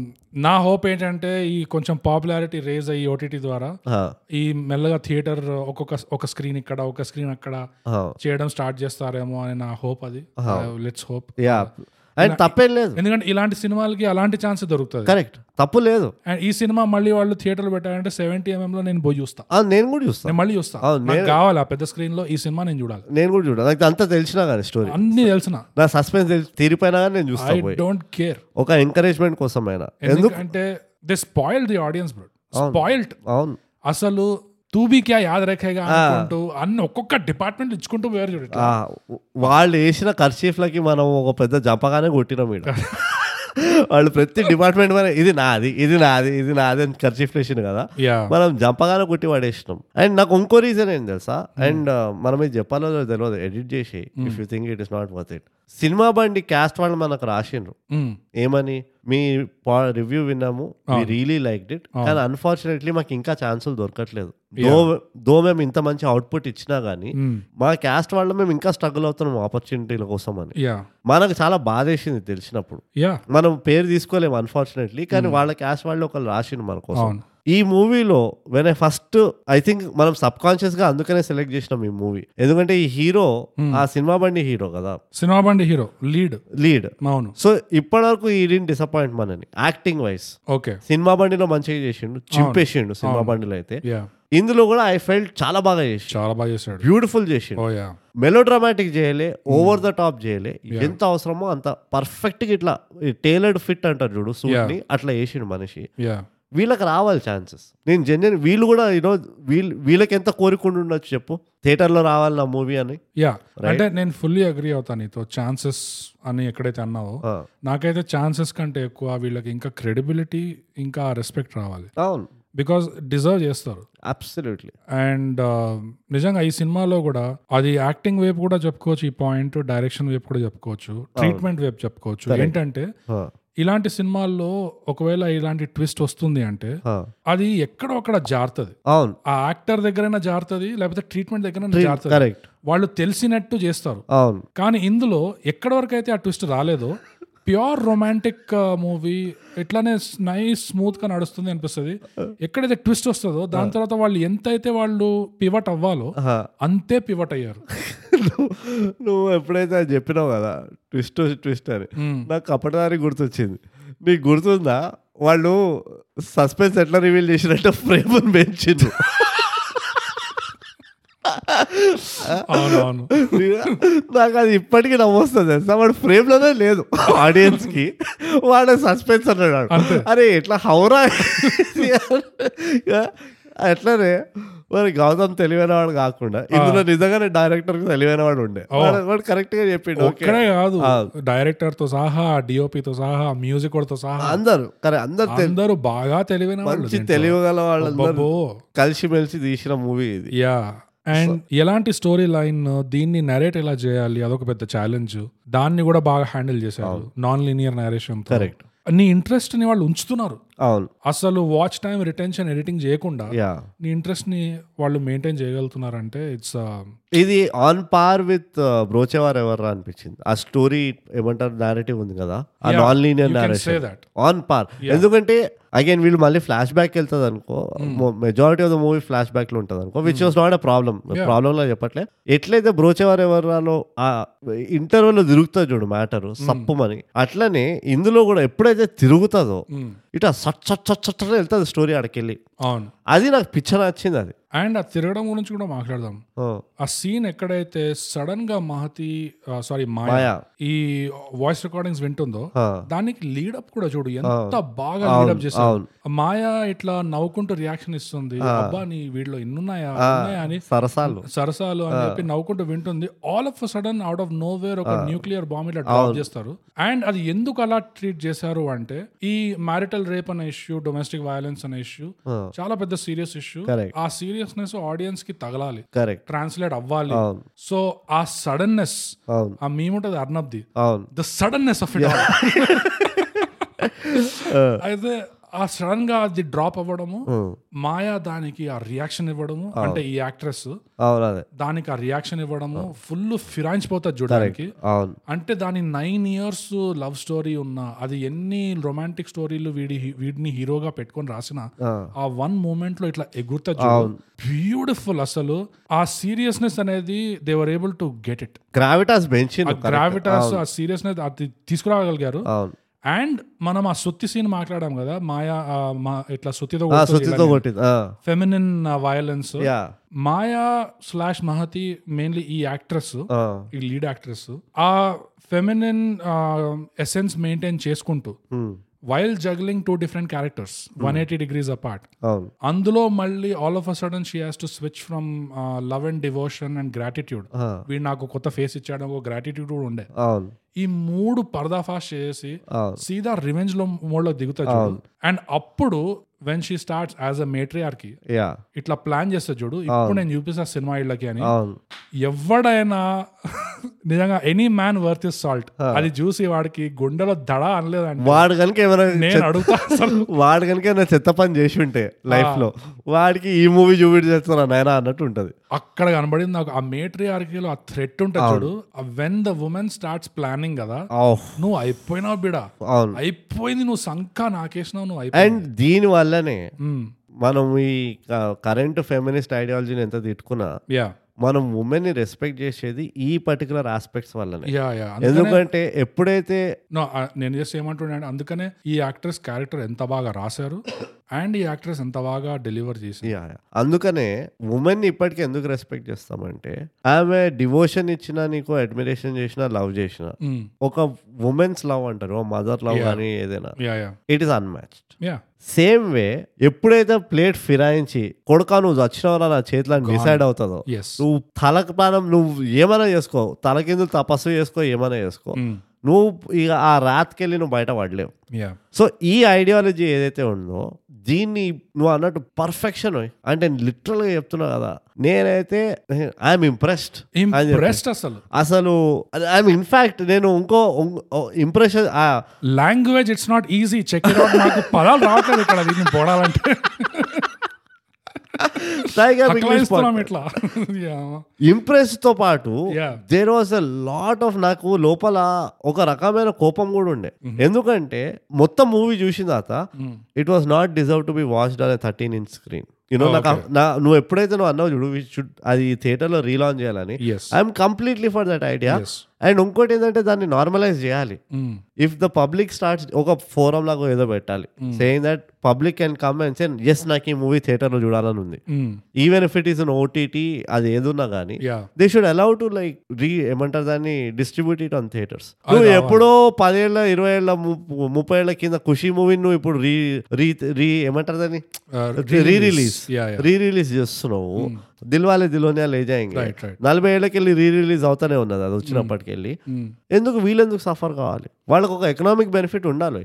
Speaker 1: నా హోప్ ఏంటంటే ఈ కొంచెం పాపులారిటీ రేజ్ అయ్యి ఓటీటీ ద్వారా
Speaker 2: ఆ,
Speaker 1: ఈ మెల్లగా థియేటర్ ఒక్కొక్క ఒక స్క్రీన్ ఇక్కడ ఒక స్క్రీన్ అక్కడ
Speaker 2: ఆ,
Speaker 1: చేయడం స్టార్ట్ చేస్తారేమో అని నా హోప్ అది లెట్స్ హోప్
Speaker 2: yeah. అండ్ తప్పేం లేదు
Speaker 1: ఎందుకంటే ఇలాంటి సినిమాలకి అలాంటి ఛాన్స్ దొరుకుతుంది
Speaker 2: కరెక్ట్ తప్పు లేదు
Speaker 1: అండ్ ఈ సినిమా మళ్ళీ వాళ్ళు థియేటర్లో పెట్టారంటే సెవెంటీ లో నేను పోయి చూస్తా
Speaker 2: ఆ, నేను కూడా చూస్తాను
Speaker 1: నేను మళ్ళీ చూస్తా నాకు కావాలి ఆ పెద్ద స్క్రీన్ లో ఈ సినిమా నేను చూడాలి
Speaker 2: నేను కూడా చూడ నాకు అంతా తెలిసినా కానీ స్టోరీ
Speaker 1: అన్ని తెలిసిన
Speaker 2: నా సస్పెన్స్ తెలిసి తీరిపోయినా కానీ నేను చూస్తా
Speaker 1: ఐ
Speaker 2: పోయి
Speaker 1: డోంట్ కేర్
Speaker 2: ఒక ఎంకరేజ్మెంట్ కోసం అయినా ఎందుకు
Speaker 1: ఎందుకంటే they spoil the audience bro spoiled
Speaker 2: అవును
Speaker 1: అసలు తూబీ క్యా యాద్ రఖేగా అనుకుంటూ అన్ని ఒక్కొక్క డిపార్ట్మెంట్ ఇచ్చుకుంటూ వేరు చూడండి
Speaker 2: ఆ, వాళ్ళు వేసిన కర్చీఫ్లకి మనం ఒక పెద్ద జంపగానే కొట్టినాం ఇక్కడ వాళ్ళు ప్రతి డిపార్ట్మెంట్ మన ఇది నాది ఇది నాది ఇది నాది అని కర్చీఫ్లు వేసిన కదా
Speaker 1: యా
Speaker 2: మనం జంపగానే కొట్టి పడేసినాం అండ్ నాకు ఇంకో రీజన్ ఏం తెలుసా అండ్ మనం ఇది చెప్పాలో లేదో తెలియదు ఎడిట్ చేసి if you think it is not worth it cinema బండి క్యాస్ట్ వాళ్ళు మనకు రాసిండ్రు
Speaker 1: Mm.
Speaker 2: ఏమని మీ రివ్యూ విన్నాము రియలీ లైక్ ఇట్ కానీ అన్ఫార్చునేట్లీ మాకు ఇంకా ఛాన్సులు దొరకట్లేదు దో దో మేము ఇంత మంచి అవుట్పుట్ ఇచ్చినా గానీ మా క్యాస్ట్ వాళ్ళు మేము ఇంకా స్ట్రగుల్ అవుతున్నాం ఆపర్చునిటీల కోసం అని
Speaker 1: యా
Speaker 2: మనకు చాలా బాధేసింది తెలిసినప్పుడు
Speaker 1: యా
Speaker 2: మనం పేరు తీసుకోలేము అన్ఫార్చునేట్లీ కానీ వాళ్ళ క్యాస్ట్ వాళ్ళు ఒకళ్ళు రాసిండు మన కోసం
Speaker 1: అవును
Speaker 2: ఈ మూవీలో when I first I think మనం సబ్ కాన్షియస్ గా అందుకనే సెలెక్ట్ చేసినాం ఈ మూవీ ఎందుకంటే ఈ హీరో ఆ సినిమా బండి హీరో కదా
Speaker 1: Cinema Bandi hero lead
Speaker 2: lead
Speaker 1: అవును
Speaker 2: సో ఇప్పటివరకు ఈ డిసప్పాయింట్ మనని యాక్టింగ్ వైస్
Speaker 1: ఓకే
Speaker 2: సినిమా బండిలో మంచిగా చేసిండు చింపేసిండు సినిమా బండిలో అయితే
Speaker 1: యా
Speaker 2: ఇందులో కూడా ఐ ఫెల్ట్ చాలా బాగా చేసిండు
Speaker 1: చాలా బాగా చేశాడు Oh,
Speaker 2: బ్యూటిఫుల్ చేసిండు
Speaker 1: ఓ యా
Speaker 2: మెలో డ్రామాటిక్ చేయలే ఓవర్ ద టాప్ చేయలే ఎంత అవసరమో అంత పర్ఫెక్ట్ గా ఇట్లా టైలర్డ్ ఫిట్ అంటారు చూడు సూట్ ని అట్లా చేసిండు మనిషి
Speaker 1: యా
Speaker 2: వీళ్ళకి రావాలి ఛాన్సెస్ నేను జెన్యున్ వీళ్ళు కూడా యూనో వీళ్ళు వీళ్ళకి ఎంత కోరికుండా ఉండొచ్చు చెప్పు థియేటర్లో రావాలి నా మూవీ అని
Speaker 1: యా అంటే నేను ఫుల్లీ అగ్రీ అవుతాను నీతో ఛాన్సెస్ అని ఎక్కడైతే అన్నావో
Speaker 2: ఆ,
Speaker 1: నాకైతే ఛాన్సెస్ కంటే ఎక్కువ వీళ్ళకి ఇంకా క్రెడిబిలిటీ ఇంకా రెస్పెక్ట్ రావాలి
Speaker 2: అవును
Speaker 1: బికాస్ డిజర్వ్ చేస్తారు
Speaker 2: అబ్సల్యూట్లీ
Speaker 1: అండ్ నిజంగా ఈ సినిమాలో కూడా అది యాక్టింగ్ వైపు కూడా చెప్పుకోవచ్చు ఈ పాయింట్ డైరెక్షన్ వైపు కూడా చెప్పుకోవచ్చు ట్రీట్మెంట్ వైపు చెప్పుకోవచ్చు ఏంటంటే ఇలాంటి సినిమాల్లో ఒకవేళ ఇలాంటి ట్విస్ట్ వస్తుంది అంటే
Speaker 2: ఆ,
Speaker 1: అది ఎక్కడో అక్కడ జారుతుంది
Speaker 2: అవును
Speaker 1: ఆ యాక్టర్ దగ్గరైనా జారుతుంది లేకపోతే ట్రీట్మెంట్ దగ్గరైనా జారుతుంది
Speaker 2: కరెక్ట్
Speaker 1: వాళ్ళు తెలిసినట్టు చేస్తారు
Speaker 2: అవును
Speaker 1: కానీ ఇందులో ఎక్కడి వరకు అయితే ఆ ట్విస్ట్ రాలేదో ప్యూర్ రొమాంటిక్ మూవీ ఎట్లానే నైస్ స్మూత్ గా నడుస్తుంది అనిపిస్తుంది ఎక్కడైతే ట్విస్ట్ వస్తుందో దాని తర్వాత వాళ్ళు ఎంతైతే వాళ్ళు పివట్ అవ్వాలో
Speaker 2: ఆహా.
Speaker 1: అంతే పివట్ అయ్యారు
Speaker 2: నువ్వు- నువ్వు ఎప్పుడైతే అది చెప్పినావు కదా ట్విస్ట్ ట్విస్ట్ అని
Speaker 1: మ్మ్.
Speaker 2: నాకు అప్పటిదానికి గుర్తొచ్చింది నీకు గుర్తుందా వాళ్ళు సస్పెన్స్ ఎట్లా రివీల్ చేసినట్టు ఫ్రేమ్ పెంచిండ్రు
Speaker 1: అవునవును
Speaker 2: నాకు అది ఇప్పటికీ నవ్వొస్తుంది తెలుసా వాడు ఫ్రేమ్ లోనే లేదు ఆడియన్స్ కి వాడు సస్పెన్స్ అన్నాడు వాడు. అరే ఎట్లా హౌరా అట్లనే మరి గౌతమ్ తెలివైన వాడు కాకుండా ఇందులో నిజంగానే డైరెక్టర్ కి తెలివైన వాడు ఉండే వాడు- వాడు కరెక్ట్ గా చెప్పిండు ఓకే
Speaker 1: ఒక్కడే కాదు డైరెక్టర్ తో సహా డిఓపి తో సహా మ్యూజిక్ తో సహా
Speaker 2: అందరు కరే అందరు తెలి-
Speaker 1: అందరూ బాగా తెలివైన వాళ్ళు
Speaker 2: మంచి
Speaker 1: దీంట్లో.
Speaker 2: తెలియగల వాళ్ళందరూ
Speaker 1: అబ్బో.
Speaker 2: కలిసిమెలిసి తీసిన మూవీ ఇది
Speaker 1: యా అండ్ ఎలాంటి స్టోరీ లైన్ దీన్ని నరేట్ ఎలా చేయాలి అదొక పెద్ద ఛాలెంజ్ దాన్ని కూడా బాగా హ్యాండిల్ చేశారు నాన్ లీనియర్ నరేషన్
Speaker 2: Correct.
Speaker 1: నీ ఇంట్రెస్ట్ ని వాళ్ళు ఉంచుతున్నారు
Speaker 2: అవును
Speaker 1: అసలు వాచ్ టైం రిటెన్షన్ ఎడిటింగ్ చేయకుండా
Speaker 2: యా
Speaker 1: నీ ఇంట్రెస్ట్ ని వాళ్ళు మెయింటైన్ చేయగలుగుతున్నారంటే uh, ఇట్స్
Speaker 2: ఇది on par with Brochevarevarura uh, అనిపించింది ఆ స్టోరీ ఏమంటారు నేరేటివ్ ఉంది కదా ఆ non linear
Speaker 1: say
Speaker 2: narrative
Speaker 1: that
Speaker 2: on par ఎందుకంటే అగైన్ వీళ్ళు మళ్ళీ ఫ్లాష్ బ్యాక్ వెళ్తుంది అనుకో majority of the movie flashback లో ఉంటుంది అనుకో which was not a problem problem లో చెప్పట్లే ఎట్లయితే బ్రోచేవారు ఎవరాలో ఆ ఇంటర్వెల్ లో తిరుగుతుంది చూడు మ్యాటర్ సప్పుమని అట్లనే ఇందులో కూడా ఎప్పుడైతే తిరుగుతుందో ఇట్లా సట్ సట్ సట్ సట్ అని వెళ్తుంది స్టోరీ ఆడకెళ్ళి
Speaker 1: అవును
Speaker 2: అది నాకు పిచ్చ నచ్చింది అది
Speaker 1: అండ్ ఆ తిరగడం గురించి కూడా మాట్లాడదాం ఆ సీన్ ఎక్కడైతే సడన్ గా మహతి uh, సారీ మాయా
Speaker 2: మాయా.
Speaker 1: ఈ వాయిస్ రికార్డింగ్స్ వింటుందో
Speaker 2: ఆ.
Speaker 1: దానికి లీడప్ కూడా చూడు ఎంత బాగా లీడప్ చేశారు మాయా ఇట్లా నవ్వుకుంటూ రియాక్షన్ ఇస్తుంది అబ్బా నీ వీడిలో ఇన్నున్నాయా ఉన్నాయా అని
Speaker 2: సరసాలు
Speaker 1: సరసాలు అని చెప్పి నవ్వుకుంటూ వింటుంది all of sudden out of nowhere ఒక న్యూక్లియర్ బాంబ్ ఇట్లా డ్రాప్ చేస్తారు అండ్ అది ఎందుకు అలా ట్రీట్ చేశారు అంటే ఈ మ్యారిటల్ రేప్ అనే ఇష్యూ డొమెస్టిక్ వయలెన్స్ అనే ఇష్యూ
Speaker 2: Ah.
Speaker 1: చాలా పెద్ద సీరియస్ ఇష్యూ
Speaker 2: Correct.
Speaker 1: ఆ సీరియస్నెస్ ఆడియన్స్ కి తగలాలి
Speaker 2: కరెక్ట్
Speaker 1: ట్రాన్స్లేట్ అవ్వాలి
Speaker 2: అవును.
Speaker 1: సో ఆ సడన్నెస్
Speaker 2: అవును
Speaker 1: ఆ మీముంటది అర్ణబ్ది
Speaker 2: అవును
Speaker 1: ద సడన్నెస్ ఆఫ్ ఇట్ (laughs) అయితే ఆ సడన్ గా అది డ్రాప్ అవ్వడము మాయా దానికి ఆ రియాక్షన్ ఇవ్వడము అంటే ఈ యాక్ట్రెస్
Speaker 2: అవును అదే
Speaker 1: దానికి ఆ రియాక్షన్ ఇవ్వడము ఫుల్ ఫిరాయించిపోతుంది చూడడానికి
Speaker 2: అవును
Speaker 1: అంటే దాని నైన్ ఇయర్స్ లవ్ స్టోరీ ఉన్న అది ఎన్ని రొమాంటిక్ స్టోరీలు వీడి వీడిని హీరోగా పెట్టుకొని రాసినా
Speaker 2: ఆ.
Speaker 1: ఆ వన్ మూమెంట్ లో ఇట్లా ఎగురుతా చూడు బ్యూటిఫుల్ అసలు ఆ సీరియస్నెస్ అనేది they were able to get it
Speaker 2: gravitas బెంచిన
Speaker 1: గ్రావిటాస్ ఆ సీరియస్నెస్ అది తీసుకురాగలిగారు
Speaker 2: అవును
Speaker 1: అండ్ మనం ఆ సుత్తి సీన్ మాట్లాడాం కదా మాయా ఆ, మా- ఇట్లా సుత్తితో
Speaker 2: ఆ సుత్తితో కొట్టింది
Speaker 1: feminine violence
Speaker 2: yeah
Speaker 1: Maya slash Mahathi mainly ఈ యాక్ట్రెస్ ఈ లీడ్ యాక్ట్రెస్ ఆ ఫెమినిన్ ఎసెన్స్ మెయింటైన్ చేసుకుంటూ while juggling two different characters one eighty degrees apart
Speaker 2: అవును
Speaker 1: అందులో మళ్ళీ all of a sudden she has to switch from love and devotion and gratitude
Speaker 2: Ah.
Speaker 1: వీడు నాకు కొత్త ఫేస్ ఇచ్చాడు ఒక గ్రాటిట్యూడ్ కూడా ఉండే
Speaker 2: అవును
Speaker 1: ఈ మూడు పర్దాఫాష్ చేసి
Speaker 2: అవును
Speaker 1: సీదా రివెంజ్ లో మోడ్ లో దిగుతా చూడు అండ్ అప్పుడు when she starts as a మేట్రియార్కి
Speaker 2: yeah
Speaker 1: ఇట్లా ప్లాన్ చేస్తా చూడు ఇప్పుడు నేను చూపిస్తా సినిమా ఇళ్ళకి అని
Speaker 2: అవును
Speaker 1: ఎవడైనా (laughs) నిజంగా any man worth his salt అది చూసి వాడికి గుండెలో దడ అనలేదండి
Speaker 2: వాడు కనుక ఏమైనా
Speaker 1: నేను అడుగుతా అసలు
Speaker 2: వాడు కనుక ఏమైనా చెత్త పని చేసి ఉంటే లైఫ్ లో వాడికి ఈ మూవీ చూపించేస్తున్నా నాయన అన్నట్టు ఉంటది
Speaker 1: అక్కడ కనబడింది నాకు ఆ మేట్రీ ఆర్కీలో ఆ థ్రెట్ ఉంటుంది చూడు when the woman starts planning కదా
Speaker 2: ఆఫ్
Speaker 1: నువ్వు అయిపోయినావు బిడా
Speaker 2: అవును
Speaker 1: అయిపోయింది నువ్వు సంఖ నాకేసినావు నువ్వు అయిపోయి
Speaker 2: అండ్ దీని వల్లనే
Speaker 1: మ్మ్.
Speaker 2: మనం ఈ కరెంట్ ఫెమినిస్ట్ ఐడియాలజీని ఎంత తిట్టుకున్నా
Speaker 1: యా
Speaker 2: మనం ఉమెన్ ని రెస్పెక్ట్ చేసేది ఈ పర్టికులర్ ఆస్పెక్ట్స్ వల్లనే
Speaker 1: యా యా
Speaker 2: ఎందుకంటే ఎప్పుడైతే
Speaker 1: No, ఆ- నేను జస్ట్ ఏమంటున్నా అంటే అందుకనే ఈ యాక్ట్రెస్ క్యారెక్టర్ ఎంత బాగా రాశారు అండ్ ఈ యాక్ట్రెస్ ఎంత బాగా డెలివర్ చేసి
Speaker 2: Yeah, yeah. అందుకనే ఉమెన్ ఇప్పటికీ ఎందుకు రెస్పెక్ట్ చేస్తామంటే ఆమె డివోషన్ ఇచ్చినా నీకు అడ్మిరేషన్ చేసినా లవ్ చేసినా ఒక ఉమెన్స్ లవ్ అంటారు ఓ మదర్ లవ్ అని ఏదైనా
Speaker 1: yeah yeah
Speaker 2: it is unmatched
Speaker 1: yeah
Speaker 2: same way ఎప్పుడైతే ప్లేట్ ఫిరాయించి కొడుకా నువ్వు చచ్చినవరా నా చేతిలో డిసైడ్ అవుతుందో
Speaker 1: ఎస్
Speaker 2: నువ్వు తలకు ప్రాణం నువ్వు ఏమైనా చేసుకో తలకిందులు తపస్సు చేసుకో ఏమైనా చేసుకో నువ్వు ఇక ఆ రాత్కెళ్ళి నువ్వు బయట పడలేవు
Speaker 1: యా
Speaker 2: సో ఈ ఐడియాలజీ ఏదైతే ఉందో దీన్ని నువ్వు అన్నట్టు పర్ఫెక్షన్ అంటే లిటరల్ గా చెప్తున్నా కదా నేనైతే ఐఎమ్ ఇంప్రెస్డ్
Speaker 1: ఇంప్రెస్డ్ అసలు
Speaker 2: అసలు ఐఎమ్ ఇన్ఫాక్ట్ నేను ఇంకో impression
Speaker 1: language it's not easy check it out నాకు పదాలు రావట్లేదు ఇక్కడ దీన్ని పొడాలంటే
Speaker 2: టైగర్ ఇంగ్లీష్
Speaker 1: అట్లా ఇట్లా (laughs) Yeah.
Speaker 2: ఇంప్రెస్ తో పాటు
Speaker 1: Yeah.
Speaker 2: There was a lot of నాకు లోపల ఒక రకమైన కోపం కూడా ఉండే
Speaker 1: Mm-hmm.
Speaker 2: ఎందుకంటే మొత్తం మూవీ చూసిన
Speaker 1: Mm.
Speaker 2: తర్వాత it was not deserve to be watched on thirteen in screen you know
Speaker 1: Oh,
Speaker 2: నాకు ఆ- నా నువ్వు ఎప్పుడైతే నువ్వు అన్నావు చూడు we should అది థియేటర్ లో రీలాంచ్ చేయాలని
Speaker 1: Yes.
Speaker 2: I'm completely for that idea
Speaker 1: Yes.
Speaker 2: And ఇంకోటి ఏంటంటే దాన్ని నార్మలైజ్ చేయాలి
Speaker 1: Mm.
Speaker 2: If the public starts ఒక ఫోరం లాగా ఏదో పెట్టాలి
Speaker 1: Mm.
Speaker 2: Saying that public can come and Sen yes నాకు ఈ మూవీ థియేటర్లో చూడాలని ఉంది
Speaker 1: Mm.
Speaker 2: Even if it is on OTT అది ఏదున్నా కానీ
Speaker 1: Yeah.
Speaker 2: They should allow to like re ఏమంటారు దాన్ని డిస్ట్రిబ్యూట్ ఇట్ ఆన్ థియేటర్స్
Speaker 1: అది
Speaker 2: నువ్వు
Speaker 1: రావాలి.
Speaker 2: ఎప్పుడో పదేళ్ళ ఇరవై ఏళ్ళ ముప్ప- ముప్పై ఏళ్ళ కింద ఖుషి మూవీని నువ్వు ఇప్పుడు రీ రీ రీ ఏమంటారు దాన్ని
Speaker 1: Uh,
Speaker 2: re release
Speaker 1: Yeah, yeah.
Speaker 2: Re release చేస్తున్నావు దిల్వాలే దిలోనియా లే జాయింగ్
Speaker 1: Hmm. Right, Hmm. right.
Speaker 2: నలభై ఏళ్ళకెళ్ళి రీ రిలీజ్ అవుతానే ఉన్నది అది వచ్చినప్పటికెళ్ళి
Speaker 1: Mm.
Speaker 2: ఎందుకు వీళ్ళెందుకు సఫర్ కావాలి వాళ్ళకు ఒక ఎకనామిక్ బెనిఫిట్ ఉండాలి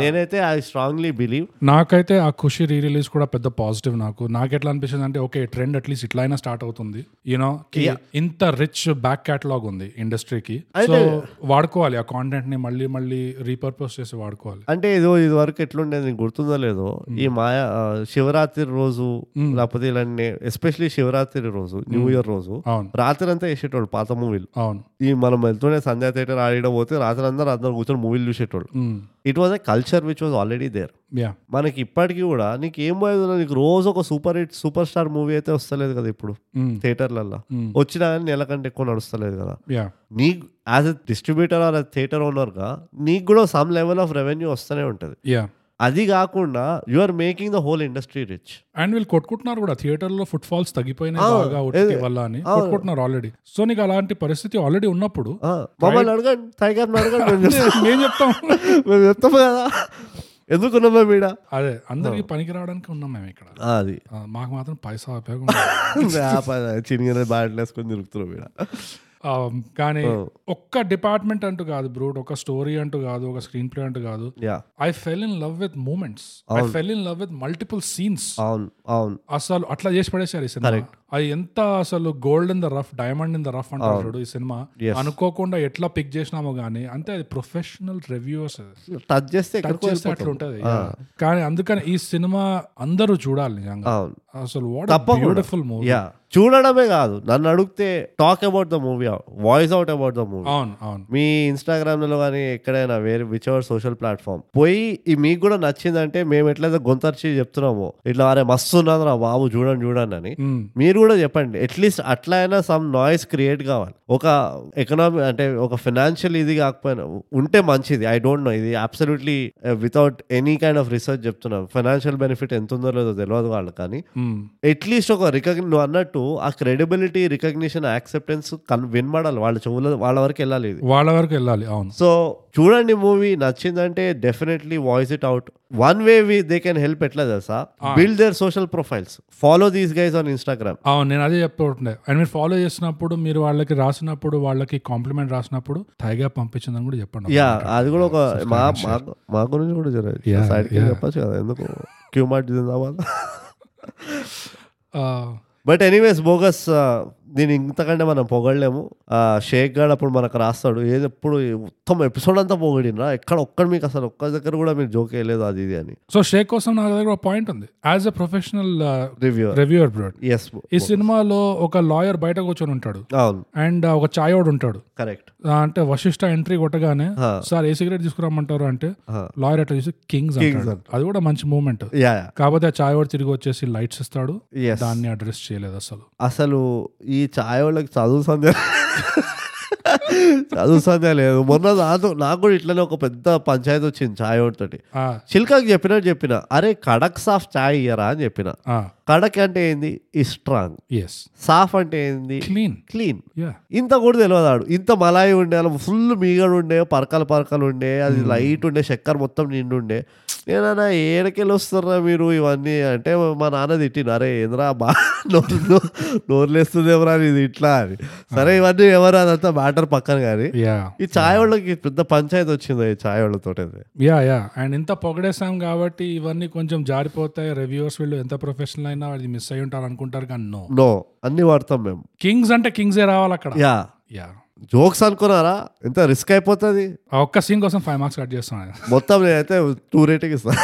Speaker 2: నేనైతే ఐ స్ట్రాంగ్లీ బిలీవ్
Speaker 1: నాకైతే ఆ ఖుషి రీ రిలీజ్ కూడా పెద్ద పాజిటివ్ నాకు నాకు ఎట్లా అనిపిస్తుంది అంటే ఓకే ట్రెండ్ అట్లీస్ట్ ఇట్లా అయినా స్టార్ట్ అవుతుంది యూనో ఇంత రిచ్ బ్యాక్ కేటలాగ్ ఉంది ఇండస్ట్రీకి సో వాడుకోవాలి ఆ కాంటెంట్ ని మళ్ళీ మళ్ళీ రీపర్పస్ చేసి వాడుకోవాలి
Speaker 2: అంటే ఏదో ఇది వరకు ఎట్లుండే నీకు గుర్తుందో లేదో ఈ మాయా ఆ, శివరాత్రి రోజు లేకపోతే ఇలాంటి ఎస్పెషలీ శివరాత్రి రోజు న్యూ ఇయర్ రోజు
Speaker 1: అవును
Speaker 2: రాత్రి అంతా వేసేటోళ్ళు పాత మూవీలు
Speaker 1: అవును
Speaker 2: ఈ మనం వెళ్తూనే సంధ్యా థియేటర్ ఆడిడ పోతే రాత్రి అందరూ అందరూ కూర్చొని మూవీలు చూసేటోళ్ళు
Speaker 1: Hmm.
Speaker 2: It was a culture which was already there
Speaker 1: yeah
Speaker 2: మనకి ఇప్పటికీ కూడా నీకు ఏం పోయేదో నీకు రోజు ఒక super hit super star movie అయితే వస్తలేదు కదా ఇప్పుడు థియేటర్లల్లో వచ్చినా కానీ నెల కంటే ఎక్కువ నడుస్తలేదు కదా
Speaker 1: యా
Speaker 2: నీకు as a distributor or theatre ఓనర్గా నీకు కూడా సమ్ లెవెల్ ఆఫ్ రెవెన్యూ వస్తూనే ఉంటుంది
Speaker 1: యా
Speaker 2: అది కాకుండా you are making the whole industry rich
Speaker 1: and వీళ్ళు కొట్టుకుంటున్నారు కూడా థియేటర్ లో ఫుట్ ఫాల్స్ తగ్గిపోయినాయి బాగా OTT వల్ల అని కొట్టుకుంటున్నారు ఆల్రెడీ సో నీకు అలాంటి పరిస్థితి ఆల్రెడీ (laughs) ఉన్నప్పుడు
Speaker 2: మమ్మల్ని అడగండి టైగర్ అడగండి మేము
Speaker 1: ఏం
Speaker 2: చెప్తాం.
Speaker 1: (laughs) చెప్తాం
Speaker 2: (laughs) మేము చెప్తాం కదా ఎందుకున్నాం మేము ఈడ
Speaker 1: అదే అందరికి పనికి రావడానికి ఉన్నాం మేము ఇక్కడ
Speaker 2: అది
Speaker 1: ఆ, మాకు మాత్రం పైసా ఉపయోగం
Speaker 2: (laughs) చిన్న బ్యాట్లు వేసుకొని తిరుగుతున్నాం ఈడ
Speaker 1: ఆ, కానీ ఒక్క డిపార్ట్మెంట్ అంటూ కాదు బ్రూట్ ఒక స్టోరీ అంటూ కాదు ఒక స్క్రీన్ ప్లే అంటూ కాదు
Speaker 2: yeah
Speaker 1: I fell in love with moments I fell in love with multiple scenes
Speaker 2: అవును అవును
Speaker 1: అసలు అట్లా చేసి పడేసారు ఈ సినిమా అది ఎంత అసలు gold in the rough diamond in the rough అంటారు చూడు ఈ సినిమా అనుకోకుండా ఎట్లా పిక్ చేసినామో గానీ అంతే అది ప్రొఫెషనల్ రివ్యూస్
Speaker 2: టచ్ చేస్తే
Speaker 1: టచ్
Speaker 2: ఎక్కడికో
Speaker 1: చేస్తే అట్లా ఉంటది కానీ అందుకని ఈ సినిమా అందరూ చూడాలి నిజంగా
Speaker 2: అవును
Speaker 1: అసలు వాట్ బ్యూటిఫుల్ మూవీ
Speaker 2: యా చూడడమే కాదు నన్ను అడిగితే talk about the movie voice out about the movie
Speaker 1: అవును అవును
Speaker 2: మీ ఇన్స్టాగ్రామ్ లో కానీ ఎక్కడైనా వేరే విచ్ అవర్ సోషల్ ప్లాట్ఫామ్ పోయి ఈ మీకు కూడా నచ్చిందంటే మేము ఎట్లయితే గొంతర్చి చెప్తున్నామో ఇట్లా అరే మస్తు ఉన్నది రా బాబు చూడండి చూడండి అని
Speaker 1: మ్.
Speaker 2: మీరు కూడా చెప్పండి అట్లీస్ట్ అట్లా అయినా సమ్ నాయిస్ క్రియేట్ కావాలి ఒక ఎకనామిక్ అంటే ఒక ఫినాన్షియల్ ఇది కాకపోయినా ఉంటే మంచిది ఐ డోంట్ నో ఇది uh, absolutely without any kind of research చెప్తున్నాం ఫైనాన్షియల్ బెనిఫిట్ ఎంత ఉందో లేదో తెలియదు వాళ్ళు కానీ
Speaker 1: మ్.
Speaker 2: అట్లీస్ట్ ఒక రికగ్ని నువ్వు అన్నట్టు ఆ క్రెడిబిలిటీ రికగ్నిషన్ యాక్సెప్టెన్స్ కన్ వినబడాలి వాళ్ళ చెవుల వాళ్ళ వరకు వెళ్ళాలి ఇది
Speaker 1: వాళ్ళ వరకు వెళ్ళాలి అవును
Speaker 2: సో చూడండి మూవీ నచ్చిందంటే definitely voice it out one way we they can help ఎట్లా తెలుసా build their social profiles follow these guys on Instagram
Speaker 1: అవును నేను అదే చెప్తుండే అండ్ మీరు ఫాలో చేసినప్పుడు మీరు వాళ్ళకి రాసినప్పుడు వాళ్ళకి కాంప్లిమెంట్ రాసినప్పుడు థైగా పంపించిందని కూడా చెప్పండి
Speaker 2: యా అది కూడా ఒక మా మా- మా గురించి కూడా జరగదు సైడ్ చెప్పచ్చు కదా ఎందుకు క్యూమార్ట్ జిందాబాద్
Speaker 1: ఆ,
Speaker 2: బట్ ఎనీవేస్ బోగస్ దీని uh, ఇంతకంటే మనం పొగడలేము ఆ, షేక్ గాడు అప్పుడు మనకు రాస్తాడు ఏది ఎప్పుడు మొత్తం ఎపిసోడ్ అంతా పొగిడినరా ఎక్కడ ఒక్కడ మీకు అసలు ఒక్క దగ్గర కూడా మీరు జోక్ వేయలేదు అది ఇది అని
Speaker 1: సో షేక్ కోసం నా దగ్గర ఒక పాయింట్ ఉంది as a professional
Speaker 2: review
Speaker 1: reviewer బ్రోడ్
Speaker 2: ఎస్
Speaker 1: uh, ఈ సినిమాలో ఒక లాయర్ బయట కూర్చొని ఉంటాడు
Speaker 2: అవును
Speaker 1: అండ్ uh, ఒక చాయోడు ఉంటాడు
Speaker 2: కరెక్ట్
Speaker 1: ఆ, అంటే వశిష్ట ఎంట్రీ కొట్టగానే
Speaker 2: ఆ.
Speaker 1: సార్ ఏ సిగరెట్ తీసుకురామంటారు అంటే
Speaker 2: ఆ.
Speaker 1: లాయర్ అట్లా చూసి కింగ్స్ అంటాడు అది కూడా మంచి మూమెంట్
Speaker 2: యా యా
Speaker 1: కాకపోతే ఆ చాయోడు తిరిగి వచ్చేసి లైట్స్ ఇస్తాడు
Speaker 2: ఎస్
Speaker 1: దాన్ని అడ్రస్ చేయలేదు అసలు
Speaker 2: అసలు ఈ ఛాయ్ వాళ్ళకి చదువు సంధ్య చదువు సంధ్య లేదు మొన్న నాకు నాకు కూడా ఇట్లనే ఒక పెద్ద పంచాయతీ వచ్చింది ఛాయ్ వాళ్ళతోటి
Speaker 1: ఆ,
Speaker 2: చిల్కాకి చెప్పినట్టు చెప్పిన అరే కడక్ సాఫ్ ఛాయ్ ఇయ్యరా అని చెప్పిన
Speaker 1: ఆ,
Speaker 2: కడక్ అంటే ఏంది ఇస్ స్ట్రాంగ్
Speaker 1: ఎస్
Speaker 2: సాఫ్ అంటే ఏంది
Speaker 1: క్లీన్
Speaker 2: క్లీన్
Speaker 1: యా
Speaker 2: ఇంత కూడా తెలియదు ఆడు ఇంత మలాయి ఉండే అలా ఫుల్ మీగడు ఉండే పరకలు పరకలు ఉండే అది లైట్ ఉండే చక్కెర మొత్తం నిండుండే నేనన్నా ఏడకెళ్ళి వస్తారా మీరు ఇవన్నీ అంటే మా నాన్న తిట్టినారే ఏంద్రా బా నోరు నో- నోరులేస్తుందేమరా ఇది ఇట్లా అని సరే ఇవన్నీ ఎవరు అదంతా మ్యాటర్ పక్కన కానీ
Speaker 1: యా
Speaker 2: ఈ ఛాయ్ వాళ్ళకి పెద్ద పంచాయతీ వచ్చింది ఈ ఛాయ్ వాళ్ళతోటి
Speaker 1: యా యా అండ్ ఇంత పొగడేసాం కాబట్టి ఇవన్నీ కొంచెం జారిపోతాయి రివ్యూవర్స్ వీళ్ళు ఎంత ప్రొఫెషనల్ అయినా అది మిస్ అయి ఉంటారు అనుకుంటారు కానీ నో
Speaker 2: నో అన్ని వాడతాం మేము
Speaker 1: కింగ్స్ అంటే కింగ్సే రావాలి అక్కడ
Speaker 2: యా
Speaker 1: యా
Speaker 2: జోక్స్ అనుకున్నారా ఎంత రిస్క్ అయిపోతుంది
Speaker 1: ఆ ఒక్క సీన్ కోసం ఫైవ్ మార్క్స్ కట్ చేస్తున్నాను
Speaker 2: మొత్తం నేనైతే టూ రేటింగ్ ఇస్తాను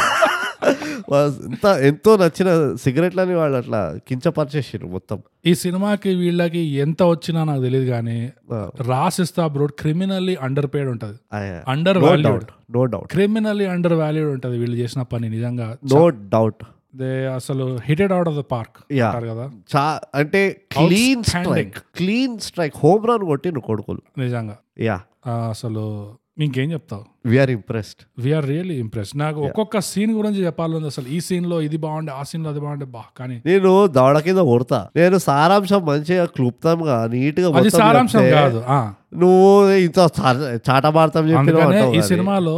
Speaker 2: వా- ఎంత ఎంతో నచ్చిన సిగరెట్లని వాళ్ళు అట్లా కించపరిచేసారు మొత్తం
Speaker 1: ఈ సినిమాకి వీళ్ళకి ఎంత వచ్చినా నాకు తెలియదు కానీ రాసిస్తా బ్రోడ్ క్రిమినల్లీ అండర్ పేడ్ ఉంటుంది under
Speaker 2: no
Speaker 1: valued
Speaker 2: doubt no doubt
Speaker 1: criminally undervalued ఉంటుంది వీళ్ళు చేసిన పని నిజంగా
Speaker 2: నో డౌట్
Speaker 1: దే అసలు hit it out of the park
Speaker 2: Yeah.
Speaker 1: అంటారు కదా
Speaker 2: చా అంటే clean
Speaker 1: Outstanding.
Speaker 2: Strike clean strike home run కొట్టిన కొడుకులు
Speaker 1: నిజంగా
Speaker 2: యా
Speaker 1: ఆ, అసలు ఇంకేం చెప్తావు
Speaker 2: we're impressed
Speaker 1: we're really impress నాకు ఒక్కొక్క సీన్ గురించి చెప్పాలని అసలు ఈ సీన్ లో ఇది బాగుండే ఆ సీన్ లో అది బాగుండే బా కానీ
Speaker 2: నేను దవడ కింద కొడతా నేను సారాంశం మంచిగా క్లుప్తంగా నీట్ గా
Speaker 1: అది
Speaker 2: మొత్తం
Speaker 1: సారాంశం
Speaker 2: చెప్తే
Speaker 1: కాదు ఆ
Speaker 2: నువ్వు ఇంత చా- చాటబార్తం చెప్పినావు
Speaker 1: అందుకనే
Speaker 2: అంటావు
Speaker 1: ఈ
Speaker 2: కానీ.
Speaker 1: సినిమాలో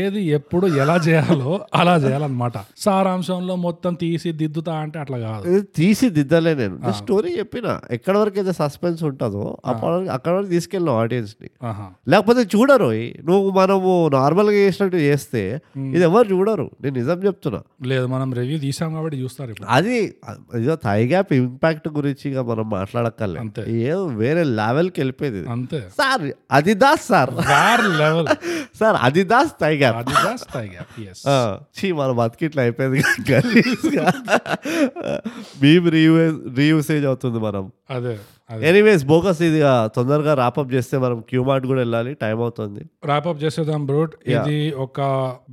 Speaker 1: ఏది ఎప్పుడు ఎలా చేయాలో అలా చేయాలన్నమాట సారాంశంలో మొత్తం తీసి దిద్దుతా అంటే అట్లా కాదు
Speaker 2: ఇది తీసి దిద్దలే నేను నేను స్టోరీ చెప్పిన ఎక్కడ వరకు అయితే సస్పెన్స్ ఉంటుందో అప్పటి వరకు అక్కడ వరకు తీసుకెళ్ళిన ఆడియన్స్ ని
Speaker 1: ఆహా.
Speaker 2: లేకపోతే చూడరు ఈ. నువ్వు మనము నార్మల్ గా చేసినట్టు చేస్తే ఇది ఎవరు చూడరు నేను నిజం చెప్తున్నా
Speaker 1: లేదు మనం రివ్యూ తీసాం కాబట్టి చూస్తారు ఇప్పుడు
Speaker 2: అది ఇదో థై గ్యాప్ ఇంపాక్ట్ గురించి ఇక మనం మాట్లాడక్కర్లే
Speaker 1: అంతే.
Speaker 2: ఏదో వేరే లెవెల్కి వెళ్ళిపోయింది ఇది.
Speaker 1: అంతే
Speaker 2: సార్ అది దాస్ సార్
Speaker 1: వార్ లెవెల్
Speaker 2: సార్ అది దాస్ థై గ్యాప్
Speaker 1: అడిదాస్ టైగర్ ఎస్
Speaker 2: ఆ, చీ మన బతికిట్లా అయిపోయింది
Speaker 1: (laughs)
Speaker 2: గలీజ్గా. (laughs) మేము రీయూస్ రీయూసేజ్ అవుతుంది మనం
Speaker 1: అదే అదే
Speaker 2: ఎనీవేస్ బోకస్ ఇది ఆ, తొందరగా రాపప్ చేస్తే మనం క్యూ మార్ట్ కూడా వెళ్ళాలి టైం అవుతుంది
Speaker 1: ర్యాప్అప్ చేసేద్దాం బ్రూట్ ఇది ఒక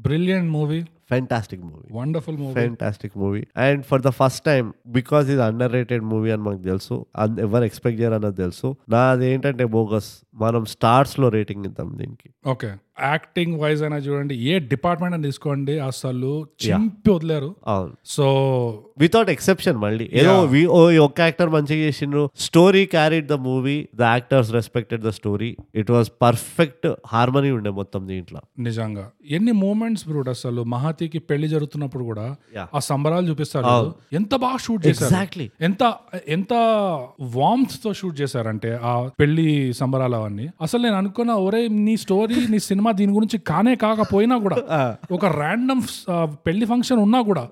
Speaker 1: brilliant movie
Speaker 2: fantastic movie
Speaker 1: wonderful movie
Speaker 2: fantastic movie and for the first time because ఇది అండర్ రేటెడ్ మూవీ అని మాకు తెలుసు అన్- ఎవరు ఎక్స్పెక్ట్ చేయరన్నది తెలుసు నాది ఏంటంటే బోగస్ మనం స్టార్స్ లో రేటింగ్ ఇద్దాం దీనికి
Speaker 1: ఓకే యాక్టింగ్ వైజ్ అయినా చూడండి ఏ డిపార్ట్మెంట్ అని తీసుకోండి అసలు చింపి వదిలేరు
Speaker 2: అవును
Speaker 1: సో
Speaker 2: వితౌట్ ఎక్సెప్షన్ మళ్ళీ ఏదో వి- ఓ ఈ ఒక్క యాక్టర్ మంచిగా చేసిండ్రు story carried the movie the actors respected the story it was perfect harmony ఉండే మొత్తం దీంట్లో
Speaker 1: నిజంగా ఎన్ని మూమెంట్స్ బ్రూట్ అసలు మహాతీకి పెళ్లి జరుగుతున్నప్పుడు కూడా
Speaker 2: Yeah.
Speaker 1: ఆ సంబరాలు చూపిస్తారు చూడు. ఎంత బాగా షూట్ చేశారు
Speaker 2: ఎగ్జాక్ట్లీ
Speaker 1: ఎంత ఎంత వామ్స్ తో షూట్ చేశారంటే ఆ పెళ్లి సంబరాలు అవన్నీ అసలు నేను అనుకున్న ఒరే నీ స్టోరీ నీ సినిమా దీని గురించి కానే కాకపోయినా కూడా ఒక ర్యాండమ్ పెళ్లి ఫంక్షన్ ఉన్నా కూడా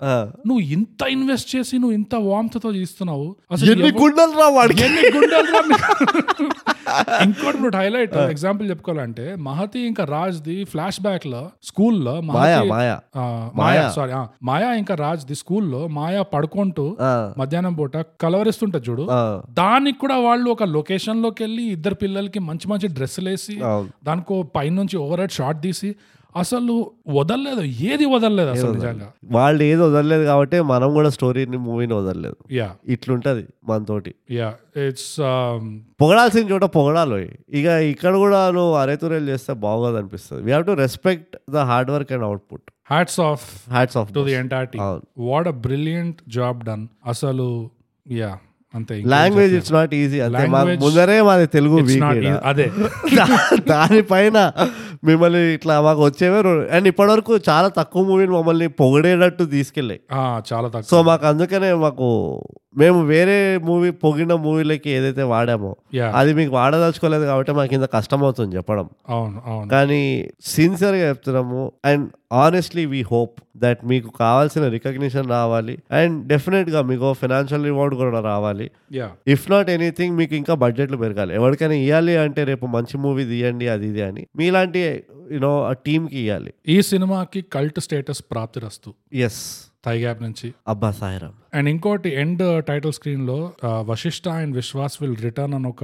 Speaker 1: నువ్వు ఇంత ఇన్వెస్ట్ చేసి నువ్వు ఇంత వామ్స్ తో చేస్తున్నావు అసలు
Speaker 2: ఎన్ని గుండెలు రా వాడికి
Speaker 1: ఎన్ని గుండెలు రా మీకు? ఇంకోటి ఇప్పుడు హైలైట్ ఎగ్జాంపుల్ చెప్పుకోవాలంటే మహతి ఇంకా రాజ్ ది ఫ్లాష్ బ్యాక్ లో స్కూల్లో
Speaker 2: మాయా మాయా
Speaker 1: మాయా సారీ మాయా ఇంకా రాజ్ ది స్కూల్లో మాయా పడుకుంటూ
Speaker 2: ఆ,
Speaker 1: మధ్యాహ్నం పూట కలవరిస్తుంటా చూడు
Speaker 2: ఆ,
Speaker 1: దానికి కూడా వాళ్ళు ఒక లొకేషన్ లోకి వెళ్ళి ఇద్దరు పిల్లలకి మంచి మంచి డ్రెస్సులు వేసి
Speaker 2: అవును.
Speaker 1: దానికో పైనుంచి ఓవర్ హెడ్ షాట్ తీసి అసలు వదలలేదు ఏది వదలలేదు అసలు నిజంగా
Speaker 2: వాళ్ళు ఏది వదలలేదు కాబట్టి మనం కూడా స్టోరీని మూవీని వదలలేదు
Speaker 1: యా
Speaker 2: ఇట్లుంటది మనతోటి
Speaker 1: యా ఇట్స్ um,
Speaker 2: పొగడాల్సిన చోట పొగడాలి ఇక ఇక్కడ కూడా నువ్వు అరేతురేలు చేస్తే బాగోదు అనిపిస్తుంది we have to respect the hard work and output
Speaker 1: hats off
Speaker 2: hats off
Speaker 1: to the entire team
Speaker 2: అవును.
Speaker 1: What a brilliant job done అసలు యా అంతే ఇంకేం
Speaker 2: లాంగ్వేజ్ ఇట్స్ నాట్ ఈజీ అంతే మా
Speaker 1: Language-
Speaker 2: ముందరే మాది Telugu
Speaker 1: it's
Speaker 2: week
Speaker 1: not easy. అదే (laughs)
Speaker 2: దానిపైన మిమ్మల్ని ఇట్లా మాకు వచ్చేవే రెండు- అండ్ ఇప్పటివరకు చాలా తక్కువ మూవీని మమ్మల్ని పొగిడేటట్టు తీసుకెళ్ళాయి
Speaker 1: ఆ, చాలా తక్కువ
Speaker 2: సో మాకు అందుకనే మాకు మేము వేరే మూవీ పొగిడిన మూవీలకి ఏదైతే వాడామో
Speaker 1: యా
Speaker 2: అది మీకు వాడదలుచుకోలేదు కాబట్టి మాకు ఇంత కష్టం అవుతుంది చెప్పడం
Speaker 1: అవును అవును
Speaker 2: కానీ సిన్సియర్గా చెప్తున్నాము and honestly we hope that మీకు కావాల్సిన రికగ్నిషన్ రావాలి అండ్ డెఫినెట్గా మీకు ఫినాన్షియల్ రివార్డ్ కూడా రావాలి
Speaker 1: యా
Speaker 2: ఇఫ్ నాట్ ఎనీథింగ్ మీకు ఇంకా బడ్జెట్లు పెరగాలి ఎవరికైనా ఇవ్వాలి అంటే రేపు మంచి మూవీ తీయండి అది ఇది అని మీలాంటి యూనో ఆ టీంకి ఇవ్వాలి
Speaker 1: ఈ సినిమాకి కల్ట్ స్టేటస్ ప్రాప్తిరస్తు
Speaker 2: ఎస్
Speaker 1: థైగ్యాప్ నుంచి
Speaker 2: అబ్బా సాయిరామ్
Speaker 1: అండ్ ఇంకోటి ఎండ్ టైటిల్ స్క్రీన్ లో ఆ, Vasishta and Vishwas will return అని ఒక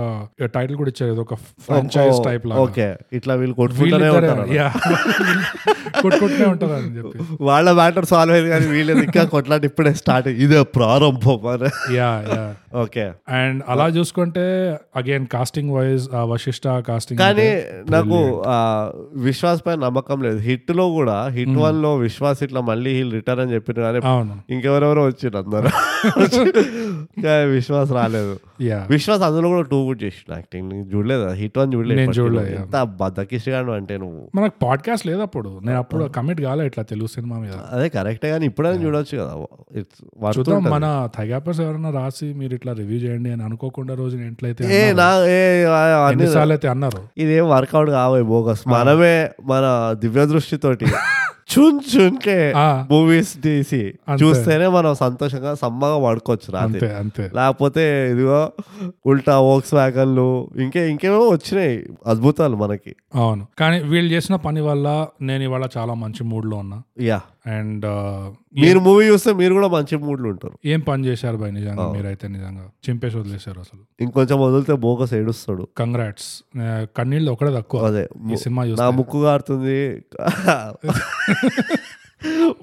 Speaker 1: టైటిల్ కూడా ఇచ్చారు ఇది ఒక ఫ్రాంచైజ్ టైప్ లాగా
Speaker 2: ఓకే ఇట్లా వీళ్ళు కొట్టుకుంటూనే
Speaker 1: వీళ్ళిద్దరే,
Speaker 2: ఉంటారు
Speaker 1: yeah. (laughs) కొట్టుకుంటూనే ఉంటారు అని చెప్పి
Speaker 2: వాళ్ళ మ్యాటర్ సాల్వ్ అయింది కానీ వీళ్ళు ఇంకా కొట్లాట ఇప్పుడే స్టార్ట్ ఇదే ప్రారంభం అని
Speaker 1: యా యా
Speaker 2: ఓకే
Speaker 1: అండ్ అలా చూసుకుంటే again casting wise Vasishta casting
Speaker 2: కానీ నాకు ఆ, విశ్వాస్ పై నమ్మకం లేదు హిట్ లో కూడా హిట్ వన్ లో విశ్వాస్ ఇట్లా మళ్ళీ హీల్ రిటర్న్ అని చెప్పిన కానీ
Speaker 1: అవును
Speaker 2: ఇంకెవరెవరో వచ్చిండ్రు అందరు ఎవరు విశ్వాస్ రాలేదు
Speaker 1: యా
Speaker 2: విశ్వాస్ అందులో కూడా టూ కూడా చేసిన యాక్టింగ్ నేను చూడలేదు హిట్ వన్ చూడలేదు
Speaker 1: నేను
Speaker 2: ఇప్పటికీ.
Speaker 1: చూడలే,
Speaker 2: ఎంత బద్దకిష్టగాను అంటే నువ్వు
Speaker 1: మనకు పాడ్కాస్ట్ లేదు అప్పుడు నేను అప్పుడు కమిట్ కాలే ఇట్లా తెలుగు సినిమా మీద
Speaker 2: అదే కరెక్టే కానీ ఇప్పుడైనా చూడొచ్చు కదా It's worth
Speaker 1: చూద్దాం
Speaker 2: ఉంటుంది.
Speaker 1: మన థైగాపర్స్ ఎవరైనా రాసి మీరు ఇట్లా రివ్యూ చేయండి అని అనుకోకుండా రోజు ఎట్లయితే
Speaker 2: ఏ నా ఏ ఆ, అన్ని
Speaker 1: ఎన్నిసార్లు అయితే అన్నారు
Speaker 2: ఇదేం వర్కౌట్ కావే బోగస్ మనమే మన దివ్య
Speaker 1: (laughs)
Speaker 2: దృష్టితోటి చున్ చున్కే
Speaker 1: ఆ,
Speaker 2: మూవీస్ తీసి
Speaker 1: అంతే.
Speaker 2: చూస్తేనే మనం సంతోషంగా సమ్మగా పడుకోవచ్చు రాత్రి
Speaker 1: అంతే అంతే
Speaker 2: లేకపోతే ఇదిగో ఉల్టా వోక్స్ వ్యాగన్లు ఇంకే ఇంకేమో వచ్చినాయి అద్భుతాలు మనకి
Speaker 1: అవును కానీ వీళ్ళు చేసిన పని వల్ల నేను ఇవాళ చాలా మంచి mood లో ఉన్నా
Speaker 2: యా
Speaker 1: అండ్
Speaker 2: మీరు మూవీ చూస్తే మీరు కూడా మంచి మూడ్లు ఉంటారు
Speaker 1: ఏం పని చేశారు భయ్ నిజంగా మీరైతే నిజంగా చింపేసి వదిలేశారు అసలు
Speaker 2: ఇంకొంచెం వదిలితే బోగస్ ఏడుస్తాడు
Speaker 1: కంగ్రాట్స్ కన్నీళ్ళు ఒకటే తక్కువ
Speaker 2: అదే
Speaker 1: ఈ సినిమా
Speaker 2: నా
Speaker 1: చూస్తే
Speaker 2: ముక్కు
Speaker 1: (laughs)
Speaker 2: కారుతుంది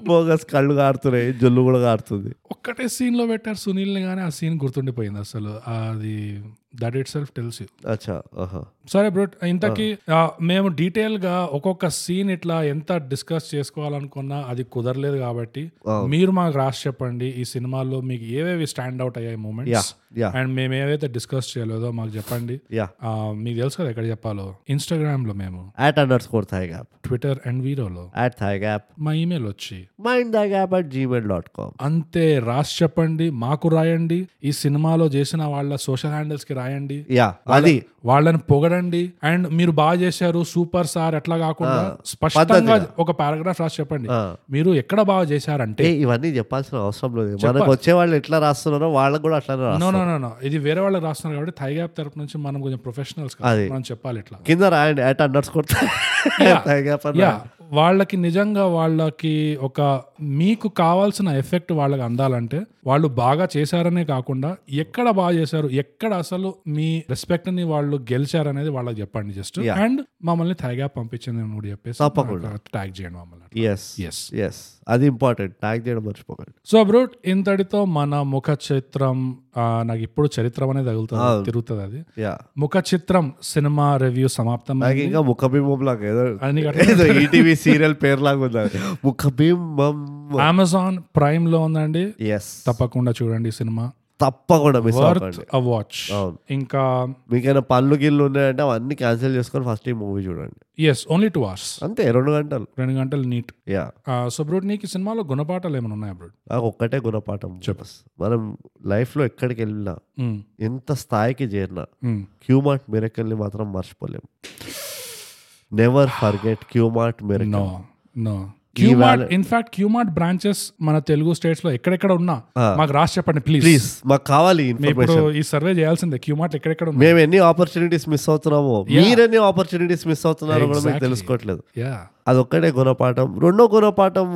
Speaker 2: బోగస్ కళ్ళు కారుతున్నాయి జుల్లు కూడా కారుతుంది
Speaker 1: ఒక్కటే సీన్ లో పెట్టారు సునీల్ని కానీ ఆ సీన్ గుర్తుండిపోయింది అసలు అది దట్ ఇట్ సెల్ఫ్ తెలుసు
Speaker 2: అచ్చా ఆహా
Speaker 1: సరే బ్రో ఇంతకీ ఆ, మేము డీటెయిల్ గా ఒక్కొక్క సీన్ ఇట్లా ఎంత డిస్కస్ చేసుకోవాలనుకున్నా అది కుదరలేదు కాబట్టి మీరు మాకు రాసి చెప్పండి ఈ సినిమాల్లో మీకు ఏవేవి స్టాండ్ అవుట్ అయ్యాయి
Speaker 2: యా
Speaker 1: మూమెంట్స్
Speaker 2: యా
Speaker 1: అండ్ మేము ఏవైతే డిస్కస్ చేయలేదో మాకు చెప్పండి
Speaker 2: యా
Speaker 1: ఆ, మీకు తెలుసు కదా ఎక్కడ చెప్పాలో ఇన్స్టాగ్రామ్ లో మేము
Speaker 2: at under score the gap
Speaker 1: Twitter and వీరోలో
Speaker 2: యాట్ థాయ్ గ్యాప్
Speaker 1: మా ఇమెయిల్ వచ్చి
Speaker 2: mind the gap at Gmail dot com
Speaker 1: అంతే రాసి చెప్పండి మాకు రాయండి ఈ సినిమాలో చేసిన వాళ్ళ సోషల్ హ్యాండిల్స్ కి రాయండి
Speaker 2: యా అది
Speaker 1: వాళ్ళని పొగడండి అండ్ మీరు బాగా చేశారు సూపర్ సార్ ఎట్లా కాకుండా స్పష్టంగా ఒక పారాగ్రాఫ్ రాసి చెప్పండి
Speaker 2: ఆ.
Speaker 1: మీరు ఎక్కడ బాగా చేశారంటే
Speaker 2: ఏ ఇవన్నీ చెప్పాల్సిన అవసరం లేదు మనకు వచ్చే వాళ్ళు ఎట్లా రాస్తున్నారో వాళ్ళకు కూడా అట్లానే రాస్తారు
Speaker 1: నో నో నో నో ఇది వేరే వాళ్ళకి రాస్తున్నారు కాబట్టి థై గ్యాప్ తరపు నుంచి మనం కొంచెం ప్రొఫెషనల్స్
Speaker 2: అది.
Speaker 1: మనం చెప్పాలి ఇట్లా
Speaker 2: కింద రాయండి at under score (laughs) the gap అని
Speaker 1: యా వాళ్ళకి నిజంగా వాళ్ళకి ఒక మీకు కావాల్సిన ఎఫెక్ట్ వాళ్ళకి అందాలంటే వాళ్ళు బాగా చేశారనే కాకుండా ఎక్కడ బాగా చేశారు ఎక్కడ అసలు మీ రెస్పెక్ట్ ని వాళ్ళు గెలిచారనేది వాళ్ళకి చెప్పండి జస్ట్ అండ్ మమ్మల్ని థైగా పంపించింది అని కూడా చెప్పేసి ట్యాగ్ చేయండి మమ్మల్ని
Speaker 2: ఎస్
Speaker 1: ఎస్
Speaker 2: ఎస్ అది ఇంపార్టెంట్ ట్యాగ్ చేయడం మర్చిపోకండి
Speaker 1: సో బ్రూట్ ఇంతటితో మన ముఖ చిత్రం ఆ, నాకు ఇప్పుడు చరిత్రం అనేది తగులుతుంది తిరుగుతుంది అది
Speaker 2: యా
Speaker 1: ముఖ చిత్రం సినిమా రివ్యూ సమాప్తం
Speaker 2: నాకు ఇంకా ముఖ భీమం లాగా ఏదో
Speaker 1: అని
Speaker 2: (laughs) ఏదో E ఈటీవీ సీరియల్ పేరు లాగా ఉంది ముఖ భీమం
Speaker 1: అమెజాన్ ప్రైమ్ లో ఉందండి
Speaker 2: ఎస్
Speaker 1: తప్పకుండా చూడండి ఈ సినిమా
Speaker 2: తప్పకుండా మిస్
Speaker 1: వర్త్
Speaker 2: అవ్వకండి
Speaker 1: అ వాచ్
Speaker 2: అవును.
Speaker 1: ఇంకా
Speaker 2: మీకైనా పళ్ళు గిళ్ళు ఉన్నాయంటే అవన్నీ క్యాన్సిల్ చేసుకొని ఫస్ట్ ఈ మూవీ చూడండి
Speaker 1: ఎస్ ఓన్లీ టూ అవర్స్
Speaker 2: అంతే రెండు గంటలు
Speaker 1: రెండు గంటలు నీట్
Speaker 2: యా
Speaker 1: సో బ్రూట్ నీకు ఈ సినిమాలో గుణపాఠాలు ఏమైనా ఉన్నాయా బ్రూట్
Speaker 2: నాకు ఒక్కటే గుణపాఠం చెప్పస్ మనం లైఫ్లో ఎక్కడికి వెళ్ళినా
Speaker 1: మ్మ్.
Speaker 2: ఎంత స్థాయికి చేరినా
Speaker 1: మ్మ్.
Speaker 2: క్యూమార్ట్ మిరకల్ని మాత్రం మర్చిపోలేం never forget Qmart miracle
Speaker 1: no no Qmart in fact Qmart branches మన తెలుగు స్టేట్స్ లో ఎక్కడెక్కడ ఉన్నా మాకు రాసి చెప్పండి ప్లీజ్
Speaker 2: ప్లీజ్ మాకు కావాలి
Speaker 1: ఇప్పుడు
Speaker 2: ఇన్ఫర్మేషన్
Speaker 1: ఈ సర్వే చేయాల్సిందే క్యూమార్ట్ ఎక్కడెక్కడ ఉంది
Speaker 2: మేము ఎన్ని ఆపర్చునిటీస్ మిస్ అవుతున్నామో మీరెన్ని ఆపర్చునిటీస్ మిస్ అవుతున్నారో కూడా మీకు
Speaker 1: Exactly.
Speaker 2: తెలుసుకోవట్లేదు
Speaker 1: యా
Speaker 2: అదొక్కటే గుణపాఠం రెండో గుణపాఠం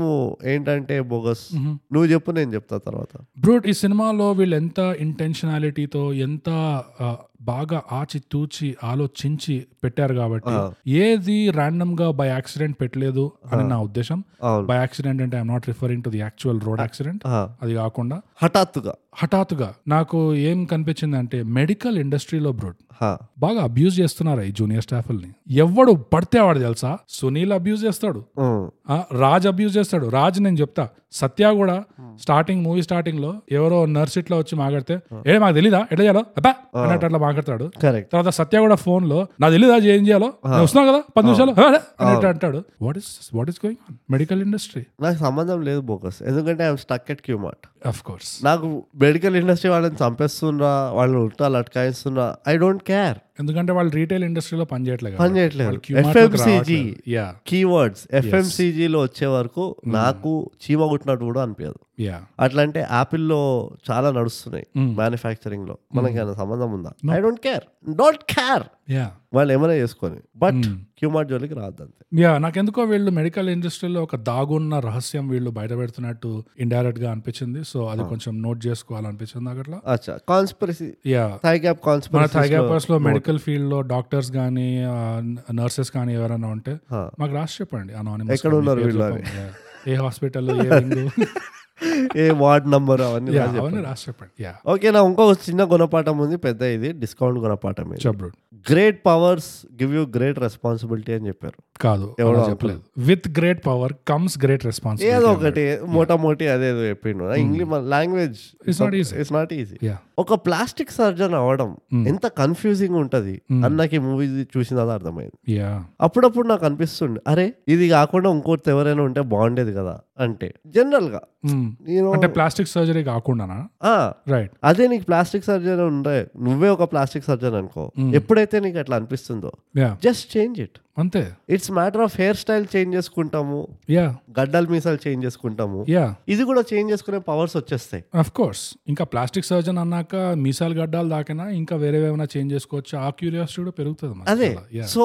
Speaker 2: ఏంటంటే బోగస్ నువ్వు చెప్పు నేను చెప్తా తర్వాత
Speaker 1: బ్రూట్ ఈ సినిమాలో వీళ్ళు ఎంత ఇంటెన్షనాలిటీతో ఎంత ఆ, బాగా ఆచి తూచి ఆలోచించి పెట్టారు కాబట్టి ఏది ర్యాండమ్ గా బై యాక్సిడెంట్ పెట్టలేదు అని నా ఉద్దేశం
Speaker 2: అవును.
Speaker 1: బై యాక్సిడెంట్ అంటే I'm not referring to the actual road accident
Speaker 2: ఆ,
Speaker 1: అది కాకుండా
Speaker 2: హఠాత్తుగా
Speaker 1: హఠాత్తుగా నాకు ఏం కనిపించింది అంటే మెడికల్ ఇండస్ట్రీలో బ్రూట్
Speaker 2: హా,
Speaker 1: బాగా అబ్యూజ్ చేస్తున్నారు ఈ జూనియర్ స్టాఫ్ని ఎవడు పడితే వాడు తెలుసా సునీల్ అబ్యూజ్ చేస్తాడు
Speaker 2: ఉమ్,
Speaker 1: ఆ, రాజ్ అబ్యూజ్ చేస్తాడు రాజ్ నేను చెప్తా సత్య కూడా స్టార్టింగ్ మూవీ స్టార్టింగ్ లో ఎవరో నర్స్ ఇట్లా వచ్చి మాట్లాడితే ఏ మాకు తెలీదా ఎట్లా చేయాలో అబ్బా అన్నట్టు అట్లా మాట్లాడతాడు
Speaker 2: కరెక్ట్
Speaker 1: తర్వాత సత్య కూడా ఫోన్ లో నాకు తెలీదా ఏం చేయాలో నేను వస్తున్నాను కదా పది నిమిషాలు "ఆ, ఆ" అన్నట్టు అంటాడు what is what is going on medical industry
Speaker 2: నాకు సంబంధం లేదు బోకస్ ఎందుకంటే I'm stuck at Qmart
Speaker 1: of course
Speaker 2: నాకు మెడికల్ ఇండస్ట్రీ వాళ్ళని చంపేస్తుండ్రా వాళ్ళని ఉంటాలు అటకాయిస్తుండ్రా ఐ డోంట్ కేర్
Speaker 1: ఎందుకంటే వాళ్ళు రీటైల్ ఇండస్ట్రీలో పనిచేయట్లేదు
Speaker 2: పని చేయట్లేదు ఎఫ్ఎంసీజీ
Speaker 1: యా
Speaker 2: కీవర్డ్స్ ఎఫ్ఎంసీజీలో వచ్చే వరకు నాకు చీమ కుట్టినట్టు కూడా అనిపించదు
Speaker 1: యా
Speaker 2: అట్లాంటి యాపిల్లో చాలా నడుస్తున్నాయి మ్యానుఫ్యాక్చరింగ్ లో మనకి ఏమైనా సంబంధం ఉందా I don't care don't care
Speaker 1: yeah
Speaker 2: వాళ్ళు ఏమైనా చేసుకొని బట్ క్యూమార్ట్ జోలికి రాదు అంతే
Speaker 1: యా నాకెందుకో వీళ్ళు మెడికల్ ఇండస్ట్రీలో ఒక దాగున్న రహస్యం వీళ్ళు బయట పెడుతున్నట్టు ఇండైరెక్ట్ గా అనిపించింది సో అది కొంచెం నోట్ చేసుకోవాలనిపించింది నాకు అట్లా
Speaker 2: అచ్చా కాన్స్పిరసీ
Speaker 1: యా
Speaker 2: థై గ్యాప్
Speaker 1: మన
Speaker 2: కాన్స్పిరసీ
Speaker 1: థైగాపర్స్ లో మెడికల్ ఫీల్డ్ లో డాక్టర్స్ కానీ నర్సెస్ కానీ ఎవరైనా ఉంటే
Speaker 2: ఆ.
Speaker 1: మాకు రాసి చెప్పండి అనానిమస్
Speaker 2: ఎక్కడ ఉన్నారు వీళ్ళు అని? (laughs)
Speaker 1: ఏ హాస్పిటల్ ఏ wing.
Speaker 2: ఏ వార్డ్ నంబర్ అవన్నీ
Speaker 1: యా
Speaker 2: రాసి
Speaker 1: అవన్నీ
Speaker 2: చెప్పండి.
Speaker 1: రాసి చెప్పండి యా
Speaker 2: ఓకే నా ఇంకో చిన్న గుణపాఠం ఉంది పెద్ద ఇది డిస్కౌంట్ గుణపాఠం ఇది
Speaker 1: చెబ్రూడ్
Speaker 2: great powers give you great responsibility అని చెప్పారు
Speaker 1: కాదు
Speaker 2: ఎవడో
Speaker 1: అలా చెప్పలేదు with great power comes great
Speaker 2: ఏదో
Speaker 1: రెస్పాన్సిబిలిటీ
Speaker 2: ఒకటి మోటామోటి అదేదో చెప్పిండు ఇంగ్లీష్ మన language
Speaker 1: Hmm. It's not easy. Hmm.
Speaker 2: It's not easy
Speaker 1: yeah
Speaker 2: ఒక ప్లాస్టిక్ సర్జన్ అవ్వడం ఎంత కన్ఫ్యూజింగ్ ఉంటది
Speaker 1: Hmm.
Speaker 2: అన్నకి మూవీ చూసిన తర్వాత అర్థమైంది
Speaker 1: యా
Speaker 2: అప్పుడప్పుడు నాకు అనిపిస్తుంది అరే ఇది కాకుండా ఇంకోటి ఎవరైనా ఉంటే బాగుండేది కదా అంటే జనరల్ గా నేను
Speaker 1: అంటే ప్లాస్టిక్ సర్జరీ కాకుండానా
Speaker 2: ఆ,
Speaker 1: రైట్
Speaker 2: అదే నీకు ప్లాస్టిక్ సర్జన్ ఉండే నువ్వే ఒక ప్లాస్టిక్ సర్జన్ అనుకో
Speaker 1: Hmm.
Speaker 2: ఎప్పుడైతే నీకు అట్లా అనిపిస్తుందో
Speaker 1: యా
Speaker 2: జస్ట్ చేంజ్ ఇట్
Speaker 1: అంతే
Speaker 2: it's matter of hair style change చేసుకుంటాము
Speaker 1: యా
Speaker 2: గడ్డల మీసాలు చేంజ్ చేసుకుంటాము
Speaker 1: యా
Speaker 2: ఇది కూడా చేంజ్ చేసుకునే పవర్స్ వచ్చేస్తాయి
Speaker 1: అఫ్ కోర్స్ ఇంకా ప్లాస్టిక్ సర్జన్ అన్నాక మీసాలు గడ్డాలు దాకైనా ఇంకా వేరే ఏమైనా చేంజ్ చేసుకోవచ్చు ఆ క్యూరియాసిటీ కూడా పెరుగుతుంది మనకి
Speaker 2: అదే
Speaker 1: చాలా. Yeah. Hmm.
Speaker 2: సో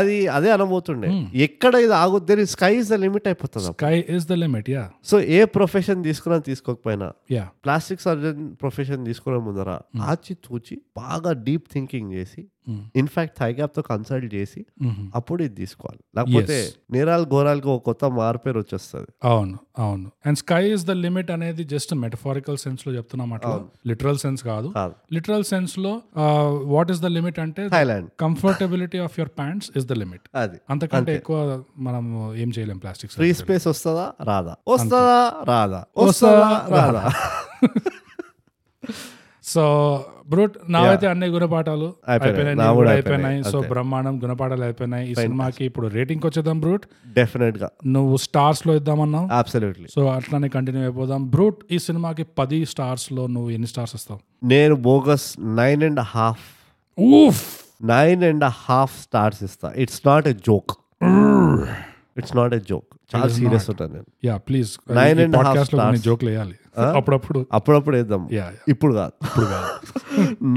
Speaker 2: అది అదే అనబోతుండే ఎక్కడ ఇది ఆగుద్ది స్కై ఇస్ ద లిమిట్ అయిపోతుంది
Speaker 1: sky is the limit yeah
Speaker 2: so A profession తీసుకున్నా తీసుకోకపోయినా
Speaker 1: యా
Speaker 2: ప్లాస్టిక్ సర్జన్ ప్రొఫెషన్ తీసుకునే ముందర ఆచి తూచి బాగా డీప్ థింకింగ్ చేసి
Speaker 1: Hmm.
Speaker 2: ఇన్ఫాక్ట్ థైగ్యాప్ తో కన్సల్ట్ చేసి
Speaker 1: Mm-hmm.
Speaker 2: అప్పుడు ఇది తీసుకోవాలి లేకపోతే నేరాలు ఘోరాలకు ఒక కొత్త మార్పేరు వచ్చేస్తుంది
Speaker 1: అవును అవును and sky is the limit అనేది జస్ట్ మెటఫారికల్ సెన్స్ లో చెప్తున్నాం అట్లా లిటరల్ సెన్స్ కాదు
Speaker 2: కాదు
Speaker 1: లిటరల్ సెన్స్ లో uh, what is the limit అంటే
Speaker 2: Thailand
Speaker 1: comfortability of your pants is the limit
Speaker 2: అది
Speaker 1: అంతకంటే ఎక్కువ మనం ఏం చేయలేం ప్లాస్టిక్
Speaker 2: ఫ్రీ స్పేస్ వస్తుందా రాదా వస్తుందా రాదా వస్తుందా రాదా (laughs)
Speaker 1: సో బ్రూట్ నావైతే అన్ని గుణపాఠాలు
Speaker 2: అయిపోయినాయి.
Speaker 1: అయిపోయినాయి
Speaker 2: నా
Speaker 1: నీవి
Speaker 2: కూడా
Speaker 1: కూడా
Speaker 2: అయిపోయినాయి.
Speaker 1: అయిపోయినాయి సో బ్రహ్మాండం గుణపాఠాలు అయిపోయినాయి ఈ సినిమాకి ఇప్పుడు రేటింగ్ వచ్చేద్దాం బ్రూట్
Speaker 2: డెఫినెట్ గా
Speaker 1: నువ్వు స్టార్స్ లో ఇద్దామన్నావు
Speaker 2: అబ్సల్యూట్లీ
Speaker 1: సో అట్లానే కంటిన్యూ అయిపోదాం బ్రూట్ ఈ సినిమాకి పది స్టార్స్ లో నువ్వు ఎన్ని స్టార్స్ ఇస్తావు
Speaker 2: నేను బోగస్ నైన్ అండ్ హాఫ్
Speaker 1: ఊఫ్
Speaker 2: నైన్ అండ్ హాఫ్ స్టార్స్ ఇస్తా it's not a joke it's not a joke చాలా సీరియస్ ఉంటాను నేను
Speaker 1: yeah please
Speaker 2: Nine and a half
Speaker 1: podcast లో
Speaker 2: stars.
Speaker 1: కొన్ని జోక్లు వేయాలి అప్పుడప్పుడు
Speaker 2: అప్పుడప్పుడు వేద్దాం
Speaker 1: యా
Speaker 2: ఇప్పుడు కాదు (laughs)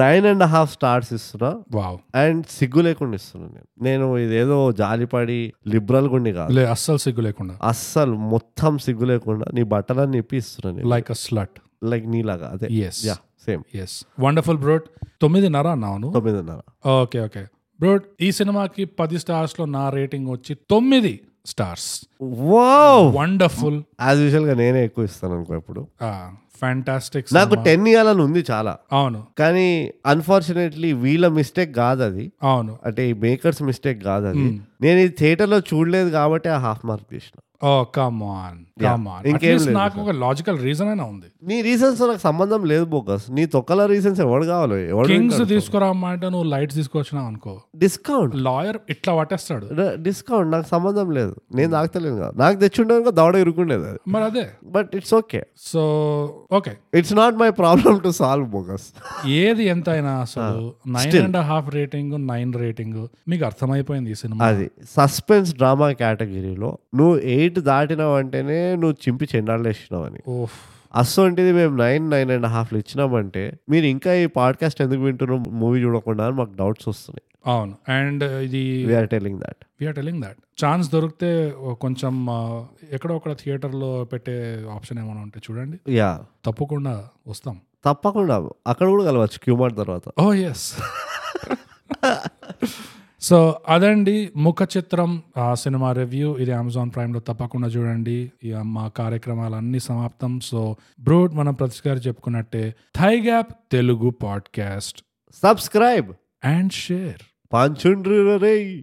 Speaker 2: నైన్ అండ్ హాఫ్ స్టార్స్ ఇస్తున్నా
Speaker 1: వావ్
Speaker 2: అండ్ సిగ్గు లేకుండా ఇస్తున్నా నేను నేను ఇదేదో జాలిపడి లిబరల్ గుండి కాదు
Speaker 1: లే అస్సలు సిగ్గు లేకుండా
Speaker 2: అస్సలు మొత్తం సిగ్గు లేకుండా నీ బట్టలన్నీ ఇప్పి ఇస్తున్నా నేను
Speaker 1: లైక్ అ స్లట్
Speaker 2: లైక్ నీలాగా అదే
Speaker 1: yes
Speaker 2: yeah same
Speaker 1: yes wonderful బ్రోట్ తొమ్మిదిన్నర నాను
Speaker 2: తొమ్మిదిన్నర
Speaker 1: ఓకే ఓకే బ్రోట్ ఈ సినిమాకి పది స్టార్స్ లో నా రేటింగ్ వచ్చి తొమ్మిది stars
Speaker 2: wow
Speaker 1: wonderful
Speaker 2: as usual గా నేనే ఎక్కువ ఇస్తాను అనుకో ఇప్పుడు
Speaker 1: ఫ్యాంటాస్టిక్
Speaker 2: నాకు టెన్ ఇవ్వాలని ఉంది చాలా
Speaker 1: అవును
Speaker 2: కానీ అన్ఫార్చునేట్లీ వీళ్ళ మిస్టేక్ కాదు అది
Speaker 1: అవును
Speaker 2: అంటే ఈ మేకర్స్ మిస్టేక్ కాదు అది నేను ఈ theatre లో చూడలేదు కాబట్టి ఆ హాఫ్ మార్క్ తీసిన
Speaker 1: oh come on come on
Speaker 2: ఇంకేం
Speaker 1: నాకు ఒక లాజికల్ రీజన్ అయినా ఉంది
Speaker 2: నీ రీజన్స్ నాకు సంబంధం లేదు బోకస్ నీ తొక్కల రీజన్స్ ఎవడు కావాలి
Speaker 1: కింగ్స్
Speaker 2: ఎవడు
Speaker 1: తీసుకురామంటే నువ్వు లైట్స్ తీసుకొచ్చినావు అనుకో
Speaker 2: డిస్కౌంట్
Speaker 1: లాయర్ ఇట్లా పట్టేస్తాడు
Speaker 2: డిస్కౌంట్ నాకు సంబంధం లేదు నేను తాగుతలేను కదా నాకు తెచ్చుండే కనుక దవడ ఇరుకుండేది అది
Speaker 1: మరి అదే
Speaker 2: but it's okay
Speaker 1: so okay
Speaker 2: it's not my problem to solve బోకస్
Speaker 1: ఏది ఎంత అయినా అసలు nine and half rating nine rating మీకు అర్థమైపోయింది ఈ సినిమా
Speaker 2: అది సస్పెన్స్ డ్రామా కేటగిరీలో నువ్వు ఎయిట్ దాటినావంటేనే నువ్వు చింపి చెండాలేసినావని
Speaker 1: ఓఫ్
Speaker 2: అసొంటిది మేము నైన్ నైన్ అండ్ హాఫ్లు ఇచ్చినామంటే మీరు ఇంకా ఈ పాడ్కాస్ట్ ఎందుకు వింటున్నాం మూవీ చూడకుండా అని మాకు డౌట్స్ వస్తున్నాయి
Speaker 1: అవును అండ్ ఇది
Speaker 2: we're telling that
Speaker 1: we're telling that chance దొరికితే ఓ కొంచెం ఆ, ఎక్కడో ఒక థియేటర్లో పెట్టే ఆప్షన్ ఏమైనా ఉంటే చూడండి
Speaker 2: యా
Speaker 1: తప్పకుండా వస్తాం Oh,
Speaker 2: తప్పకుండా అక్కడ కూడా కలవచ్చు క్యూమార్ట్ తర్వాత
Speaker 1: ఓ (laughs) ఎస్ సో అదండి ముఖ చిత్రం ఆ సినిమా రివ్యూ ఇది అమెజాన్ ప్రైమ్లో తప్పకుండా చూడండి ఇక మా కార్యక్రమాలన్నీ సమాప్తం సో బ్రూడ్ మనం ప్రతిసారి చెప్పుకున్నట్టే thigh gap Telugu podcast
Speaker 2: subscribe
Speaker 1: and share
Speaker 2: పాంచుండ్రి రేయ్